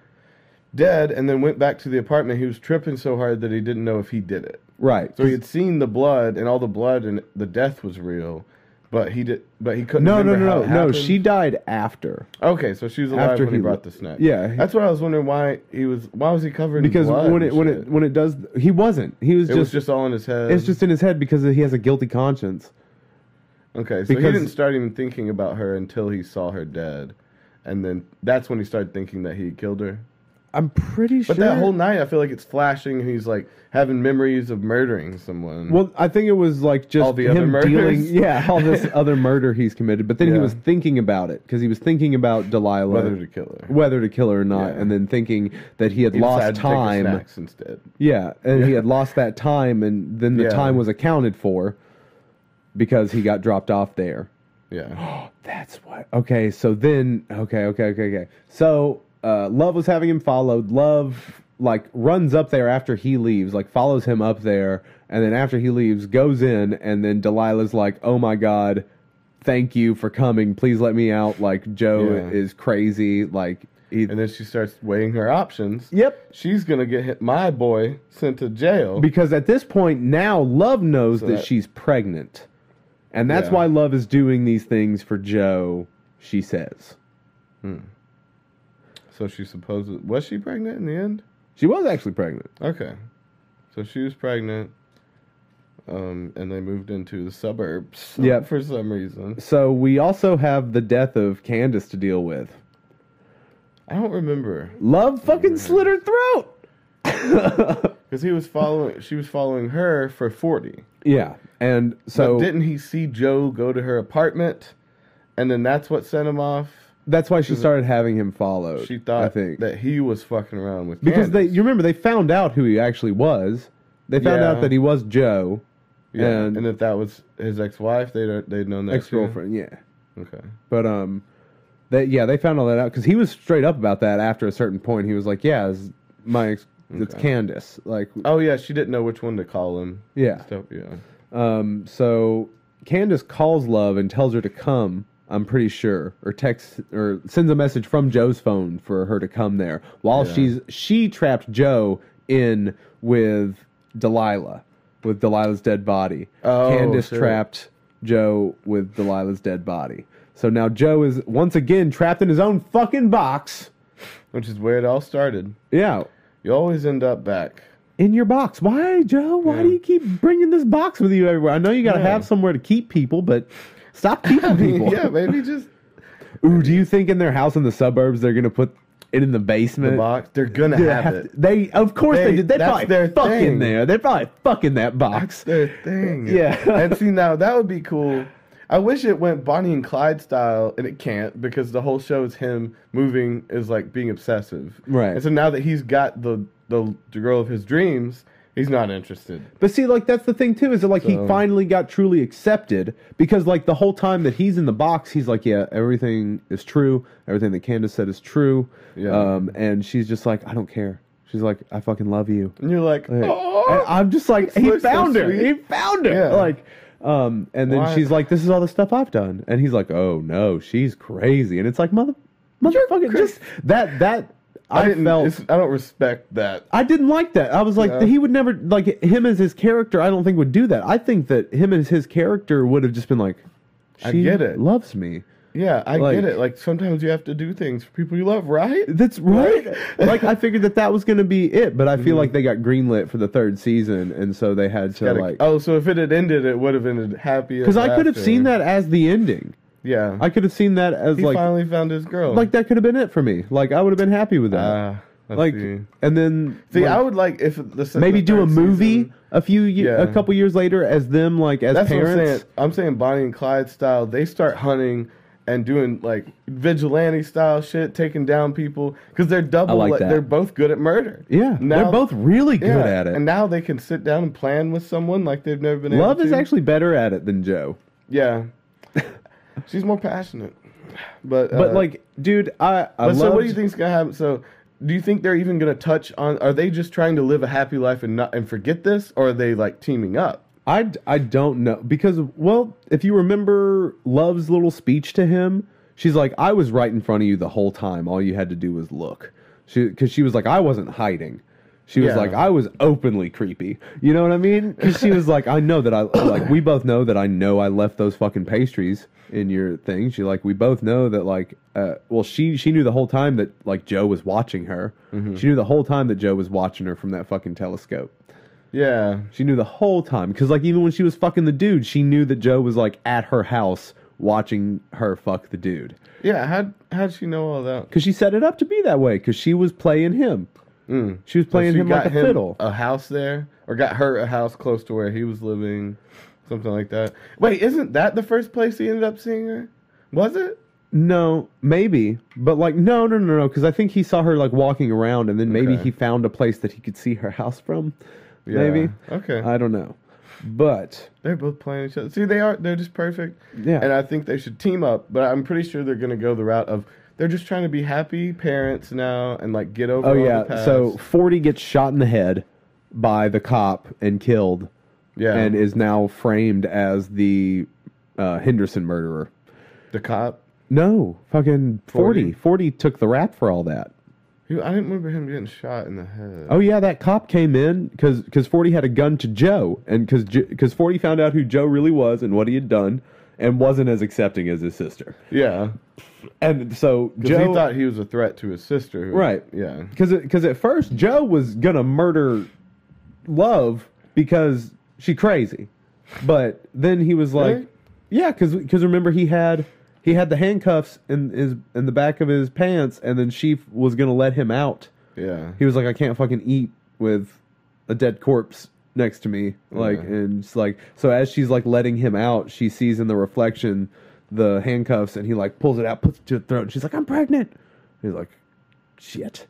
Speaker 2: dead, and then went back to the apartment, he was tripping so hard that he didn't know if he did it.
Speaker 1: Right.
Speaker 2: So he had seen the blood, and all the blood and the death was real, but he did, but he couldn't.
Speaker 1: no, no,
Speaker 2: remember
Speaker 1: no,
Speaker 2: how
Speaker 1: no,
Speaker 2: it
Speaker 1: no.
Speaker 2: happened.
Speaker 1: She died after
Speaker 2: Okay, so she was alive
Speaker 1: After
Speaker 2: when he,
Speaker 1: he-
Speaker 2: brought the snack.
Speaker 1: yeah, he-
Speaker 2: that's what I was wondering why he was. Why was he covered
Speaker 1: because
Speaker 2: in blood?
Speaker 1: when
Speaker 2: and
Speaker 1: it when
Speaker 2: shit?
Speaker 1: it when it does he wasn't he was
Speaker 2: It
Speaker 1: just,
Speaker 2: was just all in his head.
Speaker 1: it's just in his head because he has a guilty conscience.
Speaker 2: okay. So he
Speaker 1: because-
Speaker 2: didn't start even thinking about her until he saw her dead, and then that's when he started thinking that he had killed her.
Speaker 1: I'm pretty sure.
Speaker 2: But that whole night, I feel like it's flashing, and he's like having memories of murdering someone.
Speaker 1: Well, I think it was like just
Speaker 2: All the other
Speaker 1: him
Speaker 2: murders?
Speaker 1: dealing, yeah, all this
Speaker 2: [LAUGHS]
Speaker 1: other murder he's committed. But then he
Speaker 2: Yeah.
Speaker 1: was thinking about it because he was thinking about Delilah,
Speaker 2: whether to kill her.
Speaker 1: whether to kill her or not,
Speaker 2: Yeah.
Speaker 1: and then thinking that he had
Speaker 2: He
Speaker 1: lost
Speaker 2: decided to take the
Speaker 1: time.
Speaker 2: snacks instead.
Speaker 1: Yeah, and he had lost that time, and then the
Speaker 2: Yeah.
Speaker 1: time was accounted for because he got dropped off
Speaker 2: [GASPS]
Speaker 1: there. [GASPS]
Speaker 2: Yeah.
Speaker 1: That's what. Okay, so then, okay, okay, okay, okay. So, uh, Love was having him followed. Love, like, runs up there after he leaves, like, follows him up there. And then after he leaves, goes in. And then Delilah's like, oh my God, thank you for coming. Please let me out. Like, Joe
Speaker 2: Yeah.
Speaker 1: is crazy. Like, he,
Speaker 2: And then she starts weighing her options.
Speaker 1: yep.
Speaker 2: She's gonna get hit, my boy sent to jail.
Speaker 1: Because at this point, now Love knows that,
Speaker 2: that-
Speaker 1: she's pregnant. And that's
Speaker 2: Yeah.
Speaker 1: why Love is doing these things for Joe, she says.
Speaker 2: so she supposedly was she pregnant in the end?
Speaker 1: She was actually pregnant.
Speaker 2: Okay. So she was pregnant. Um, and they moved into the suburbs. [LAUGHS]
Speaker 1: Yep.
Speaker 2: For some reason,
Speaker 1: So we also have the death of Candace to deal with.
Speaker 2: I don't remember
Speaker 1: Love
Speaker 2: Mm-hmm.
Speaker 1: fucking slit her throat.
Speaker 2: because he was following. She was following her for forty.
Speaker 1: Yeah, and so
Speaker 2: but didn't he see Joe go to her apartment, and then that's what sent him off?
Speaker 1: that's why she started having him followed.
Speaker 2: She thought
Speaker 1: I think
Speaker 2: that he was fucking around with
Speaker 1: because they
Speaker 2: Candace.
Speaker 1: you remember they found out who he actually was. They found
Speaker 2: Yeah.
Speaker 1: out that he was Joe,
Speaker 2: yeah,
Speaker 1: and-
Speaker 2: and, that that was his ex-wife. They don't- they'd known that too?
Speaker 1: ex girlfriend. Yeah,
Speaker 2: Okay,
Speaker 1: but um, that yeah they found all that out because he was straight up about that after a certain point. He was like, "Yeah, it's my ex, it's
Speaker 2: Okay.
Speaker 1: Candace." Like,
Speaker 2: Oh yeah, she didn't know which one to call him.
Speaker 1: yeah,
Speaker 2: Stuff, yeah.
Speaker 1: Um, so Candace calls Love and tells her to come. I'm pretty sure, or texts or sends a message from Joe's phone for her to come there. While
Speaker 2: Yeah.
Speaker 1: she's she trapped Joe in with Delilah, with Delilah's dead body.
Speaker 2: Oh,
Speaker 1: Candace
Speaker 2: shit.
Speaker 1: trapped Joe with Delilah's dead body. So now Joe is once again trapped in his own fucking box.
Speaker 2: Which is where it all started.
Speaker 1: Yeah,
Speaker 2: You always end up back.
Speaker 1: in your box. Why, Joe? Why do
Speaker 2: Yeah.
Speaker 1: you keep bringing this box with you everywhere? I know you got to
Speaker 2: Yeah.
Speaker 1: have somewhere to keep people, but
Speaker 2: [LAUGHS]
Speaker 1: stop keeping people.
Speaker 2: yeah, maybe just
Speaker 1: Ooh, do you think in their house in the suburbs they're gonna put it in the
Speaker 2: the
Speaker 1: basement?
Speaker 2: box. They're gonna
Speaker 1: They,
Speaker 2: have,
Speaker 1: have
Speaker 2: it.
Speaker 1: to- they- of course they,
Speaker 2: They-
Speaker 1: did. They
Speaker 2: that's
Speaker 1: probably
Speaker 2: their
Speaker 1: fuck in
Speaker 2: thing.
Speaker 1: there. They probably fuck in that
Speaker 2: That's
Speaker 1: box.
Speaker 2: their thing.
Speaker 1: Yeah.
Speaker 2: and see now that would be cool. I wish it went Bonnie and Clyde style, and it can't because the whole show is him moving is like being obsessive.
Speaker 1: Right.
Speaker 2: And so now that he's got the the, the girl of his dreams, he's not interested.
Speaker 1: But see, like that's the thing too, is that like he
Speaker 2: So-
Speaker 1: finally got truly accepted because like the whole time that he's in the box, he's like, yeah, everything is true, everything that Candace said is true,
Speaker 2: Yeah.
Speaker 1: um, and she's just like, I don't care. She's like, I fucking love you.
Speaker 2: And you're like,
Speaker 1: Like,
Speaker 2: oh,
Speaker 1: and I'm just like
Speaker 2: so-
Speaker 1: he
Speaker 2: so
Speaker 1: found her.
Speaker 2: sweet.
Speaker 1: He found her.
Speaker 2: Yeah.
Speaker 1: Like, um, and then
Speaker 2: Why-
Speaker 1: she's like, "This is all the stuff I've done," and he's like, "Oh no, she's crazy." And it's like, "Mother, motherfucker, just that that I,
Speaker 2: didn't.
Speaker 1: felt."
Speaker 2: it's- I don't respect that.
Speaker 1: I didn't like that. I was like,
Speaker 2: Yeah.
Speaker 1: he would never like him as his character. I don't think would do that. I think that him as his character would have just been like, she
Speaker 2: I get it.
Speaker 1: loves me.
Speaker 2: Yeah, I
Speaker 1: Like-
Speaker 2: get it. Like sometimes you have to do things for people you love, right? Mm-hmm.
Speaker 1: That's right. like I figured that that was gonna be it, but I feel like they got greenlit for the third season, and so they had to
Speaker 2: Gotta-
Speaker 1: like
Speaker 2: oh, so if it had ended, it would have ended happy.
Speaker 1: because
Speaker 2: ever
Speaker 1: I could have
Speaker 2: after.
Speaker 1: seen that as the ending.
Speaker 2: Yeah,
Speaker 1: I could have seen that as
Speaker 2: he
Speaker 1: like
Speaker 2: finally found his girl.
Speaker 1: like that could have been it for me. Like I would have been happy with that.
Speaker 2: Ah, let's
Speaker 1: like
Speaker 2: see,
Speaker 1: and then
Speaker 2: See,
Speaker 1: like,
Speaker 2: I would like if the se-
Speaker 1: maybe
Speaker 2: the
Speaker 1: do a
Speaker 2: third
Speaker 1: movie
Speaker 2: season-
Speaker 1: a few ye-
Speaker 2: Yeah.
Speaker 1: a couple years later as them like as
Speaker 2: That's what I'm saying.
Speaker 1: parents.
Speaker 2: I'm saying Bonnie and Clyde style. They start hunting and doing like vigilante style shit, taking down people because they're double.
Speaker 1: like that.
Speaker 2: They're both good at murder.
Speaker 1: yeah, they're both really good
Speaker 2: yeah,
Speaker 1: at it.
Speaker 2: and now they can sit down and plan with someone like they've never been.
Speaker 1: Love
Speaker 2: able
Speaker 1: is
Speaker 2: to.
Speaker 1: [LAUGHS] actually better at it than Joe.
Speaker 2: Yeah. She's more passionate. But
Speaker 1: But
Speaker 2: uh,
Speaker 1: like, dude, I I
Speaker 2: but so what do you
Speaker 1: loved-
Speaker 2: think's gonna happen? So do you think they're even gonna touch on? Are they just trying to live a happy life and not and forget this, or are they like teaming up?
Speaker 1: I, d- I don't know because well if you remember love's little speech to him she's like i was right in front of you the whole time all you had to do was look she because she was like i wasn't hiding she was
Speaker 2: Yeah.
Speaker 1: like i was openly creepy you know what i mean 'Cause she was like i know that i [COUGHS] like we both know that i know i left those fucking pastries in your thing she like we both know that like uh, well she she knew the whole time that like joe was watching her she knew the whole time that joe was watching her from that fucking telescope
Speaker 2: Yeah,
Speaker 1: she knew the whole time because, like, even when she was fucking the dude, she knew that Joe was like at her house watching her fuck the dude
Speaker 2: yeah. How how'd she know all that?
Speaker 1: because she set it up to be that way because she was playing him.
Speaker 2: Mm.
Speaker 1: She was playing
Speaker 2: she
Speaker 1: him like a
Speaker 2: got him
Speaker 1: fiddle.
Speaker 2: A house there, or got her a house close to where he was living, something like that. Wait, isn't that the first place he ended up seeing her? Was it?
Speaker 1: no, maybe, but like, no, no, no, no, because I think he saw her like walking around, and then maybe
Speaker 2: Okay.
Speaker 1: he found a place that he could see her house from.
Speaker 2: Yeah.
Speaker 1: Maybe
Speaker 2: Okay.
Speaker 1: I don't know, but
Speaker 2: They're both playing each other. See, they are. They're just perfect.
Speaker 1: Yeah.
Speaker 2: And I think they should team up. But I'm pretty sure they're going to go the route of they're just trying to be happy parents now and like get over.
Speaker 1: oh
Speaker 2: all the
Speaker 1: yeah,
Speaker 2: past.
Speaker 1: so Forty gets shot in the head by the cop and killed.
Speaker 2: yeah,
Speaker 1: and is now framed as the uh, Henderson murderer.
Speaker 2: the cop.
Speaker 1: No, fucking 40. 40.
Speaker 2: 40.
Speaker 1: took the rap for all that.
Speaker 2: Who I didn't remember him getting shot in the head.
Speaker 1: Oh yeah, that cop came in because 40 had a gun to Joe, and because because 40 found out who Joe really was and what he had done, and wasn't as accepting as his sister.
Speaker 2: yeah.
Speaker 1: And so
Speaker 2: Because
Speaker 1: Joe
Speaker 2: he thought he was a threat to his sister. who-
Speaker 1: Right.
Speaker 2: Yeah.
Speaker 1: Because because at first Joe was gonna murder Love because she crazy, but then he was like,
Speaker 2: Really?
Speaker 1: yeah, because remember he had he had the handcuffs in his in the back of his pants, and then she f- was gonna let him out.
Speaker 2: Yeah.
Speaker 1: He was like, I can't fucking eat with a dead corpse next to me, like,
Speaker 2: Yeah.
Speaker 1: and it's like so as she's like letting him out, she sees in the reflection the handcuffs, and he like pulls it out, puts it to her throat, and she's like, I'm pregnant. He's like, shit.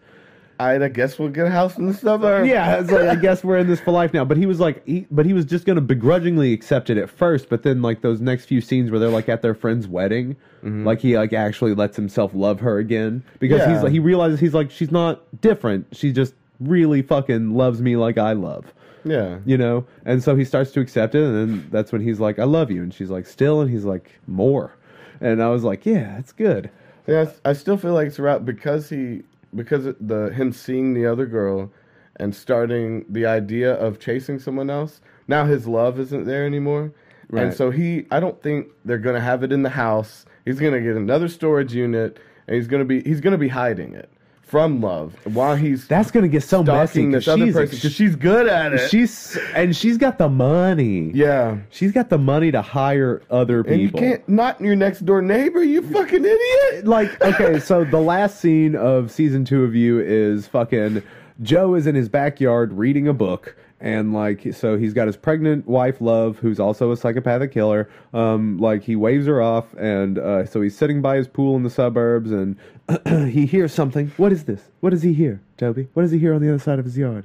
Speaker 2: I, I guess we'll get a house in the suburbs.
Speaker 1: Yeah, it's like I guess we're in this for life now. But he was like, he, but he was just gonna begrudgingly accept it at first. But then like those next few scenes where they're like at their friend's wedding,
Speaker 2: Mm-hmm.
Speaker 1: like he like actually lets himself love her again because he's
Speaker 2: Yeah.
Speaker 1: like he realizes he's like she's not different. She just really fucking loves me like I love.
Speaker 2: Yeah.
Speaker 1: You know, and so he starts to accept it, and then that's when he's like, "I love you," and she's like, "Still," and he's like, "More," and I was like, "Yeah, that's good."
Speaker 2: Yeah, I s- I still feel like it's a route because he because it- the him seeing the other girl and starting the idea of chasing someone else. Now his love isn't there anymore,
Speaker 1: Right.
Speaker 2: and so he I don't think they're gonna have it in the house. He's gonna get another storage unit, and he's gonna be he's gonna be hiding it from love while he's
Speaker 1: That's gonna get so messy.
Speaker 2: stalking
Speaker 1: 'cause
Speaker 2: this other
Speaker 1: she's a-
Speaker 2: person because she's good at it.
Speaker 1: she's and she's got the money.
Speaker 2: yeah.
Speaker 1: She's got the money to hire other
Speaker 2: And you
Speaker 1: people.
Speaker 2: can't not your next door neighbor, you fucking idiot.
Speaker 1: like, okay, so the last scene of season two of you is fucking Joe is in his backyard reading a book. And like so, he's got his pregnant wife, Love, who's also a psychopathic killer. Um, like he waves her off, and uh, so he's sitting by his pool in the suburbs, and [CLEARS THROAT] he hears something. What is this? What does he hear, Toby? What does he hear on the other side of his yard?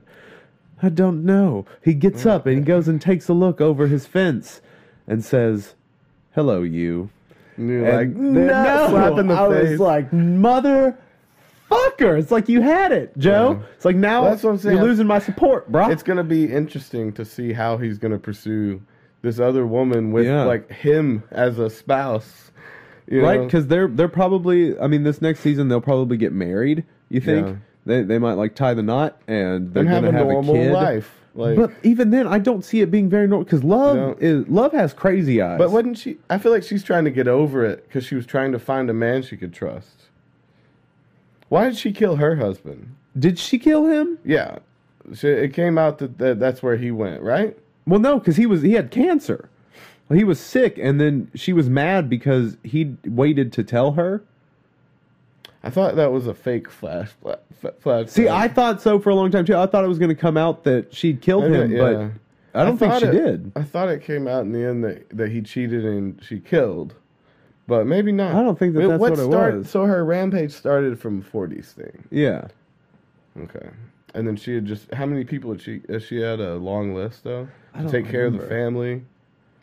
Speaker 1: I don't know. He gets up and he goes and takes a look over his fence, and says, "Hello, you."
Speaker 2: And you're like,
Speaker 1: And then-
Speaker 2: no, slap in the
Speaker 1: I
Speaker 2: face.
Speaker 1: was like, mother fucker. It's like you had it, Joe.
Speaker 2: Yeah.
Speaker 1: It's like now
Speaker 2: Well, that's what I'm saying.
Speaker 1: you're losing my support, bro.
Speaker 2: it's gonna be interesting to see how he's gonna pursue this other woman with
Speaker 1: Yeah.
Speaker 2: like him as a spouse. You
Speaker 1: right
Speaker 2: know?
Speaker 1: because they're they're probably. I mean, this next season they'll probably get married. You think
Speaker 2: Yeah.
Speaker 1: they they might like tie the knot and they're
Speaker 2: and have
Speaker 1: gonna
Speaker 2: a
Speaker 1: have
Speaker 2: normal
Speaker 1: a kid.
Speaker 2: life. Like,
Speaker 1: but
Speaker 2: but,
Speaker 1: even then, I don't see it being very normal because love
Speaker 2: No.
Speaker 1: is love has crazy eyes.
Speaker 2: wasn't she? I feel like she's trying to get over it because she was trying to find a man she could trust. Why did she kill her husband?
Speaker 1: did she kill him?
Speaker 2: Yeah, she, it came out that, that that's where he went. Right?
Speaker 1: Well, no, because he was he had cancer. He was sick, and then she was mad because he waited to tell her.
Speaker 2: I thought that was a fake flash. Flash. flash
Speaker 1: See, I thought so for a long time too. I thought it was going to come out that she'd killed
Speaker 2: And, uh,
Speaker 1: him,
Speaker 2: yeah.
Speaker 1: but I don't think
Speaker 2: thought
Speaker 1: she
Speaker 2: it-
Speaker 1: did.
Speaker 2: I thought it came out in the end that, that he cheated and she killed, but maybe not.
Speaker 1: I don't think that
Speaker 2: Wait,
Speaker 1: that's what it was.
Speaker 2: So her rampage started from forties thing.
Speaker 1: Yeah,
Speaker 2: Okay, and then she had just how many people had she? uh, She had a long list though
Speaker 1: I
Speaker 2: to
Speaker 1: don't
Speaker 2: take care of the
Speaker 1: remember.
Speaker 2: family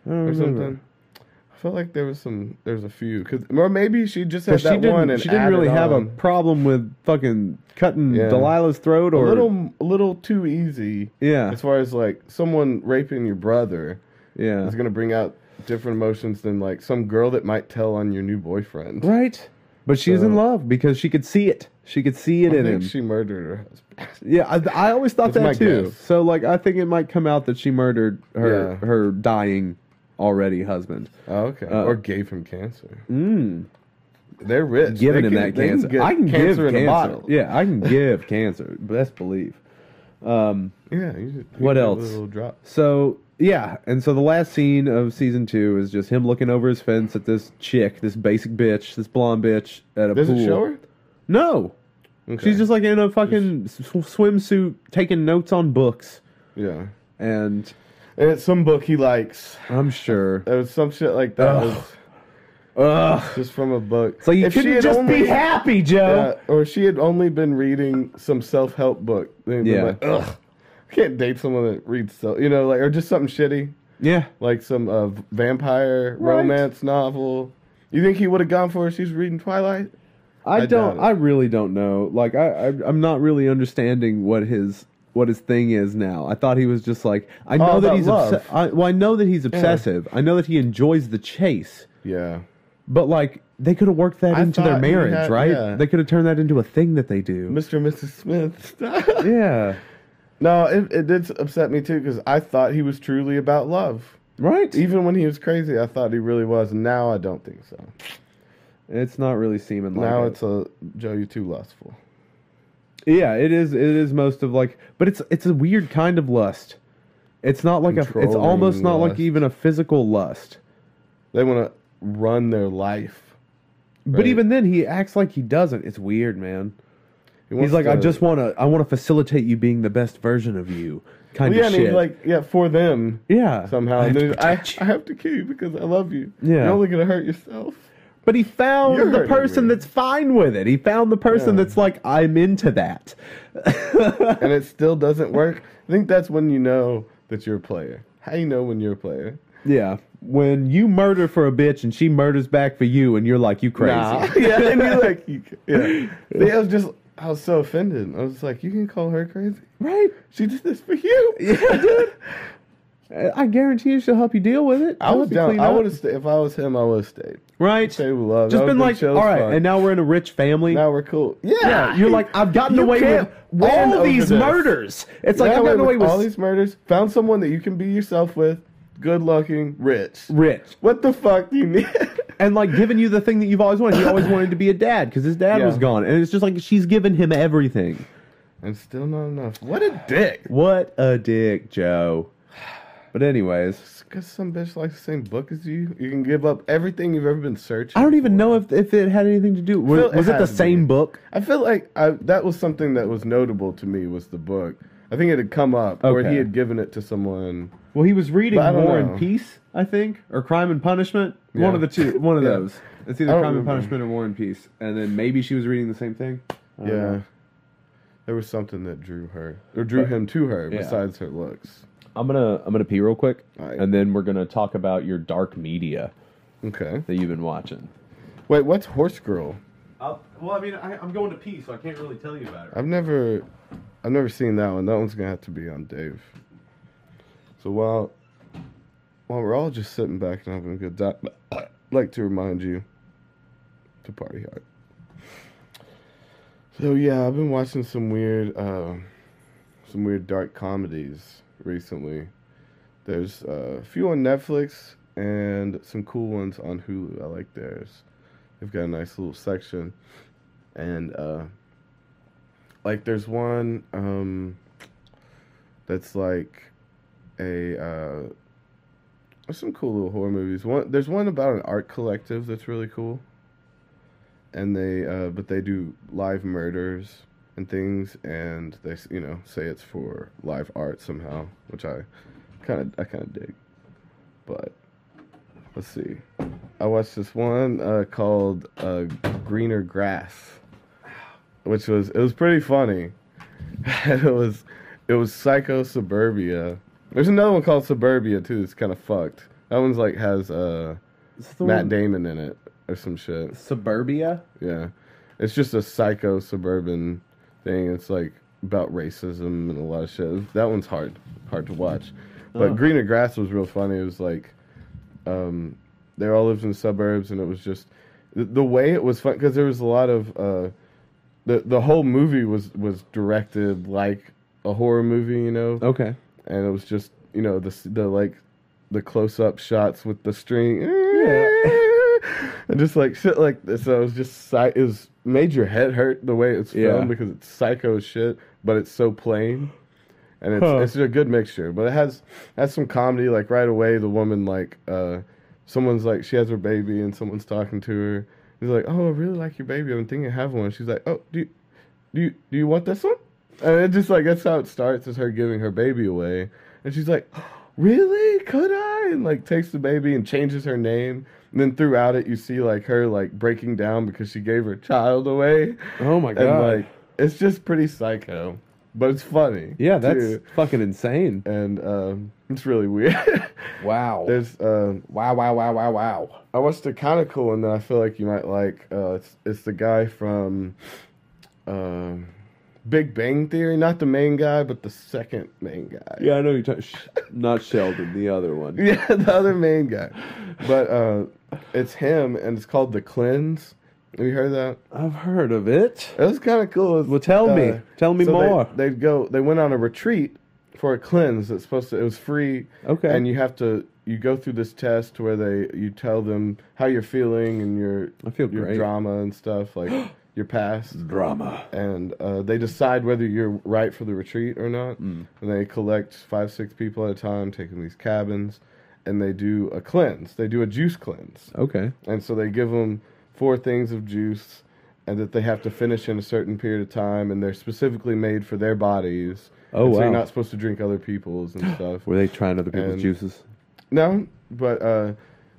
Speaker 1: I don't
Speaker 2: or
Speaker 1: remember.
Speaker 2: something. I felt like there was some, there's a few, 'cause- or maybe she just had
Speaker 1: But she
Speaker 2: that one
Speaker 1: didn't.
Speaker 2: and
Speaker 1: She didn't
Speaker 2: added
Speaker 1: really have a
Speaker 2: on.
Speaker 1: problem with fucking cutting
Speaker 2: Yeah.
Speaker 1: Delilah's throat or
Speaker 2: a little, a little too easy.
Speaker 1: Yeah,
Speaker 2: As far as like someone raping your brother
Speaker 1: yeah.
Speaker 2: is gonna bring out different emotions than like some girl that might tell on your new boyfriend.
Speaker 1: Right. But she's in
Speaker 2: So-
Speaker 1: love because she could see it. She could see it
Speaker 2: I
Speaker 1: in him.
Speaker 2: think she murdered her husband.
Speaker 1: yeah, I, I always thought
Speaker 2: That's my
Speaker 1: that too.
Speaker 2: guess.
Speaker 1: So like, I think it might come out that she murdered her
Speaker 2: Yeah.
Speaker 1: her dying already husband.
Speaker 2: Oh, okay.
Speaker 1: Uh,
Speaker 2: or gave him cancer.
Speaker 1: Mm,
Speaker 2: They're rich.
Speaker 1: giving
Speaker 2: They
Speaker 1: him
Speaker 2: can-
Speaker 1: that
Speaker 2: they
Speaker 1: cancer. I can give
Speaker 2: cancer in a
Speaker 1: cancer.
Speaker 2: bottle.
Speaker 1: Yeah, I can give cancer. Best believe. Um,
Speaker 2: Yeah. You just, you
Speaker 1: What
Speaker 2: give it
Speaker 1: else?
Speaker 2: A little drop.
Speaker 1: So yeah, and so the last scene of season two is just him looking over his fence at this chick, this basic bitch, this blonde bitch at a
Speaker 2: Does
Speaker 1: pool.
Speaker 2: it show her?
Speaker 1: No,
Speaker 2: Okay.
Speaker 1: she's just like in a fucking sw- swimsuit taking notes on books,
Speaker 2: yeah.
Speaker 1: and
Speaker 2: And it's some book he likes.
Speaker 1: I'm sure.
Speaker 2: There was some shit like that.
Speaker 1: Ugh.
Speaker 2: was
Speaker 1: Ugh.
Speaker 2: just from a book.
Speaker 1: So you
Speaker 2: If she
Speaker 1: couldn't
Speaker 2: had
Speaker 1: just
Speaker 2: only-
Speaker 1: be happy, Joe.
Speaker 2: Yeah, or she had only been reading some self help book. Then
Speaker 1: Yeah.
Speaker 2: yeah. Like, Ugh, I can't date someone that reads self, you know, like or just something shitty,
Speaker 1: Yeah.
Speaker 2: like some uh, v- vampire
Speaker 1: Right.
Speaker 2: romance novel. You think he would have gone for her? She's reading Twilight.
Speaker 1: I,
Speaker 2: I doubt
Speaker 1: don't.
Speaker 2: it.
Speaker 1: I really don't know. Like I, I, I'm not really understanding what his what his thing is now. I thought he was just like I know that
Speaker 2: about
Speaker 1: he's
Speaker 2: love.
Speaker 1: obs- I, well. I know that he's obsessive. I know that he enjoys the chase.
Speaker 2: Yeah,
Speaker 1: But like they could have worked that
Speaker 2: I
Speaker 1: into their
Speaker 2: thought he
Speaker 1: marriage,
Speaker 2: had-
Speaker 1: right?
Speaker 2: yeah.
Speaker 1: They could have turned that into a thing that they do.
Speaker 2: Mr. and Mrs. Smith. [LAUGHS]
Speaker 1: yeah.
Speaker 2: no, it, it did upset me too because I thought he was truly about love.
Speaker 1: Right?
Speaker 2: Even when he was crazy, I thought he really was. and Now I don't think so.
Speaker 1: It's not really seeming like
Speaker 2: Now
Speaker 1: it.
Speaker 2: it's a Joe, you're too lustful.
Speaker 1: Yeah, it is it is most of like but it's it's a weird kind of lust. It's not like a it's
Speaker 2: Controlling
Speaker 1: almost not like
Speaker 2: lust.
Speaker 1: even a physical lust.
Speaker 2: They want to run their life.
Speaker 1: But
Speaker 2: Right.
Speaker 1: even then he acts like he doesn't. It's weird, man.
Speaker 2: He
Speaker 1: He's
Speaker 2: wants
Speaker 1: like I
Speaker 2: to-
Speaker 1: just want to I want to facilitate you being the best version of you kind
Speaker 2: Well, yeah,
Speaker 1: of
Speaker 2: and
Speaker 1: shit.
Speaker 2: he's like yeah for them
Speaker 1: yeah.
Speaker 2: somehow.
Speaker 1: I
Speaker 2: and
Speaker 1: have
Speaker 2: then
Speaker 1: to
Speaker 2: I,
Speaker 1: protect you.
Speaker 2: I have to kill you because I love you.
Speaker 1: Yeah.
Speaker 2: you're only gonna hurt yourself.
Speaker 1: But he found
Speaker 2: You're
Speaker 1: the
Speaker 2: hurting
Speaker 1: person
Speaker 2: me.
Speaker 1: that's fine with it. He found the person
Speaker 2: Yeah.
Speaker 1: that's like, I'm into that. [LAUGHS]
Speaker 2: and it still doesn't work. I think that's when you know that you're a player. How you know when you're a player?
Speaker 1: yeah. When you murder for a bitch and she murders back for you, and you're like, you crazy.
Speaker 2: Nah. [LAUGHS] yeah, and you're like, you, ca- yeah.
Speaker 1: [LAUGHS]
Speaker 2: See, I was just, I was so offended. I was like, you can call her crazy.
Speaker 1: Right?
Speaker 2: She did this for you.
Speaker 1: [LAUGHS] Yeah, dude. I- I guarantee you she'll help you deal with it.
Speaker 2: I
Speaker 1: Help
Speaker 2: was
Speaker 1: you
Speaker 2: down.
Speaker 1: clean
Speaker 2: I
Speaker 1: up.
Speaker 2: would have stayed. If I was him, I would have stayed.
Speaker 1: Right?
Speaker 2: Stay with love.
Speaker 1: Just
Speaker 2: I
Speaker 1: been
Speaker 2: would've
Speaker 1: like, all
Speaker 2: chill's
Speaker 1: right,
Speaker 2: fun.
Speaker 1: and now we're in a rich family.
Speaker 2: now we're cool. Yeah.
Speaker 1: yeah, you're like, I've gotten
Speaker 2: You
Speaker 1: away with
Speaker 2: can't win
Speaker 1: all
Speaker 2: over
Speaker 1: these
Speaker 2: this.
Speaker 1: murders. It's like,
Speaker 2: Ran
Speaker 1: I've gotten
Speaker 2: away
Speaker 1: away
Speaker 2: with all
Speaker 1: with
Speaker 2: these murders. Found someone that you can be yourself with. Good looking, rich.
Speaker 1: rich.
Speaker 2: What the fuck do you need?
Speaker 1: and like giving you the thing that you've always wanted. He always wanted to be a dad because his dad
Speaker 2: Yeah.
Speaker 1: was gone, and it's just like she's given him everything.
Speaker 2: [LAUGHS] and still not enough. What a dick.
Speaker 1: What a dick, Joe. But anyways,
Speaker 2: Because some bitch likes the same book as you. You can give up everything you've ever been searching.
Speaker 1: I don't even
Speaker 2: for.
Speaker 1: know if if it had anything to do. Was,
Speaker 2: feel it
Speaker 1: was it the
Speaker 2: has to
Speaker 1: same
Speaker 2: be.
Speaker 1: book?
Speaker 2: I feel like I, that was something that was notable to me was the book. I think it had come up, or
Speaker 1: Okay.
Speaker 2: he had given it to someone.
Speaker 1: Well, he was reading
Speaker 2: But I don't
Speaker 1: War
Speaker 2: know.
Speaker 1: and Peace, I think, or Crime and Punishment.
Speaker 2: Yeah.
Speaker 1: One of the two. One [LAUGHS] of
Speaker 2: Yeah.
Speaker 1: those. It's
Speaker 2: I
Speaker 1: either
Speaker 2: don't
Speaker 1: Crime and
Speaker 2: remember.
Speaker 1: Punishment or War and Peace, and then maybe she was reading the same thing. I don't
Speaker 2: Yeah.
Speaker 1: know.
Speaker 2: There was something that drew her, or drew him to her,
Speaker 1: Yeah.
Speaker 2: besides her looks.
Speaker 1: I'm gonna I'm gonna pee real quick,
Speaker 2: All right.
Speaker 1: and then we're gonna talk about your dark media
Speaker 2: Okay.
Speaker 1: that you've been watching.
Speaker 2: Wait, what's Horse Girl?
Speaker 1: I'll, well, I mean, I, I'm going to pee, so I can't really tell you about it.
Speaker 2: I've never, I've never seen that one. That one's gonna have to be on Dave. So while, while we're all just sitting back and having a good time, [COUGHS] I'd like to remind you to party hard. So yeah, I've been watching some weird, uh, some weird dark comedies recently. There's uh, a few on Netflix and some cool ones on Hulu. I like theirs. They've got a nice little section, and. Uh, like there's one um that's like a uh there's some cool little horror movies one there's one about an art collective that's really cool and they uh but they do live murders and things and they s- you know say it's for live art somehow which i kind of i kind of dig but let's see i watched this one uh called uh greener grass which was it was pretty funny. [LAUGHS] it was it was Psycho Suburbia. There's another one called Suburbia too. It's kind of fucked. That one's like has uh
Speaker 1: It's the
Speaker 2: Matt
Speaker 1: one-
Speaker 2: Damon in it or some shit.
Speaker 1: Suburbia.
Speaker 2: Yeah. It's just a psycho suburban thing. It's like about racism and a lot of shit. That one's hard, hard to watch. But
Speaker 1: Oh.
Speaker 2: Greener Grass was real funny. It was like, um, they all lived in the suburbs, and it was just the, the way it was fun because there was a lot of uh, the the whole movie was was directed like a horror movie, you know
Speaker 1: Okay.
Speaker 2: and it was just you know the s- the like the close up shots with the string [LAUGHS] and just like shit like this. So it was just psy- it was made your head hurt the way it's
Speaker 1: Yeah.
Speaker 2: filmed because it's psycho as shit, but it's so plain. And it's
Speaker 1: Huh.
Speaker 2: it's a good mixture, but it has has some comedy. Like right away, the woman like uh, someone's like she has her baby and someone's talking to her. He's like, "Oh, I really like your baby. I've been thinking of having one." She's like, "Oh, do you, do you do you want this one?" And it's just like that's how it starts is her giving her baby away, and she's like, [GASPS] "Really? Could I?" And like takes the baby and changes her name. And then throughout it, you see like her like breaking down because she gave her child away,
Speaker 1: Oh my
Speaker 2: and
Speaker 1: god.
Speaker 2: like it's just pretty psycho, but it's funny.
Speaker 1: yeah, that's
Speaker 2: too.
Speaker 1: fucking insane.
Speaker 2: and um, it's really weird. [LAUGHS]
Speaker 1: Wow.
Speaker 2: There's um,
Speaker 1: Wow. Wow. Wow. Wow. Wow.
Speaker 2: I watched a kind of cool one that I feel like you might like. Uh, it's it's the guy from um, Big Bang Theory, not the main guy, but the second main guy.
Speaker 1: Yeah, I know you're talking. Sh- not Sheldon, the other one.
Speaker 2: [LAUGHS] Yeah, the other main guy. But uh, it's him, and it's called the Cleanse. Have you heard of that?
Speaker 1: I've heard of it.
Speaker 2: It was kind of cool. It's,
Speaker 1: Well, tell me. Tell me
Speaker 2: so they-
Speaker 1: more.
Speaker 2: They'd go. They went on a retreat for a cleanse. That's supposed to. It was free.
Speaker 1: Okay.
Speaker 2: And you have to. You go through this test where they you tell them how you're feeling and your
Speaker 1: I feel
Speaker 2: your
Speaker 1: great.
Speaker 2: drama and
Speaker 1: [GASPS]
Speaker 2: stuff like your past
Speaker 1: Drama.
Speaker 2: and uh, they decide whether you're right for the retreat or not.
Speaker 1: Mm.
Speaker 2: And they collect five, six people at a time, taking these cabins, and they do a cleanse. They do a juice cleanse,
Speaker 1: Okay.
Speaker 2: and so they give them four things of juice, and that they have to finish in a certain period of time, and they're specifically made for their bodies.
Speaker 1: Oh,
Speaker 2: and So you're
Speaker 1: wow.
Speaker 2: not supposed to drink other
Speaker 1: [GASPS]
Speaker 2: people's and stuff.
Speaker 1: Were they trying other people's
Speaker 2: And-
Speaker 1: juices?
Speaker 2: No, but uh,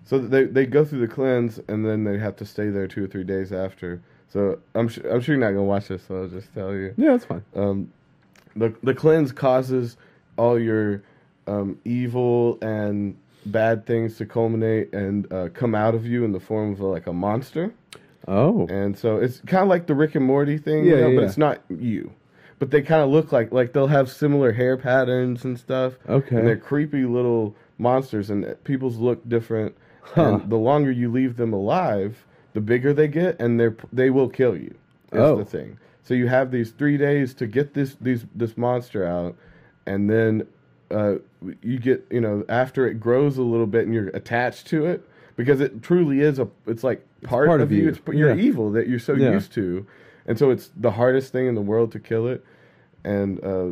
Speaker 2: so they they go through the cleanse and then they have to stay there two or three days after. So I'm su- I'm sure you're not gonna watch this, so I'll just tell you.
Speaker 1: Yeah, that's fine.
Speaker 2: Um, the the cleanse causes all your um, evil and bad things to culminate and uh, come out of you in the form of like a monster.
Speaker 1: Oh.
Speaker 2: And so it's kind of like the Rick and Morty thing, you
Speaker 1: Yeah,
Speaker 2: know,
Speaker 1: yeah,
Speaker 2: but
Speaker 1: yeah.
Speaker 2: it's not you. But they kind of look like like they'll have similar hair patterns and stuff.
Speaker 1: Okay.
Speaker 2: And they're creepy little monsters, and people's look different.
Speaker 1: Huh.
Speaker 2: And the longer you leave them alive, the bigger they get, and they are they will kill you. Is
Speaker 1: Oh.
Speaker 2: the thing. So you have these three days to get this these this monster out, and then uh, you get you know after it grows a little bit and you're attached to it because it truly is a it's like part,
Speaker 1: part
Speaker 2: of,
Speaker 1: of
Speaker 2: you.
Speaker 1: you.
Speaker 2: It's p- you're
Speaker 1: Yeah.
Speaker 2: evil that you're so
Speaker 1: Yeah.
Speaker 2: used to, and so it's the hardest thing in the world to kill it, and uh,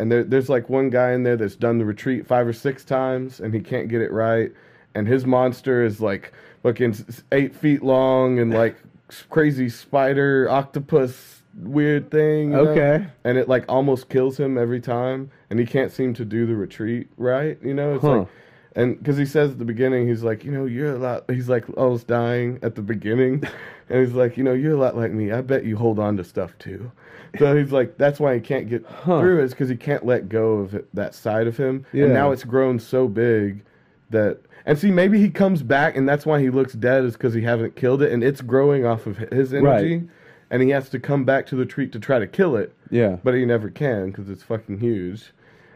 Speaker 2: and there, there's like one guy in there that's done the retreat five or six times and he can't get it right, and his monster is like fucking s- s- eight feet long and like s- crazy spider octopus weird thing.
Speaker 1: uh,
Speaker 2: you know?
Speaker 1: Okay.
Speaker 2: and it like almost kills him every time, and he can't seem to do the retreat right. You know, it's
Speaker 1: Huh.
Speaker 2: like, and because he says at the beginning, he's like, you know, you're a lot. He's like almost dying at the
Speaker 1: [LAUGHS]
Speaker 2: beginning, and he's like, you know, you're a lot like me. I bet you hold on to stuff too. So he's like, that's why he can't get through is because he can't let go of it, that side of him. And
Speaker 1: Yeah.
Speaker 2: now it's grown so big that. And see, maybe he comes back, and that's why he looks dead, is because he haven't killed it, and it's growing off of his energy,
Speaker 1: Right.
Speaker 2: and he has to come back to the treat to try to kill it
Speaker 1: Yeah.
Speaker 2: but he never can because it's fucking huge.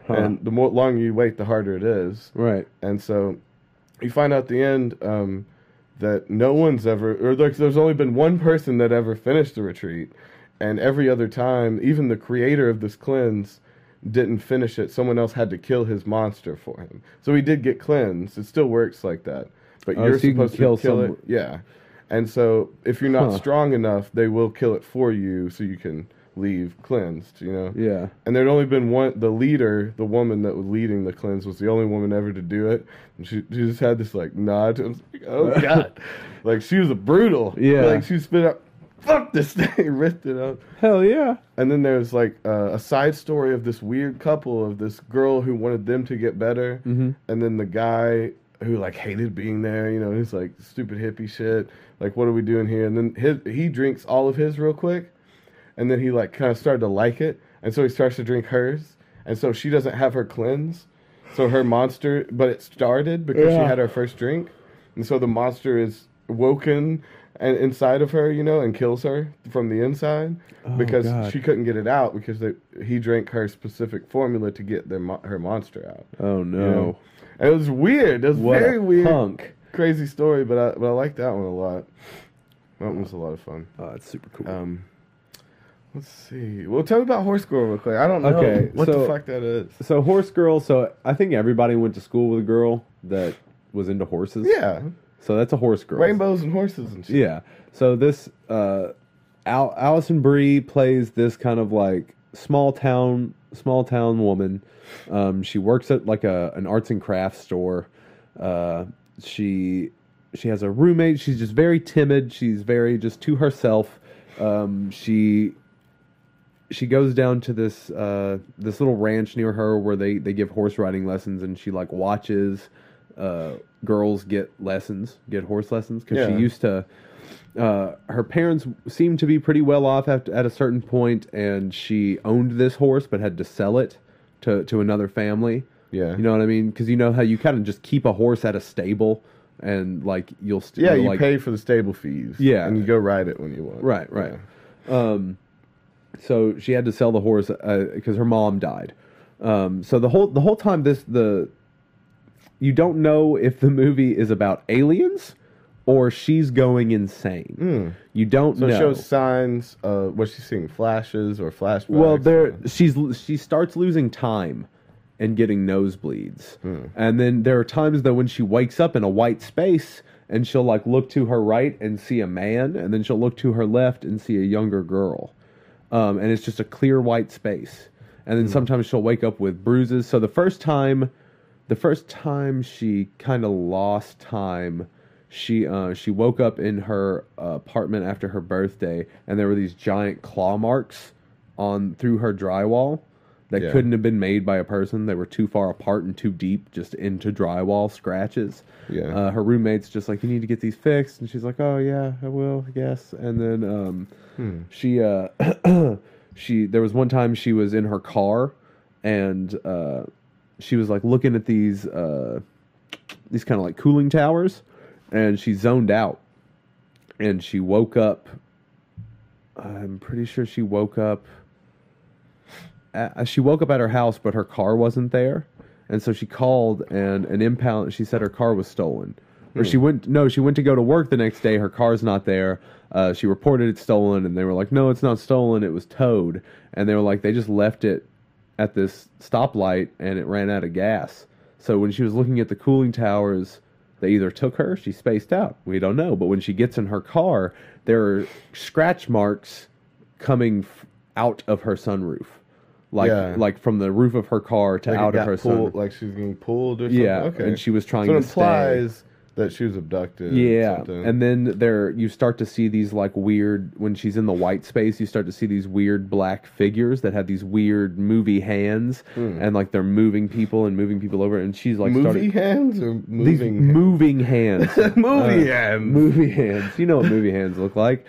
Speaker 2: And the more longer you wait, the harder it is.
Speaker 1: Right.
Speaker 2: And so you find out at the end um, that no one's ever, or there's, there's only been one person that ever finished the retreat. And every other time, even the creator of this cleanse didn't finish it. Someone else had to kill his monster for him. So he did get cleansed. It still works like that. But
Speaker 1: Oh,
Speaker 2: you're
Speaker 1: so you can
Speaker 2: supposed
Speaker 1: kill
Speaker 2: to kill
Speaker 1: some-
Speaker 2: it. Yeah. And so if you're not
Speaker 1: Huh.
Speaker 2: strong enough, they will kill it for you so you can leave cleansed, you know?
Speaker 1: Yeah.
Speaker 2: And there'd only been one. The leader, the woman that was leading the cleanse, was the only woman ever to do it. And she, she just had this like nod. And like, oh god, like she was a brutal.
Speaker 1: Yeah.
Speaker 2: Like she spit up, fuck this thing, [LAUGHS] ripped it up.
Speaker 1: Hell yeah.
Speaker 2: And then there's like uh, a side story of this weird couple of this girl who wanted them to get better, and then the guy who like hated being there. You know, he's like stupid hippie shit. Like, what are we doing here? And then his, he drinks all of his real quick, and then he like kind of started to like it, and so he starts to drink hers, and so she doesn't have her cleanse, so her monster. But it started because she
Speaker 1: Yeah.
Speaker 2: had her first drink. and so the monster is woken and inside of her, you know, and kills her from the inside because
Speaker 1: Oh, God.
Speaker 2: she couldn't get it out because they, he drank her specific formula to get their mon- her monster out.
Speaker 1: Oh no.
Speaker 2: you know? And it was weird. It was
Speaker 1: What
Speaker 2: very
Speaker 1: a
Speaker 2: weird,
Speaker 1: punk.
Speaker 2: crazy story. But I but I like that one a lot. That one was a lot of fun.
Speaker 1: Oh, it's super cool.
Speaker 2: Um, let's see. Well, tell me about horse girl real quick. I don't know
Speaker 1: Okay,
Speaker 2: what the
Speaker 1: so-
Speaker 2: fuck that is.
Speaker 1: so horse girl. So I think everybody went to school with a girl that was into horses.
Speaker 2: Yeah,
Speaker 1: So that's a horse girl.
Speaker 2: rainbows and horses and shit.
Speaker 1: Yeah. So this uh, Al- Allison Brie plays this kind of like small town small town woman. Um, she works at like a an arts and crafts store. Uh, she she has a roommate. She's just very timid. She's very just to herself. Um, she she goes down to this uh, this little ranch near her where they, they give horse riding lessons, and she like watches uh, girls get lessons, get horse lessons, because
Speaker 2: Yeah.
Speaker 1: she used to. Uh, her parents seemed to be pretty well off at, at a certain point, and she owned this horse but had to sell it to to another family.
Speaker 2: Yeah.
Speaker 1: you know what I mean? Because you know how you kind of just keep a horse at a stable, and like you'll still
Speaker 2: Yeah, you
Speaker 1: like,
Speaker 2: pay for the stable fees.
Speaker 1: Yeah.
Speaker 2: and you go ride it when you want.
Speaker 1: Right, right. Um, so she had to sell the horse because her mom died. Um, so the whole the whole time this the you don't know if the movie is about aliens or she's going insane.
Speaker 2: Mm.
Speaker 1: You don't
Speaker 2: So
Speaker 1: know.
Speaker 2: it shows signs. Uh, what she's seeing flashes or flashbacks.
Speaker 1: well, there
Speaker 2: or-
Speaker 1: she's she starts losing time and getting nosebleeds, and then there are times though when she wakes up in a white space and she'll like look to her right and see a man, and then she'll look to her left and see a younger girl, um, and it's just a clear white space. And then sometimes she'll wake up with bruises. So the first time, the first time she kind of lost time. She uh, she woke up in her uh, apartment after her birthday, and there were these giant claw marks on through her drywall that
Speaker 2: Yeah.
Speaker 1: couldn't have been made by a person. They were too far apart and too deep, just into drywall scratches.
Speaker 2: Yeah.
Speaker 1: Uh, her roommate's just like, "You need to get these fixed," and she's like, "Oh yeah, I will, I guess." And then um,
Speaker 2: Hmm.
Speaker 1: she uh, [CLEARS THROAT] she there was one time she was in her car, and uh, she was like looking at these uh, these kind of like cooling towers, and she zoned out, and she woke up I'm pretty sure she woke up. Uh, she woke up at her house, but her car wasn't there, and so she called and an impound. She said her car was stolen, or she went. No, she went to go to work the next day. Her car's not there. Uh, she reported it stolen, and they were like, "No, it's not stolen. It was towed." And they were like, "They just left it at this stoplight, and it ran out of gas." So when she was looking at the cooling towers, they either took her, she spaced out. We don't know. But when she gets in her car, there are scratch marks coming f- out of her sunroof, like
Speaker 2: Yeah.
Speaker 1: like from the roof of her car to
Speaker 2: Like it
Speaker 1: out of
Speaker 2: got
Speaker 1: her
Speaker 2: pulled,
Speaker 1: sunroof.
Speaker 2: like she's getting pulled or something.
Speaker 1: yeah,
Speaker 2: okay.
Speaker 1: and she was
Speaker 2: so
Speaker 1: trying
Speaker 2: it
Speaker 1: to stay.
Speaker 2: implies that she was abducted. or
Speaker 1: Yeah,
Speaker 2: something.
Speaker 1: and then there you start to see these like weird when she's in the white space. You start to see these weird black figures that have these weird movie hands, and like they're moving people and moving people over. And she's like started-
Speaker 2: Hmm. movie hands or
Speaker 1: these
Speaker 2: moving hands?
Speaker 1: moving hands,
Speaker 2: [LAUGHS] Movie hands. Uh,
Speaker 1: movie hands. You know what movie hands look like?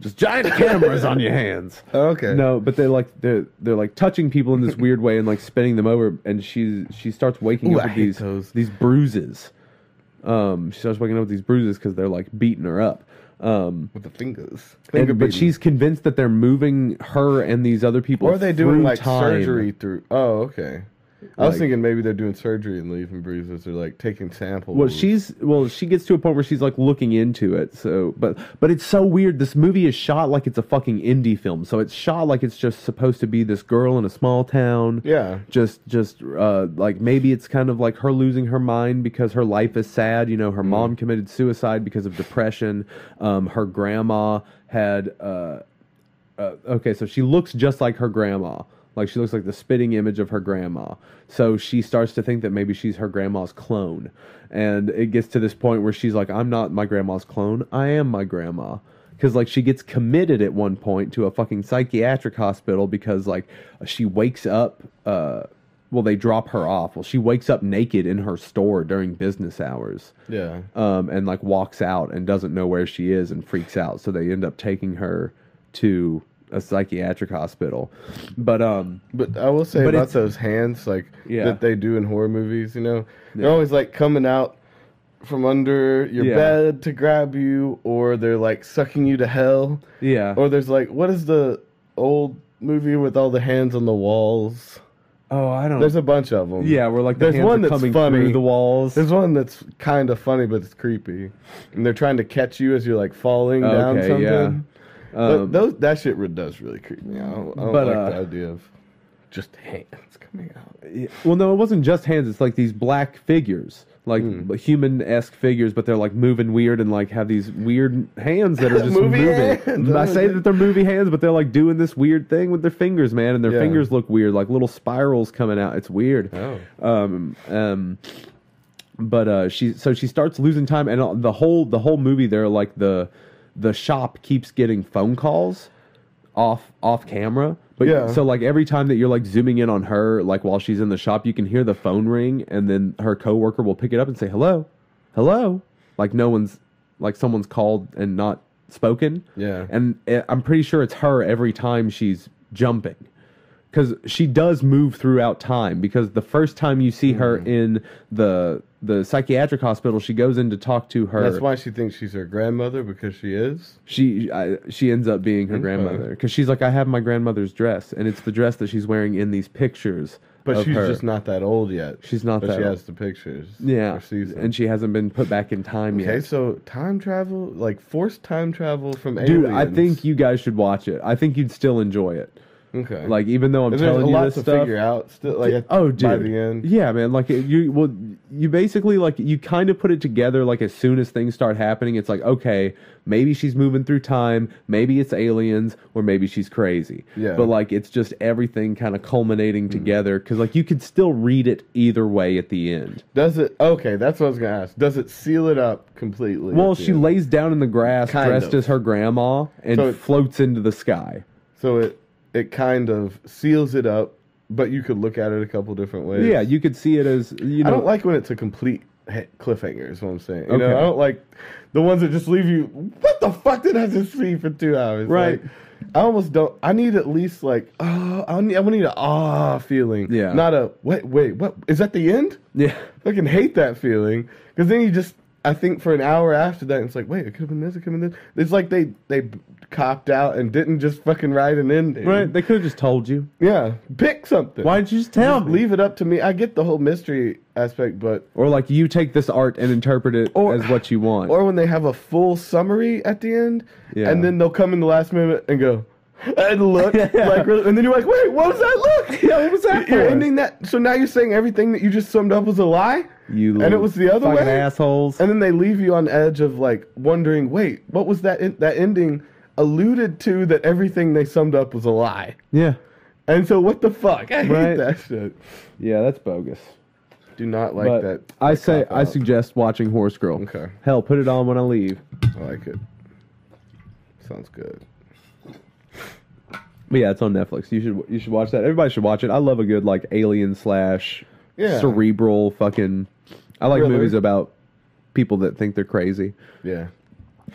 Speaker 1: Just giant cameras on your hands.
Speaker 2: [LAUGHS] Okay.
Speaker 1: No, but they're like they're they're like touching people in this weird way and like spinning them over. And she she starts waking
Speaker 2: Ooh,
Speaker 1: up
Speaker 2: I
Speaker 1: with
Speaker 2: hate
Speaker 1: these
Speaker 2: those.
Speaker 1: these bruises. Um, she starts waking up with these bruises because they're like beating her up. Um,
Speaker 2: with the fingers.
Speaker 1: and-
Speaker 2: Finger
Speaker 1: but
Speaker 2: beating.
Speaker 1: she's convinced that they're moving her and these other people.
Speaker 2: Or are they doing
Speaker 1: through
Speaker 2: like
Speaker 1: time.
Speaker 2: surgery through? Oh, okay. I was
Speaker 1: Like-
Speaker 2: thinking maybe they're doing surgery and leaving bruises, or like taking samples.
Speaker 1: Well, she's well, she gets to a point where she's like looking into it. So, but but it's so weird. This movie is shot like it's a fucking indie film. So it's shot like it's just supposed to be this girl in a small town.
Speaker 2: Yeah.
Speaker 1: Just just uh like maybe it's kind of like her losing her mind because her life is sad, you know, her mom committed suicide because of depression. Um her grandma had uh uh, okay, so she looks just like her grandma. Like she looks like the spitting image of her grandma. So she starts to think that maybe she's her grandma's clone. And it gets to this point where she's like, I'm not my grandma's clone. I am my grandma. Because, like, she gets committed at one point to a fucking psychiatric hospital because, like, she wakes up. Uh, well, they drop her off. Well, she wakes up naked in her store during business hours
Speaker 2: yeah.
Speaker 1: um, and like walks out and doesn't know where she is and freaks out. So they end up taking her to a psychiatric hospital. But um,
Speaker 2: But I will say
Speaker 1: But
Speaker 2: about
Speaker 1: it's-
Speaker 2: those hands, like
Speaker 1: Yeah.
Speaker 2: that they do in horror movies. You know, they're always like coming out from under your
Speaker 1: Yeah.
Speaker 2: bed to grab you, or they're like sucking you to hell,
Speaker 1: Yeah.
Speaker 2: or there's like what is the old movie with all the hands on the walls?
Speaker 1: oh, I don't.
Speaker 2: There's a bunch of them.
Speaker 1: yeah, we're like the
Speaker 2: there's
Speaker 1: hands
Speaker 2: one
Speaker 1: are
Speaker 2: that's
Speaker 1: coming
Speaker 2: funny.
Speaker 1: through the walls.
Speaker 2: There's one that's kind of funny, but it's creepy, and they're trying to catch you as you're like falling down
Speaker 1: Okay,
Speaker 2: something.
Speaker 1: yeah.
Speaker 2: But
Speaker 1: Um,
Speaker 2: those that shit re- does really creep me out. I don't, I don't
Speaker 1: But,
Speaker 2: like
Speaker 1: uh,
Speaker 2: the idea of just hands coming out.
Speaker 1: Yeah, Well, no, it wasn't just hands. It's like these black figures, like
Speaker 2: Hmm.
Speaker 1: human esque figures, but they're like moving weird and like have these weird hands that are just
Speaker 2: [LAUGHS] Movie
Speaker 1: moving. Mm,
Speaker 2: hands.
Speaker 1: I say that they're movie hands, but they're like doing this weird thing with their fingers, man, and their
Speaker 2: Yeah.
Speaker 1: fingers look weird, like little spirals coming out. It's weird.
Speaker 2: Oh.
Speaker 1: Um, um, but uh, she so she starts losing time, and uh, the whole the whole movie, they're like the the shop keeps getting phone calls off off camera. But
Speaker 2: Yeah.
Speaker 1: yeah. so like every time that you're like zooming in on her, like while she's in the shop, you can hear the phone ring, and then her coworker will pick it up and say hello, hello, like no one's like someone's called and not spoken.
Speaker 2: Yeah.
Speaker 1: and it, I'm pretty sure it's her every time she's jumping. Because she does move throughout time. Because the first time you see
Speaker 2: Mm.
Speaker 1: her in the the psychiatric hospital, she goes in to talk to her.
Speaker 2: That's why she thinks she's her grandmother because she is.
Speaker 1: she I, she ends up being her grandmother because she's like, I have my grandmother's dress, and it's the dress that she's wearing in these pictures.
Speaker 2: But
Speaker 1: of
Speaker 2: she's
Speaker 1: her.
Speaker 2: just not that old yet.
Speaker 1: She's not
Speaker 2: but
Speaker 1: that
Speaker 2: she
Speaker 1: old.
Speaker 2: has the pictures.
Speaker 1: yeah,
Speaker 2: Or sees them.
Speaker 1: and she hasn't been put back in time
Speaker 2: okay,
Speaker 1: yet.
Speaker 2: so time travel, like forced time travel from
Speaker 1: Dude,
Speaker 2: aliens.
Speaker 1: I think you guys should watch it. I think you'd still enjoy it.
Speaker 2: okay.
Speaker 1: Like even though I'm
Speaker 2: And there's a
Speaker 1: telling you
Speaker 2: lot
Speaker 1: this
Speaker 2: to
Speaker 1: stuff,
Speaker 2: figure out. Still, like
Speaker 1: oh,
Speaker 2: oh,
Speaker 1: dude.
Speaker 2: by the end,
Speaker 1: Yeah, man. Like it- you, well, you basically like you kind of put it together. Like as soon as things start happening, it's like okay, maybe she's moving through time, maybe it's aliens, or maybe she's crazy.
Speaker 2: Yeah. Mm-hmm.
Speaker 1: But like it's just everything kind of culminating together because like you could still read it either way at the end.
Speaker 2: does it? Okay, that's what I was gonna ask. Does it seal it up completely?
Speaker 1: Well,
Speaker 2: at the
Speaker 1: she
Speaker 2: end?
Speaker 1: lays down in the grass
Speaker 2: Kind
Speaker 1: dressed
Speaker 2: of.
Speaker 1: as her grandma and
Speaker 2: So it-
Speaker 1: floats into the sky.
Speaker 2: so it it kind of seals it up, but you could look at it a couple different ways.
Speaker 1: Yeah, you could see it as you know.
Speaker 2: I don't like when it's a complete he- cliffhanger. Is what I'm saying. You
Speaker 1: Okay.
Speaker 2: know, I don't like the ones that just leave you. What the fuck did I just see for two hours?
Speaker 1: Right.
Speaker 2: Like, I almost don't. I need at least like oh, I need, I need a ah feeling.
Speaker 1: Yeah.
Speaker 2: Not a wait, wait, what is that? The end?
Speaker 1: yeah.
Speaker 2: Fucking hate that feeling because then you just. I think for an hour after that, it's like, wait, it could have been this, it could have been this. It's like they they copped out and didn't just fucking write an ending.
Speaker 1: Right, they could have just told you.
Speaker 2: Yeah. Pick something.
Speaker 1: Why didn't you just tell me?
Speaker 2: Leave it up to me. I get the whole mystery aspect, but
Speaker 1: Or like you take this art and interpret it
Speaker 2: Or-
Speaker 1: as what you want.
Speaker 2: or [LAUGHS] when they have a full summary at the end,
Speaker 1: Yeah.
Speaker 2: and then they'll come in the last minute and go and
Speaker 1: [LAUGHS]
Speaker 2: look like, really- and then you're like, wait, what was that look?
Speaker 1: Yeah, what was that
Speaker 2: You're
Speaker 1: for?
Speaker 2: ending that. So now you're saying everything that you just summed up was a lie.
Speaker 1: you
Speaker 2: and it was the other
Speaker 1: fucking
Speaker 2: way.
Speaker 1: assholes.
Speaker 2: And then they leave you on edge of like wondering, wait, what was that? En- that ending alluded to that everything they summed up was a lie.
Speaker 1: yeah,
Speaker 2: And so what the fuck? I hate
Speaker 1: Right.
Speaker 2: that shit.
Speaker 1: yeah, that's bogus.
Speaker 2: Do not like
Speaker 1: but
Speaker 2: that.
Speaker 1: I say I
Speaker 2: out.
Speaker 1: suggest watching Horse Girl.
Speaker 2: Okay.
Speaker 1: hell, put it on when I leave.
Speaker 2: I like it. Sounds good.
Speaker 1: But yeah, it's on Netflix. You should you should watch that. Everybody should watch it. I love a good like alien slash
Speaker 2: Yeah.
Speaker 1: cerebral fucking. I like
Speaker 2: Thriller.
Speaker 1: movies about people that think they're crazy.
Speaker 2: Yeah.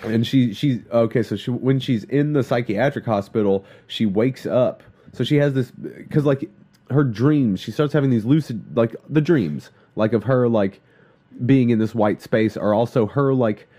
Speaker 1: and she she's okay so she when she's in the psychiatric hospital she wakes up so she has this because like her dreams she starts having these lucid like the dreams like of her like being in this white space are also her like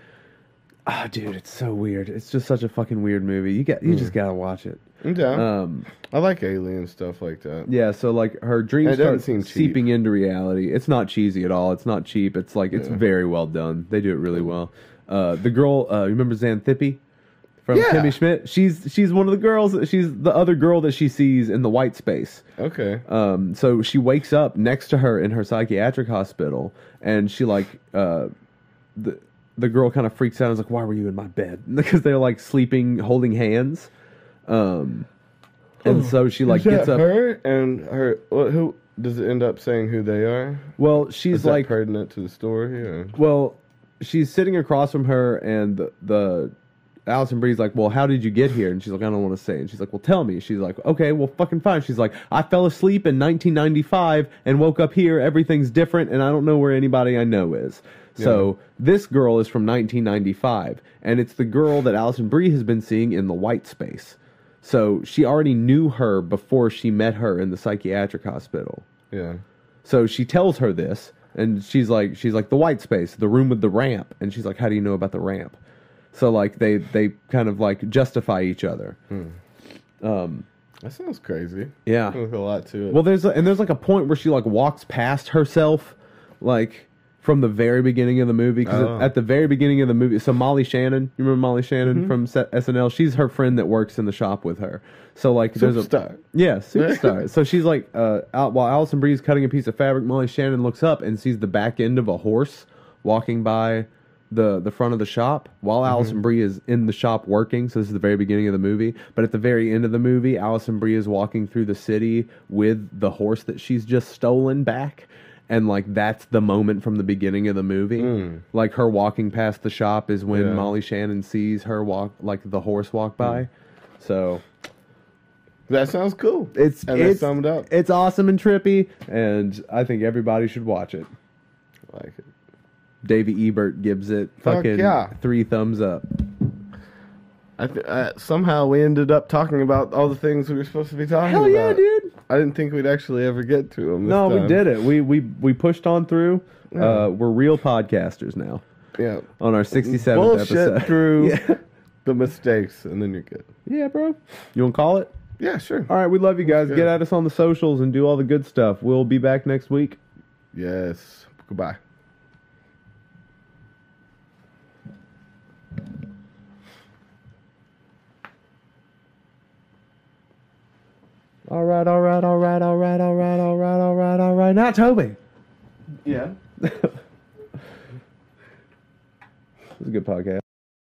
Speaker 1: ah dude it's so weird it's just such a fucking weird movie you got you just gotta watch it
Speaker 2: I'm down.
Speaker 1: um
Speaker 2: I like alien stuff like that.
Speaker 1: yeah so like her dreams
Speaker 2: It doesn't
Speaker 1: start
Speaker 2: seem cheap.
Speaker 1: seeping into reality it's not cheesy at all it's not cheap it's like it's very well done they do it really well uh the girl uh you remember xanthippe from
Speaker 2: Yeah.
Speaker 1: Kimmy Schmidt. She's she's one of the girls. She's the other girl that she sees in the white space.
Speaker 2: Okay.
Speaker 1: Um, so she wakes up next to her in her psychiatric hospital, and she like uh, the the girl kind of freaks out. and is like, "Why were you in my bed?" [LAUGHS] Because they're like sleeping, holding hands. Um, and so she like
Speaker 2: Oh. Is that
Speaker 1: gets up.
Speaker 2: her and her. What, who does it end up saying who they are?
Speaker 1: Well,
Speaker 2: Is
Speaker 1: she's
Speaker 2: that
Speaker 1: like
Speaker 2: pertinent to the story? Or?
Speaker 1: Well, she's sitting across from her, and the, the Allison Bree's like, "Well, how did you get here?" And she's like, "I don't want to say." And she's like, "Well, tell me." She's like, "Okay, well, fucking fine." She's like, "I fell asleep in 1995 and woke up here. Everything's different, and I don't know where anybody I know is." So this girl is from 1995, and it's the girl that Allison Bree has been seeing in the white space. So she already knew her before she met her in the psychiatric hospital.
Speaker 2: Yeah.
Speaker 1: So she tells her this, and she's like, she's like the white space, the room with the ramp, and she's like, how do you know about the ramp? So like they they kind of like justify each other.
Speaker 2: Hmm.
Speaker 1: Um,
Speaker 2: That sounds crazy.
Speaker 1: Yeah.
Speaker 2: There's a lot to it.
Speaker 1: well, there's a, and there's like a point where she like walks past herself, like from the very beginning of the movie. Because
Speaker 2: Oh.
Speaker 1: at the very beginning of the movie, so Molly Shannon, you remember Molly Shannon
Speaker 2: Mm-hmm.
Speaker 1: from S- SNL? She's her friend that works in the shop with her. So like there's a
Speaker 2: Superstar.
Speaker 1: yeah, superstar. so she's like, uh, out while Allison Bree's cutting a piece of fabric, Molly Shannon looks up and sees the back end of a horse walking by the the front of the shop while Allison Bree is in the shop working. So this is the very beginning of the movie. But at the very end of the movie, Allison Bree is walking through the city with the horse that she's just stolen back. And like that's the moment from the beginning of the movie. Like her walking past the shop is when
Speaker 2: Yeah.
Speaker 1: Molly Shannon sees her walk like the horse walk by. So
Speaker 2: That sounds cool.
Speaker 1: it's
Speaker 2: and
Speaker 1: it's
Speaker 2: it's summed up.
Speaker 1: It's awesome and trippy, and I think everybody should watch it.
Speaker 2: I like it.
Speaker 1: Davey Ebert gives it
Speaker 2: Fuck
Speaker 1: fucking
Speaker 2: yeah.
Speaker 1: three thumbs up.
Speaker 2: I th- I, somehow we ended up talking about all the things we were supposed to be talking
Speaker 1: Hell
Speaker 2: about.
Speaker 1: yeah, dude!
Speaker 2: I didn't think we'd actually ever get to them.
Speaker 1: No, we did it. We we we pushed on through. Uh, we're real podcasters now
Speaker 2: Yeah.
Speaker 1: on our sixty seventh
Speaker 2: Bullshit
Speaker 1: episode. [LAUGHS]
Speaker 2: through
Speaker 1: yeah.
Speaker 2: the mistakes, and then you're good.
Speaker 1: yeah, bro. You want to call it?
Speaker 2: Yeah, sure.
Speaker 1: All right, we love you guys.
Speaker 2: good.
Speaker 1: Get at us on the socials and do all the good stuff. We'll be back next week.
Speaker 2: Yes. Goodbye.
Speaker 1: All right, all right, all right, all right, all right, all right, all right, all right. Not Toby.
Speaker 2: Yeah.
Speaker 1: [LAUGHS] This is a good podcast.